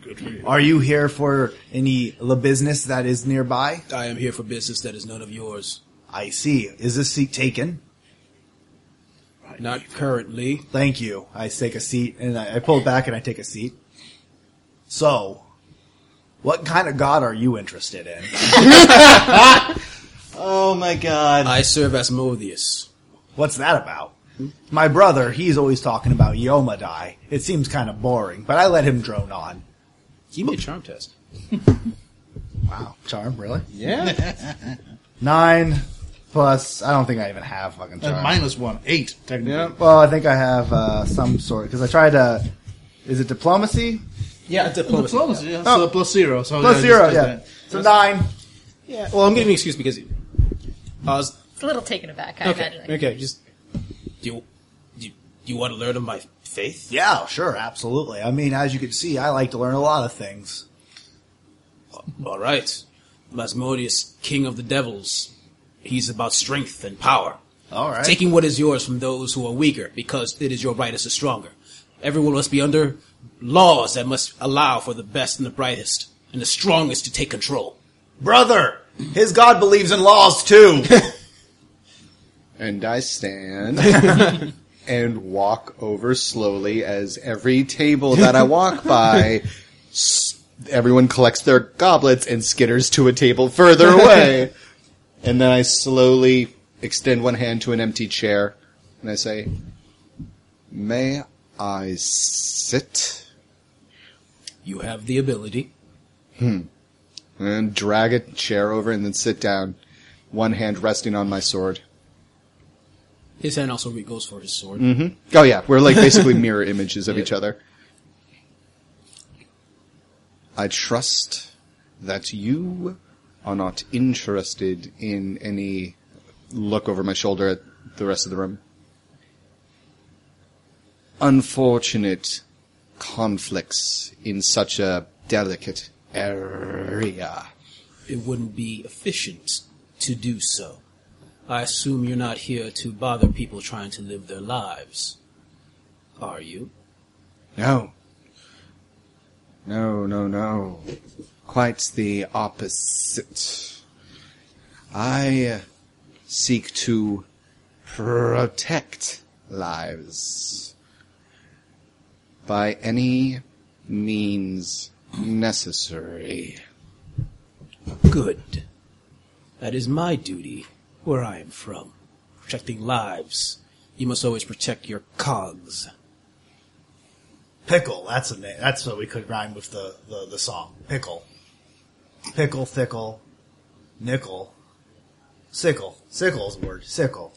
Speaker 1: Good for you.
Speaker 5: Are you here for any the business that is nearby?
Speaker 1: I am here for business that is none of yours.
Speaker 5: I see. Is this seat taken?
Speaker 1: Not currently.
Speaker 5: Thank you. I take a seat and I, I pull back and I take a seat. So, what kind of god are you interested in?
Speaker 1: Oh my god. I serve Asmodeus.
Speaker 5: What's that about? My brother, he's always talking about Yomadai. It seems kind of boring, but I let him drone on.
Speaker 1: Give me a charm test.
Speaker 5: Wow, charm, really?
Speaker 1: Yeah.
Speaker 5: Nine plus. I don't think I even have fucking
Speaker 3: Uh,
Speaker 5: charm.
Speaker 3: minus one, eight technically.
Speaker 5: Well, I think I have uh, some sort because I tried to. Is it diplomacy?
Speaker 1: Yeah, diplomacy.
Speaker 3: Diplomacy, yeah.
Speaker 5: Oh.
Speaker 3: So plus zero. So
Speaker 5: Plus
Speaker 3: yeah,
Speaker 5: zero,
Speaker 3: just-
Speaker 5: yeah. So nine.
Speaker 1: Yeah. Well, I'm giving you an excuse because I was
Speaker 15: It's a little taken aback, I
Speaker 1: okay.
Speaker 15: imagine.
Speaker 1: Okay. Just do you, do you do you want to learn of my faith?
Speaker 5: Yeah, sure, absolutely. I mean, as you can see, I like to learn a lot of things.
Speaker 1: All right. Asmodeus, king of the devils. He's about strength and power.
Speaker 5: All right.
Speaker 1: Taking what is yours from those who are weaker because it is your right as the stronger. Everyone must be under laws that must allow for the best and the brightest and the strongest to take control.
Speaker 5: Brother, his god believes in laws too.
Speaker 2: And I stand and walk over slowly as every table that I walk by, s- everyone collects their goblets and skitters to a table further away. and then I slowly extend one hand to an empty chair and I say, May I sit?
Speaker 1: You have the ability.
Speaker 2: Hmm. And drag a chair over and then sit down, one hand resting on my sword.
Speaker 1: His hand also re- goes for his sword.
Speaker 2: hmm Oh yeah, we're like basically mirror images of each other. I trust that you are not interested in any look over my shoulder at the rest of the room. Unfortunate conflicts in such a delicate area.
Speaker 1: It wouldn't be efficient to do so. I assume you're not here to bother people trying to live their lives. Are you?
Speaker 2: No. No, no, no. Quite the opposite. I uh, seek to protect lives by any means necessary.
Speaker 1: Good. That is my duty, where I am from. Protecting lives. You must always protect your cogs.
Speaker 5: Pickle, that's a name. That's what we could rhyme with the, the, the song. Pickle. Pickle, thickle, nickel, sickle. Sickle's the word. Sickle.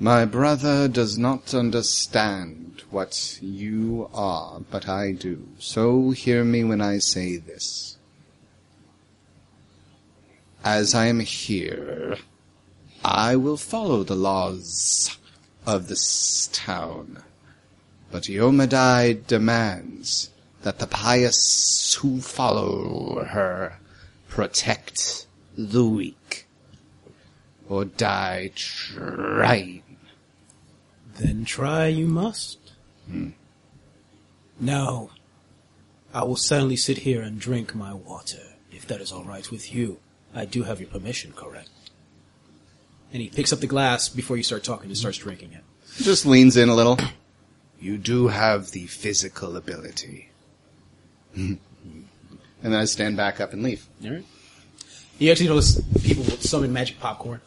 Speaker 2: My brother does not understand what you are, but I do. So hear me when I say this. As I am here, I will follow the laws of this town. But Yomadai demands that the pious who follow her protect the weak or die trying.
Speaker 1: Then try you must.
Speaker 2: Hmm.
Speaker 1: Now,
Speaker 19: I will silently sit here and drink my water, if that is all right with you. I do have your permission, correct? And he picks up the glass before you start talking and starts drinking it.
Speaker 2: Just leans in a little.
Speaker 20: You do have the physical ability.
Speaker 2: and then I stand back up and leave.
Speaker 1: All right. You actually notice people will summon magic popcorn.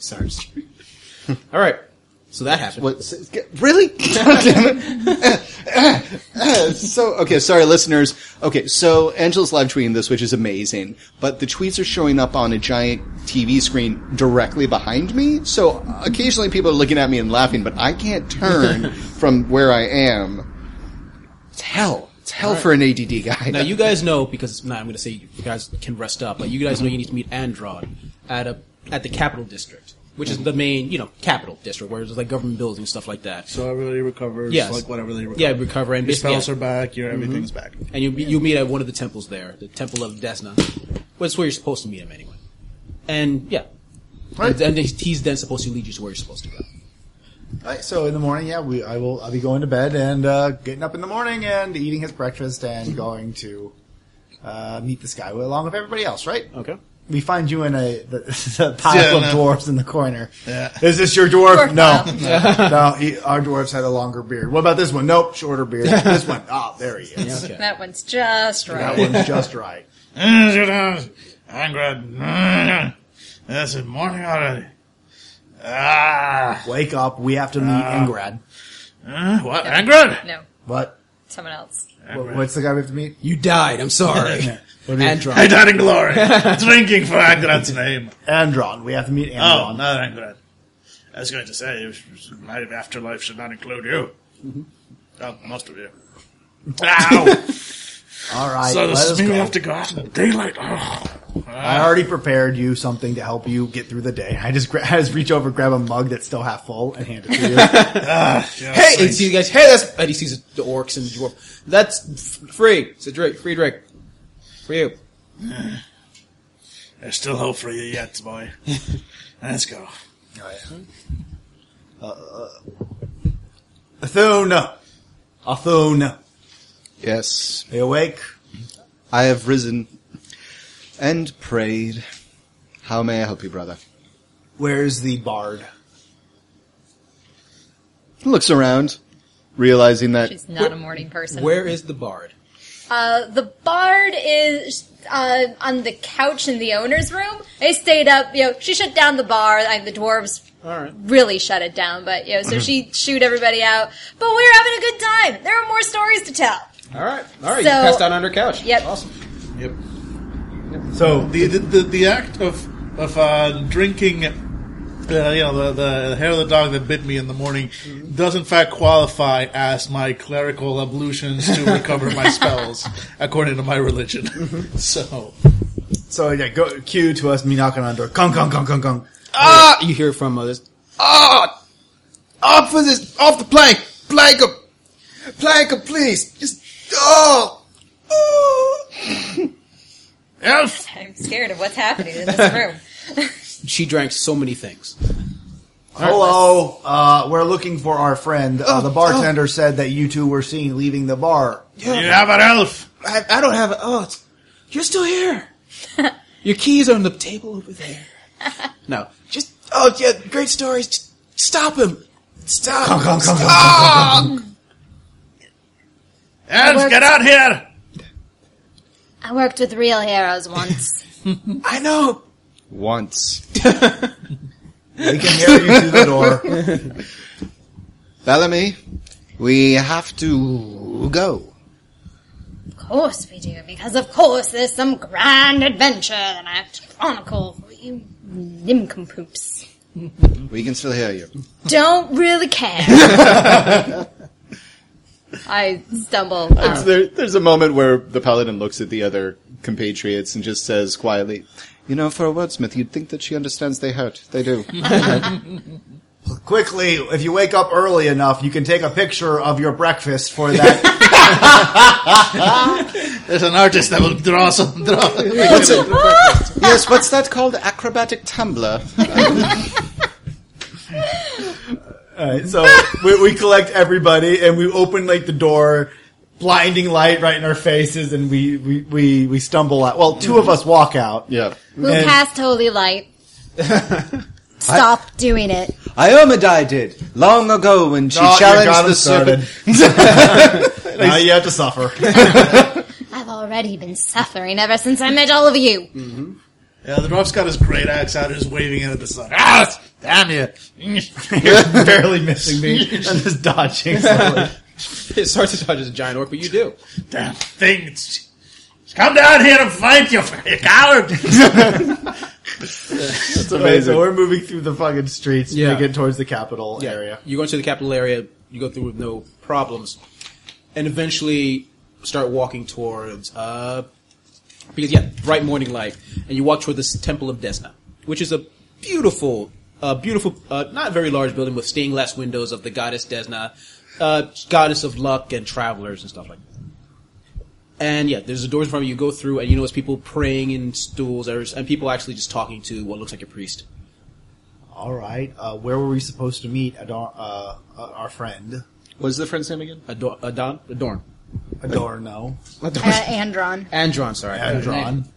Speaker 1: Sorry. All right. So that happened.
Speaker 2: really? God damn it. so, okay, sorry, listeners. Okay, so Angela's live tweeting this, which is amazing, but the tweets are showing up on a giant TV screen directly behind me, so occasionally people are looking at me and laughing, but I can't turn from where I am. It's hell. It's hell
Speaker 1: All right.
Speaker 2: for an ADD guy.
Speaker 1: Now you guys know because it's not. I'm going to say you guys can rest up, but you guys know you need to meet Andron at a at the Capital District, which is the main you know Capital District where there's like government buildings and stuff like that.
Speaker 21: So everybody recovers,
Speaker 1: Yes.
Speaker 21: like whatever they recover.
Speaker 1: Yeah, recover and
Speaker 21: your
Speaker 1: basically-
Speaker 21: spells are back. Your everything's
Speaker 1: Mhm.
Speaker 21: back.
Speaker 1: And you you meet at one of the temples there, the Temple of Desna. Well, it's where you're supposed to meet him anyway. And yeah, and, then he's then supposed to lead you to where you're supposed to go.
Speaker 11: All right, so in the morning, yeah, we I will I'll be going to bed and uh, getting up in the morning and eating his breakfast and going to uh, meet this guy along with everybody else, right?
Speaker 1: Okay.
Speaker 11: We find you in a the, the pile
Speaker 22: Yeah,
Speaker 11: of
Speaker 22: no.
Speaker 11: dwarves in the corner.
Speaker 22: Yeah.
Speaker 11: Is this your dwarf?
Speaker 22: Dwarf
Speaker 11: no,
Speaker 22: pile.
Speaker 11: no. He, our dwarves had a longer beard. What about this one? Nope, shorter beard. this one, ah, there he is.
Speaker 4: That one's just right.
Speaker 11: That one's just right.
Speaker 3: Angrad. This is morning already. Ah.
Speaker 11: Wake up. We have to meet
Speaker 5: Ah.
Speaker 11: Ingrad.
Speaker 3: what? Angrad?
Speaker 4: No,
Speaker 11: What?
Speaker 4: someone else.
Speaker 11: what? What's the guy we have to meet?
Speaker 1: You died. I'm sorry.
Speaker 11: Andron.
Speaker 3: I died in glory, drinking for Angrad's name.
Speaker 11: Andron. We have to meet
Speaker 3: Oh,
Speaker 11: Andron.
Speaker 3: not Angrid. I was going to say, my afterlife should not include you. Oh, most of you. Ow!
Speaker 11: All right.
Speaker 3: So
Speaker 11: let
Speaker 3: this
Speaker 11: us
Speaker 3: is me.
Speaker 11: go.
Speaker 3: We have to go out in the daylight. Oh.
Speaker 11: I
Speaker 5: Uh,
Speaker 11: already prepared you something to help you get through the day. I just gra- I just reach over, grab a mug that's still half full, and hand it to you.
Speaker 1: hey, and see you guys. Hey, that's and he sees the orcs and the dwarf. That's f- free. It's a drink. Free drink for you.
Speaker 3: There's still hope for you yet, boy. Let's go.
Speaker 11: Athuna, Athuna.
Speaker 2: Yes.
Speaker 11: Are you awake?
Speaker 2: I have risen and prayed. How may I help you, brother?
Speaker 11: Where's the bard?
Speaker 2: Looks around, realizing that
Speaker 4: She's not a morning person.
Speaker 1: Where is the bard?
Speaker 4: Uh, the bard is uh, on the couch in the owner's room. They stayed up. You know, she shut down the bar. Like the dwarves really shut it down. But you know, so she shooed everybody out. But we were having a good time. There are more stories to tell.
Speaker 1: All right, all right. you
Speaker 4: So-
Speaker 1: passed out on her couch.
Speaker 4: Yep.
Speaker 1: awesome.
Speaker 21: Yep.
Speaker 11: So
Speaker 21: the the, the, the act of of uh, drinking. Uh, you know the, the hair of the dog that bit me in the morning does in fact qualify as my clerical ablutions to recover my spells according to my religion. So
Speaker 11: So yeah, go cue to us me knocking on the door. Gong, gong, gong, gong, gong.
Speaker 1: Ah! You hear from uh, this.
Speaker 22: Ah! Off of this, off the plank! Plank him! Plank him, please! Just, oh!
Speaker 1: Oh.
Speaker 3: Elf!
Speaker 4: I'm scared of what's happening in this room.
Speaker 1: She drank so many things.
Speaker 11: Hello, uh, we're looking for our friend.
Speaker 1: Oh,
Speaker 11: Uh, the bartender said that you two were seen leaving the bar.
Speaker 3: You have an elf.
Speaker 1: I, I don't have it. Oh, it's, you're still here. Your keys are on the table over there. No, just oh yeah, great stories. Just stop him. Stop.
Speaker 11: Come, come, come, come,
Speaker 1: Stop.
Speaker 3: Elf, get out here!
Speaker 23: I worked with real heroes once.
Speaker 1: I know.
Speaker 2: once.
Speaker 11: we can hear you through the door.
Speaker 2: Bellamy, we have to go.
Speaker 24: Of course we do, because of course there's some grand adventure that I have to chronicle for you nincompoops.
Speaker 2: We can still hear you.
Speaker 24: Don't really care.
Speaker 4: I stumble.
Speaker 2: It's- there- there's a moment where the paladin looks at the other compatriots and just says quietly, "You know, for a wordsmith, you'd think that she understands they hurt. They do."
Speaker 11: Quickly, if you wake up early enough, you can take a picture of your breakfast for that
Speaker 3: There's an artist that will draw some draw.
Speaker 2: What's it- yes, what's that called? Acrobatic tumbler.
Speaker 5: All right, so we, we collect everybody and we open like the door, blinding light right in our faces, and we we we, we stumble out. Well, two of us walk out.
Speaker 2: Yeah,
Speaker 4: We'll cast Holy Light. Stop doing it.
Speaker 10: Ioma did long ago when she
Speaker 5: Oh, you got
Speaker 10: challenged
Speaker 5: him
Speaker 10: the serpent.
Speaker 5: now you have to suffer.
Speaker 4: I've already been suffering ever since I met all of you.
Speaker 3: Yeah, the dwarf's got his great axe out and is waving it at the sun.
Speaker 5: Ah, damn you! You're barely missing me and just dodging slowly.
Speaker 1: it's hard to dodge as a giant orc, but you do.
Speaker 8: Damn thing! It's, it's come down here to fight you, you coward!
Speaker 5: That's
Speaker 1: amazing.
Speaker 5: So we're moving through the fucking streets
Speaker 1: Yeah.
Speaker 5: to get towards the capital area.
Speaker 1: You go into the capital area, you go through with no problems, and eventually start walking towards, uh, because yeah, bright morning light, and you walk toward this Temple of Desna, which is a beautiful, uh, beautiful, uh, not very large building with stained glass windows of the goddess Desna, uh, goddess of luck and travelers and stuff like that. And yeah, there's a doors in front of you. You go through, and you notice people praying in stools, there's- and people actually just talking to what looks like a priest.
Speaker 5: All right. Uh, where were we supposed to meet Ador- uh, uh, our friend?
Speaker 1: What's the friend's name again? Ador- Adon- Adorn.
Speaker 5: Adorno.
Speaker 4: Uh, Andron.
Speaker 1: Andron, sorry.
Speaker 5: Andron.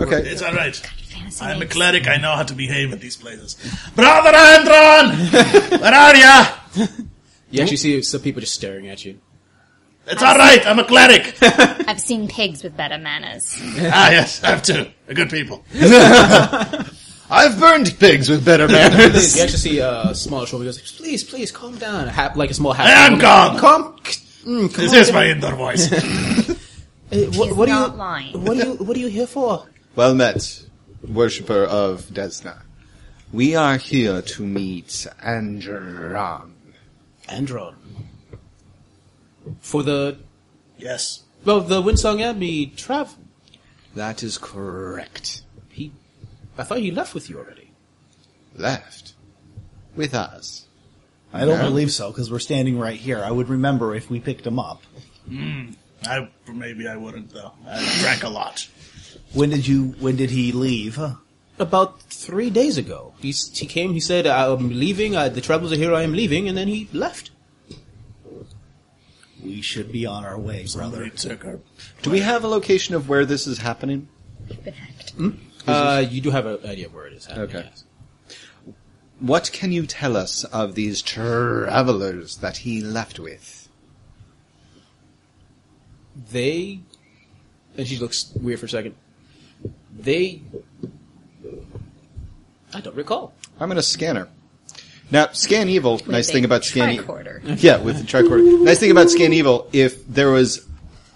Speaker 10: Okay.
Speaker 8: It's alright. I'm a cleric, I know how to behave in these places. Brother Andron! Where are ya?
Speaker 1: You actually see some people just staring at you.
Speaker 8: It's alright, I'm a cleric!
Speaker 4: I've seen pigs with better manners.
Speaker 8: ah, yes, I have two. They're good people.
Speaker 16: I've burned pigs with better manners.
Speaker 1: you actually see a uh, smaller shoulder. He goes, please, please, calm down. A hap- like a small half.
Speaker 8: I am calm.
Speaker 1: Calm. Mm,
Speaker 8: This is my indoor voice.
Speaker 1: what, what, are you,
Speaker 4: lying.
Speaker 1: what, are you, what are you here for?
Speaker 2: Well met, worshipper of Desna. We are here to meet Andron.
Speaker 1: Andron. For the...
Speaker 8: Yes.
Speaker 1: Well, the Windsong Abbey travel.
Speaker 2: That is correct.
Speaker 1: He... I thought he left with you already.
Speaker 2: Left. With us.
Speaker 5: I don't
Speaker 2: No.
Speaker 5: believe so because we're standing right here. I would remember if we picked him up.
Speaker 8: Mm, I, maybe I wouldn't, though. I drank a lot.
Speaker 5: When did you? When did he leave?
Speaker 1: About three days ago. He's, he came, he said, I'm leaving, uh, the travels are here, I am leaving, and then he left.
Speaker 5: We should be on our way, brother.
Speaker 2: Do we have a location of where this is happening?
Speaker 1: Uh, you do have an idea of where it is happening.
Speaker 2: Okay. What can you tell us of these travelers that he left with?
Speaker 1: they and she looks weird for a second they i don't recall
Speaker 2: I'm in a scanner. Now, Scan Evil, nice
Speaker 1: a
Speaker 2: thing about Scan
Speaker 1: tricorder.
Speaker 2: Evil. Yeah, with the tricorder. nice thing about Scan Evil, if there was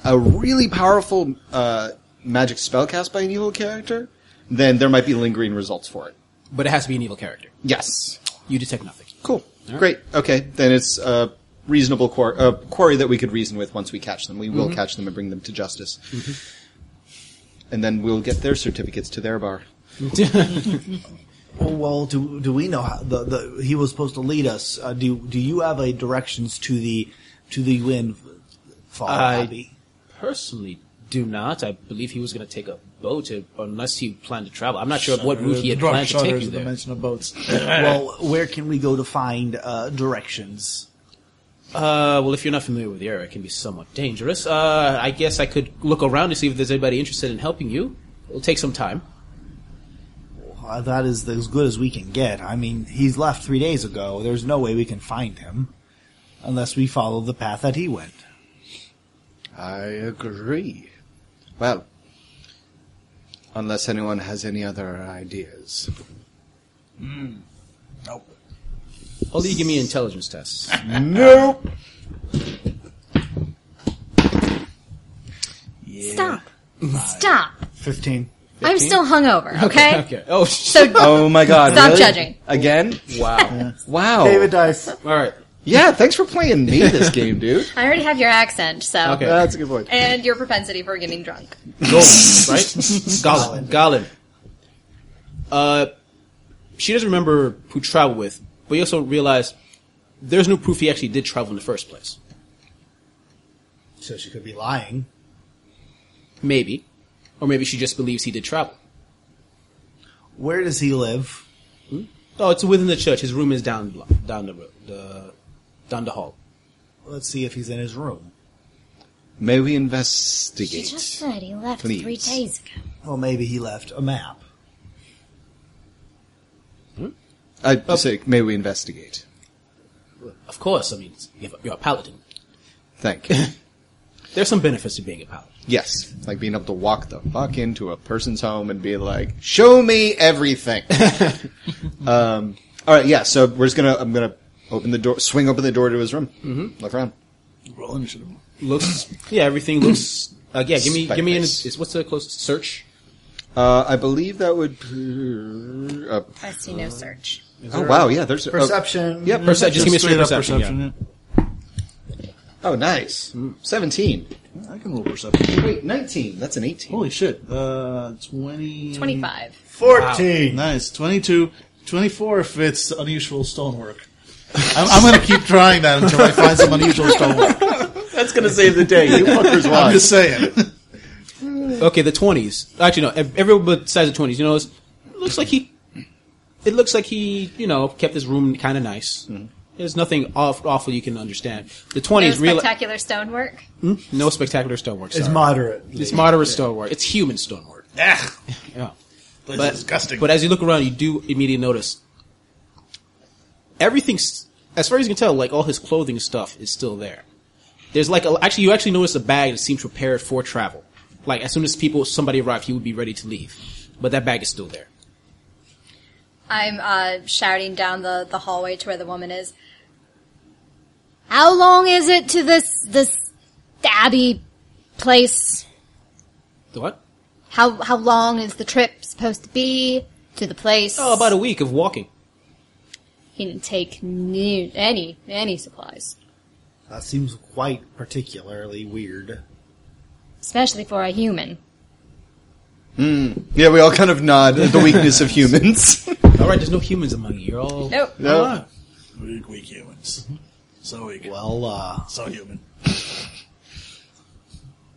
Speaker 2: a really powerful uh, magic spell cast by an evil character, then there might be lingering results for it.
Speaker 1: but it has to be an evil character
Speaker 2: yes
Speaker 1: you detect nothing
Speaker 2: cool Great. Okay, then it's a reasonable quar- uh, quarry that we could reason with once we catch them. We will
Speaker 1: Mhm.
Speaker 2: catch them and bring them to justice. And then we'll get their certificates to their bar.
Speaker 5: Oh, well, do do we know how the, the he was supposed to lead us? Uh, do do you have a directions to the to the wind? Fall
Speaker 1: I-
Speaker 5: Abbey?
Speaker 1: personally do not i believe he was going to take a boat to, unless he planned to travel i'm not sure what route he had planned to take you there
Speaker 5: mention of boats. well, where can we go to find uh, directions?
Speaker 1: uh, well if you're not familiar with the area it can be somewhat dangerous uh, i guess i could look around to see if there's anybody interested in helping you it'll take some time
Speaker 5: Uh, that is as good as we can get. I mean, he's left three days ago. There's no way we can find him unless we follow the path that he went.
Speaker 2: I agree. Well, unless anyone has any other ideas.
Speaker 8: Mm. Nope.
Speaker 1: only you give me intelligence tests
Speaker 2: nope.
Speaker 4: Stop. Stop.
Speaker 5: Fifteen.
Speaker 4: I'm still hungover, okay?
Speaker 1: okay. Oh,
Speaker 4: So-
Speaker 2: oh my god.
Speaker 4: Stop
Speaker 2: really?
Speaker 4: judging.
Speaker 2: Again?
Speaker 1: Wow.
Speaker 2: wow.
Speaker 5: David Dice. All
Speaker 1: right.
Speaker 2: Yeah, thanks for playing me this game, dude.
Speaker 4: I already have your accent, so.
Speaker 2: Okay. That's a good point.
Speaker 4: And your propensity for getting drunk.
Speaker 1: Golan, right? Golan. Golan. Uh, she doesn't remember who traveled with, but you also realize there's no proof he actually did travel in the first place.
Speaker 5: So she could be lying.
Speaker 1: Maybe. Or maybe she just believes he did travel.
Speaker 5: Where does he live?
Speaker 1: Oh, it's within the church. His room is down blo- down the, ro- the down the hall.
Speaker 11: Let's see if he's in his room.
Speaker 2: May we investigate?
Speaker 10: Just said he left
Speaker 2: Please.
Speaker 10: three days ago.
Speaker 11: Well, maybe he left a map.
Speaker 2: I say, may we investigate?
Speaker 1: Of course, I mean you have- you're a paladin.
Speaker 2: Thank you.
Speaker 1: There's some benefits to being a paladin.
Speaker 2: Yes, like being able to walk the fuck into a person's home and be like, "Show me everything." um, all right, yeah. So we're just gonna, I'm gonna open the door, swing open the door to his room, mm-hmm. look around.
Speaker 3: Roland should have.
Speaker 1: Looks yeah, everything looks. Uh, yeah, give me
Speaker 2: Spike
Speaker 1: give me an.
Speaker 2: face.
Speaker 1: Is, what's the closest search?
Speaker 2: Uh, I believe that would. Uh,
Speaker 10: I see no search.
Speaker 2: Oh wow, yeah. There's
Speaker 10: Perception.
Speaker 2: Oh, yeah,
Speaker 1: Perception, just give me a straight
Speaker 2: up
Speaker 1: perception,
Speaker 2: Oh, nice. Seventeen.
Speaker 3: I can roll perception.
Speaker 2: Wait, nineteen. That's an eighteen.
Speaker 3: Holy shit. Uh, 20...
Speaker 4: 25.
Speaker 3: 14. Nice. 22. 24 if it's unusual stonework. I'm, I'm going to keep trying that until I find some unusual stonework.
Speaker 1: That's gonna save the day. You fuckers
Speaker 3: I'm just saying.
Speaker 1: Okay, the twenties. Actually, no. ev- Everyone besides the twenties. You know, it's, it looks like he. It looks like he, you know, kept his room kind of nice. There's nothing off, awful you can understand. The twenties,
Speaker 4: No
Speaker 1: real
Speaker 4: spectacular stonework.
Speaker 1: Hmm? no spectacular stonework.
Speaker 11: It's
Speaker 1: sorry.
Speaker 11: moderate.
Speaker 1: It's moderate stonework. It's human stonework.
Speaker 3: Ugh.
Speaker 1: Yeah,
Speaker 3: That's disgusting.
Speaker 1: But as you look around, you do immediately notice everything's, as far as you can tell, like all his clothing stuff is still there. There's like a, actually you actually notice a bag that seems prepared for travel. Like as soon as people somebody arrived, he would be ready to leave, but that bag is still there.
Speaker 4: I'm uh, shouting down the, the hallway to where the woman is. How long is it to this this
Speaker 10: Stabby place.
Speaker 1: The what?
Speaker 10: How how long is the trip supposed to be to the place?
Speaker 1: Oh, about a week of walking.
Speaker 10: He didn't take new, any any supplies,
Speaker 11: That seems quite particularly weird.
Speaker 10: especially for a human.
Speaker 2: Mm. Yeah, we all kind of nod at the weakness of humans.
Speaker 1: All right, there's no humans among you. You're all
Speaker 10: Nope.
Speaker 2: No.
Speaker 1: All right.
Speaker 3: Weak, weak humans. So weak.
Speaker 11: Well, uh.
Speaker 3: So human.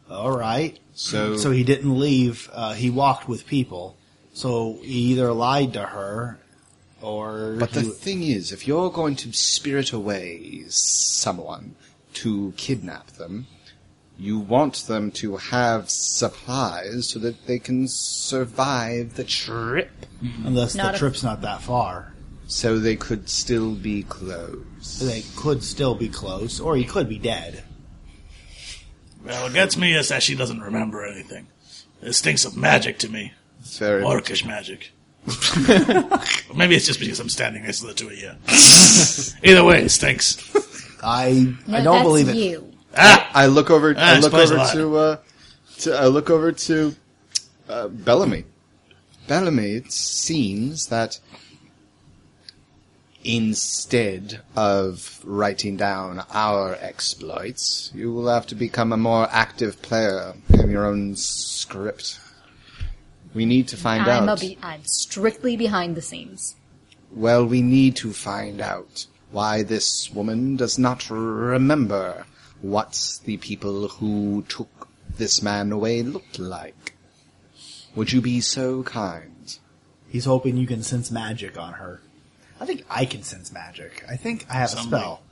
Speaker 11: All right.
Speaker 2: So-
Speaker 11: so he didn't leave. Uh, he walked with people. So he either lied to her, or
Speaker 2: But the
Speaker 11: he-
Speaker 2: thing is, if you're going to spirit away someone to kidnap them, you want them to have supplies so that they can survive the trip.
Speaker 11: unless the trip's not that far,
Speaker 2: So they could still be close.
Speaker 11: they could still be close, or he could be dead.
Speaker 3: Well, what gets me is that she doesn't remember anything. It stinks of magic to me.
Speaker 2: It's very
Speaker 3: Orcish magic. Maybe it's just because I'm standing next to the two of you. Either way, it stinks.
Speaker 11: I
Speaker 10: No, don't that's believe it. you.
Speaker 3: Ah!
Speaker 2: I look over.
Speaker 3: Ah,
Speaker 2: I look
Speaker 3: explains a
Speaker 2: over
Speaker 3: lot.
Speaker 2: to, uh, to. I look over to uh, Bellamy. Bellamy. It seems that instead of writing down our exploits, you will have to become a more active player in your own script. We need to find
Speaker 10: I'm
Speaker 2: out.
Speaker 10: A be- I'm strictly behind the scenes.
Speaker 2: Well, we need to find out why this woman does not remember what the people who took this man away looked like. Would you be so kind?
Speaker 11: He's hoping you can sense magic on her. I think I can sense magic. I think I have
Speaker 1: Something.
Speaker 11: a spell.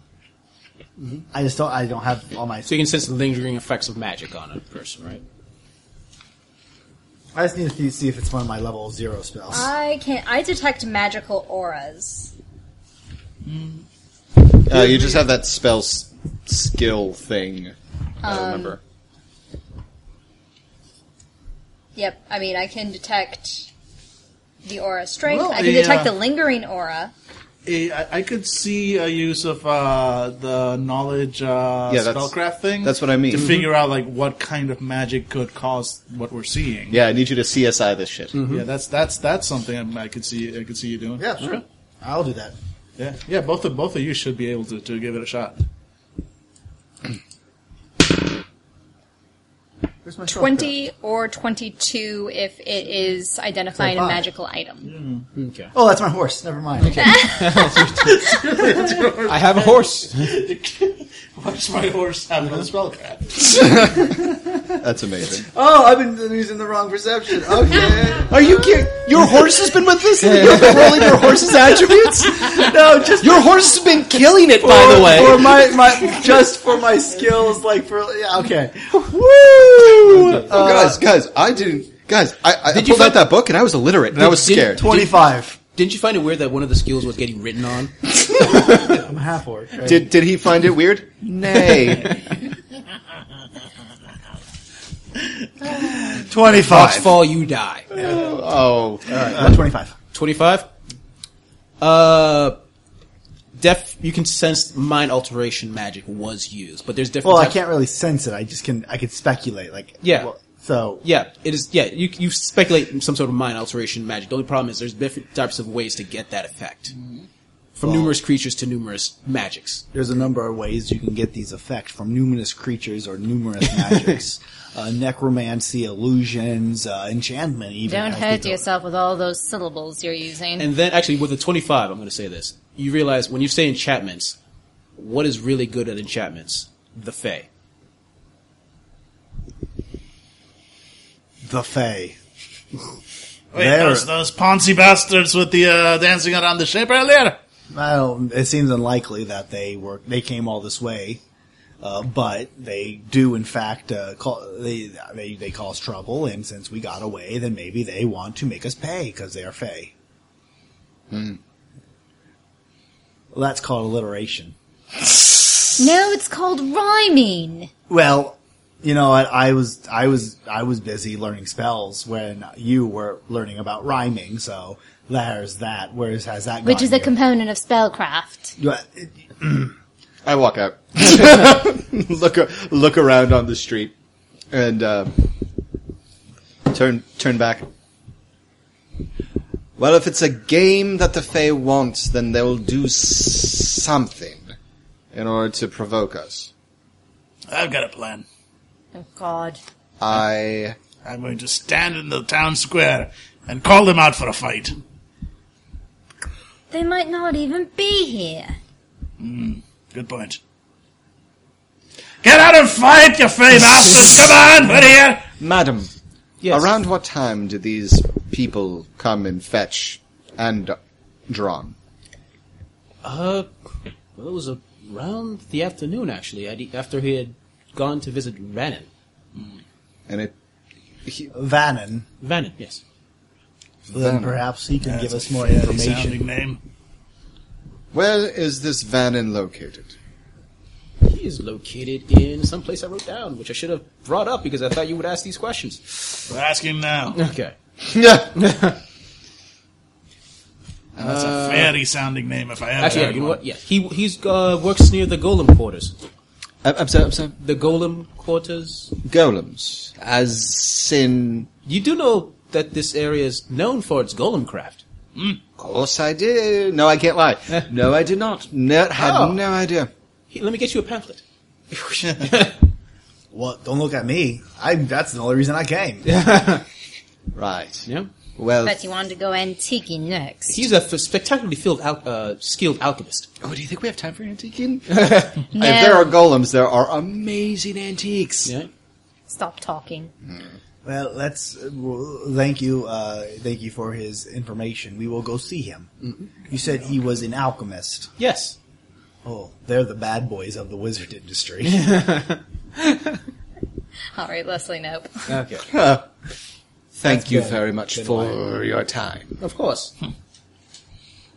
Speaker 5: Mm-hmm.
Speaker 11: I just don't. I don't have all my.
Speaker 1: So you can sense the lingering effects of magic on a person, right?
Speaker 11: I just need to see if it's one of my level zero spells.
Speaker 4: I can I detect magical auras.
Speaker 2: Uh, you just have that spell s- skill thing. I
Speaker 4: Um,
Speaker 2: remember.
Speaker 4: Yep, I mean I can detect the aura strength.
Speaker 3: Well,
Speaker 4: I can
Speaker 3: the,
Speaker 4: detect
Speaker 3: uh,
Speaker 4: the lingering aura.
Speaker 3: Eh, I, I could see a use of uh, the knowledge uh,
Speaker 2: Yeah, that's-
Speaker 3: spellcraft thing.
Speaker 2: that's what I mean.
Speaker 3: To
Speaker 2: Mhm.
Speaker 3: figure out like what kind of magic could cause what we're seeing. Mm-hmm.
Speaker 2: Yeah, I need you to CSI this shit.
Speaker 3: Yeah, that's that's that's something I'm- I could see. I could see you doing.
Speaker 11: Yeah, sure. I'll do that.
Speaker 3: Yeah, yeah. Both of both of you should be able to, to give it a shot.
Speaker 4: Twenty or twenty-two if it is identifying
Speaker 11: So
Speaker 4: a
Speaker 11: five.
Speaker 4: magical item.
Speaker 1: Okay.
Speaker 11: Oh, that's my horse. Never mind.
Speaker 1: I have a horse.
Speaker 3: Watch my horse have no spellcraft.
Speaker 11: That's amazing.
Speaker 25: Oh, I've been using the wrong perception. Okay.
Speaker 2: Are you kidding? Your horse has been with this? You've been rolling your horse's attributes?
Speaker 25: No, just
Speaker 2: Your horse has been killing it, by
Speaker 1: Oh.
Speaker 2: the way.
Speaker 25: For my, my just for my skills, like for yeah, okay.
Speaker 2: Woo! Oh,
Speaker 5: Uh,
Speaker 2: guys, guys, I didn't. Guys, I, I
Speaker 1: Uh, Did you
Speaker 2: pulled out that book and I was illiterate and I was scared.
Speaker 1: Did, not you find it weird that one of the skills was getting written on?
Speaker 5: I'm half orc. right?
Speaker 11: Did did he find it weird? Nay.
Speaker 1: 25. Rocks fall, you die.
Speaker 11: Oh.
Speaker 1: Uh,
Speaker 5: 25.
Speaker 1: 25? Uh, def, you can sense mind alteration magic was used, but there's different
Speaker 5: Well, I
Speaker 1: types-
Speaker 5: can't really sense it. I just can. I can speculate. Like
Speaker 1: Yeah.
Speaker 5: well, so
Speaker 1: Yeah, it is. Yeah, you you speculate some sort of mind alteration magic. The only problem is there's different types of ways to get that effect, from
Speaker 5: Well-
Speaker 1: numerous creatures to numerous magics.
Speaker 5: There's a number of ways you can get these effects from numerous creatures or numerous magics, uh, necromancy, illusions, uh, enchantment. Even
Speaker 4: Don't
Speaker 5: I
Speaker 4: hurt
Speaker 5: think-
Speaker 4: yourself with all those syllables you're using.
Speaker 1: And then, actually, with the twenty-five, I'm going to say this: you realize when you say enchantments, what is really good at enchantments? The Fae.
Speaker 5: The Fae.
Speaker 3: Wait,
Speaker 5: There-
Speaker 3: those, those Ponzi bastards with the uh, dancing around the ship earlier.
Speaker 5: I don't. It seems unlikely that they were. They came all this way, uh, but they do in fact uh, call, they, they they cause trouble. And since we got away, then maybe they want to make us pay because they are Fae. Well, that's called alliteration.
Speaker 4: No, it's called rhyming.
Speaker 5: Well, you know, I, I was I was I was busy learning spells when you were learning about rhyming. So there's that. Where's has that?
Speaker 4: Which is a
Speaker 5: gotten
Speaker 4: component of spellcraft.
Speaker 5: you?
Speaker 11: I walk out. look a- look around on the street and uh, turn turn back.
Speaker 2: Well, if it's a game that the Fae wants, then they'll do s- something in order to provoke us.
Speaker 3: I've got a plan.
Speaker 4: Oh God.
Speaker 2: I
Speaker 3: I'm going to stand in the town square and call them out for a fight.
Speaker 4: They might not even be here.
Speaker 3: Hmm, good point. Get out and fight, you fey bastards! Come on, we're here!
Speaker 2: Madam, around what time do these people come and fetch and drawn?
Speaker 1: Uh, well, it was around the afternoon, actually, I'd- after he had gone to visit Vannon.
Speaker 2: And it.
Speaker 5: Vannon.
Speaker 1: Vannon, yes.
Speaker 5: Then perhaps he can
Speaker 3: That's
Speaker 5: give
Speaker 3: a
Speaker 5: us more
Speaker 3: fairy
Speaker 5: information.
Speaker 3: sounding name.
Speaker 2: Where is this Vannon located?
Speaker 1: He is located in some place I wrote down, which I should have brought up because I thought you would ask these questions.
Speaker 3: Well, ask him now.
Speaker 1: Okay.
Speaker 2: Yeah.
Speaker 3: That's a fairy sounding name if I ever
Speaker 1: Uh, Actually, yeah,
Speaker 3: heard
Speaker 1: you know
Speaker 3: one.
Speaker 1: what? Yeah, he he's uh, works near the Golem quarters.
Speaker 2: Uh, I'm, sorry. I'm sorry.
Speaker 1: The Golem quarters.
Speaker 2: Golems, as in.
Speaker 1: You do know that this area is known for its golem craft.
Speaker 2: Of course I did. No, I can't lie. No, I did not. No, had
Speaker 1: Oh.
Speaker 2: no idea.
Speaker 1: He- let me get you a pamphlet.
Speaker 5: Well, don't look at me. I that's the only reason I came.
Speaker 2: right.
Speaker 1: Yeah.
Speaker 2: Well,
Speaker 4: Bet you wanted to go antiquing next.
Speaker 1: He's a f- spectacularly filled al- uh, skilled alchemist.
Speaker 2: Oh, do you think we have time for antiquing? If there are golems, there are amazing antiques.
Speaker 4: Stop talking.
Speaker 5: Well, let's uh, well, thank you. Uh, thank you for his information. We will go see him. You said he was an alchemist.
Speaker 1: Yes.
Speaker 5: Oh, they're the bad boys of the wizard industry.
Speaker 4: All right, Leslie. Nope.
Speaker 1: Okay.
Speaker 2: Huh. Thank
Speaker 1: That's
Speaker 2: you
Speaker 1: good.
Speaker 2: very much
Speaker 1: Good
Speaker 2: for
Speaker 1: line.
Speaker 2: your time.
Speaker 1: Of course.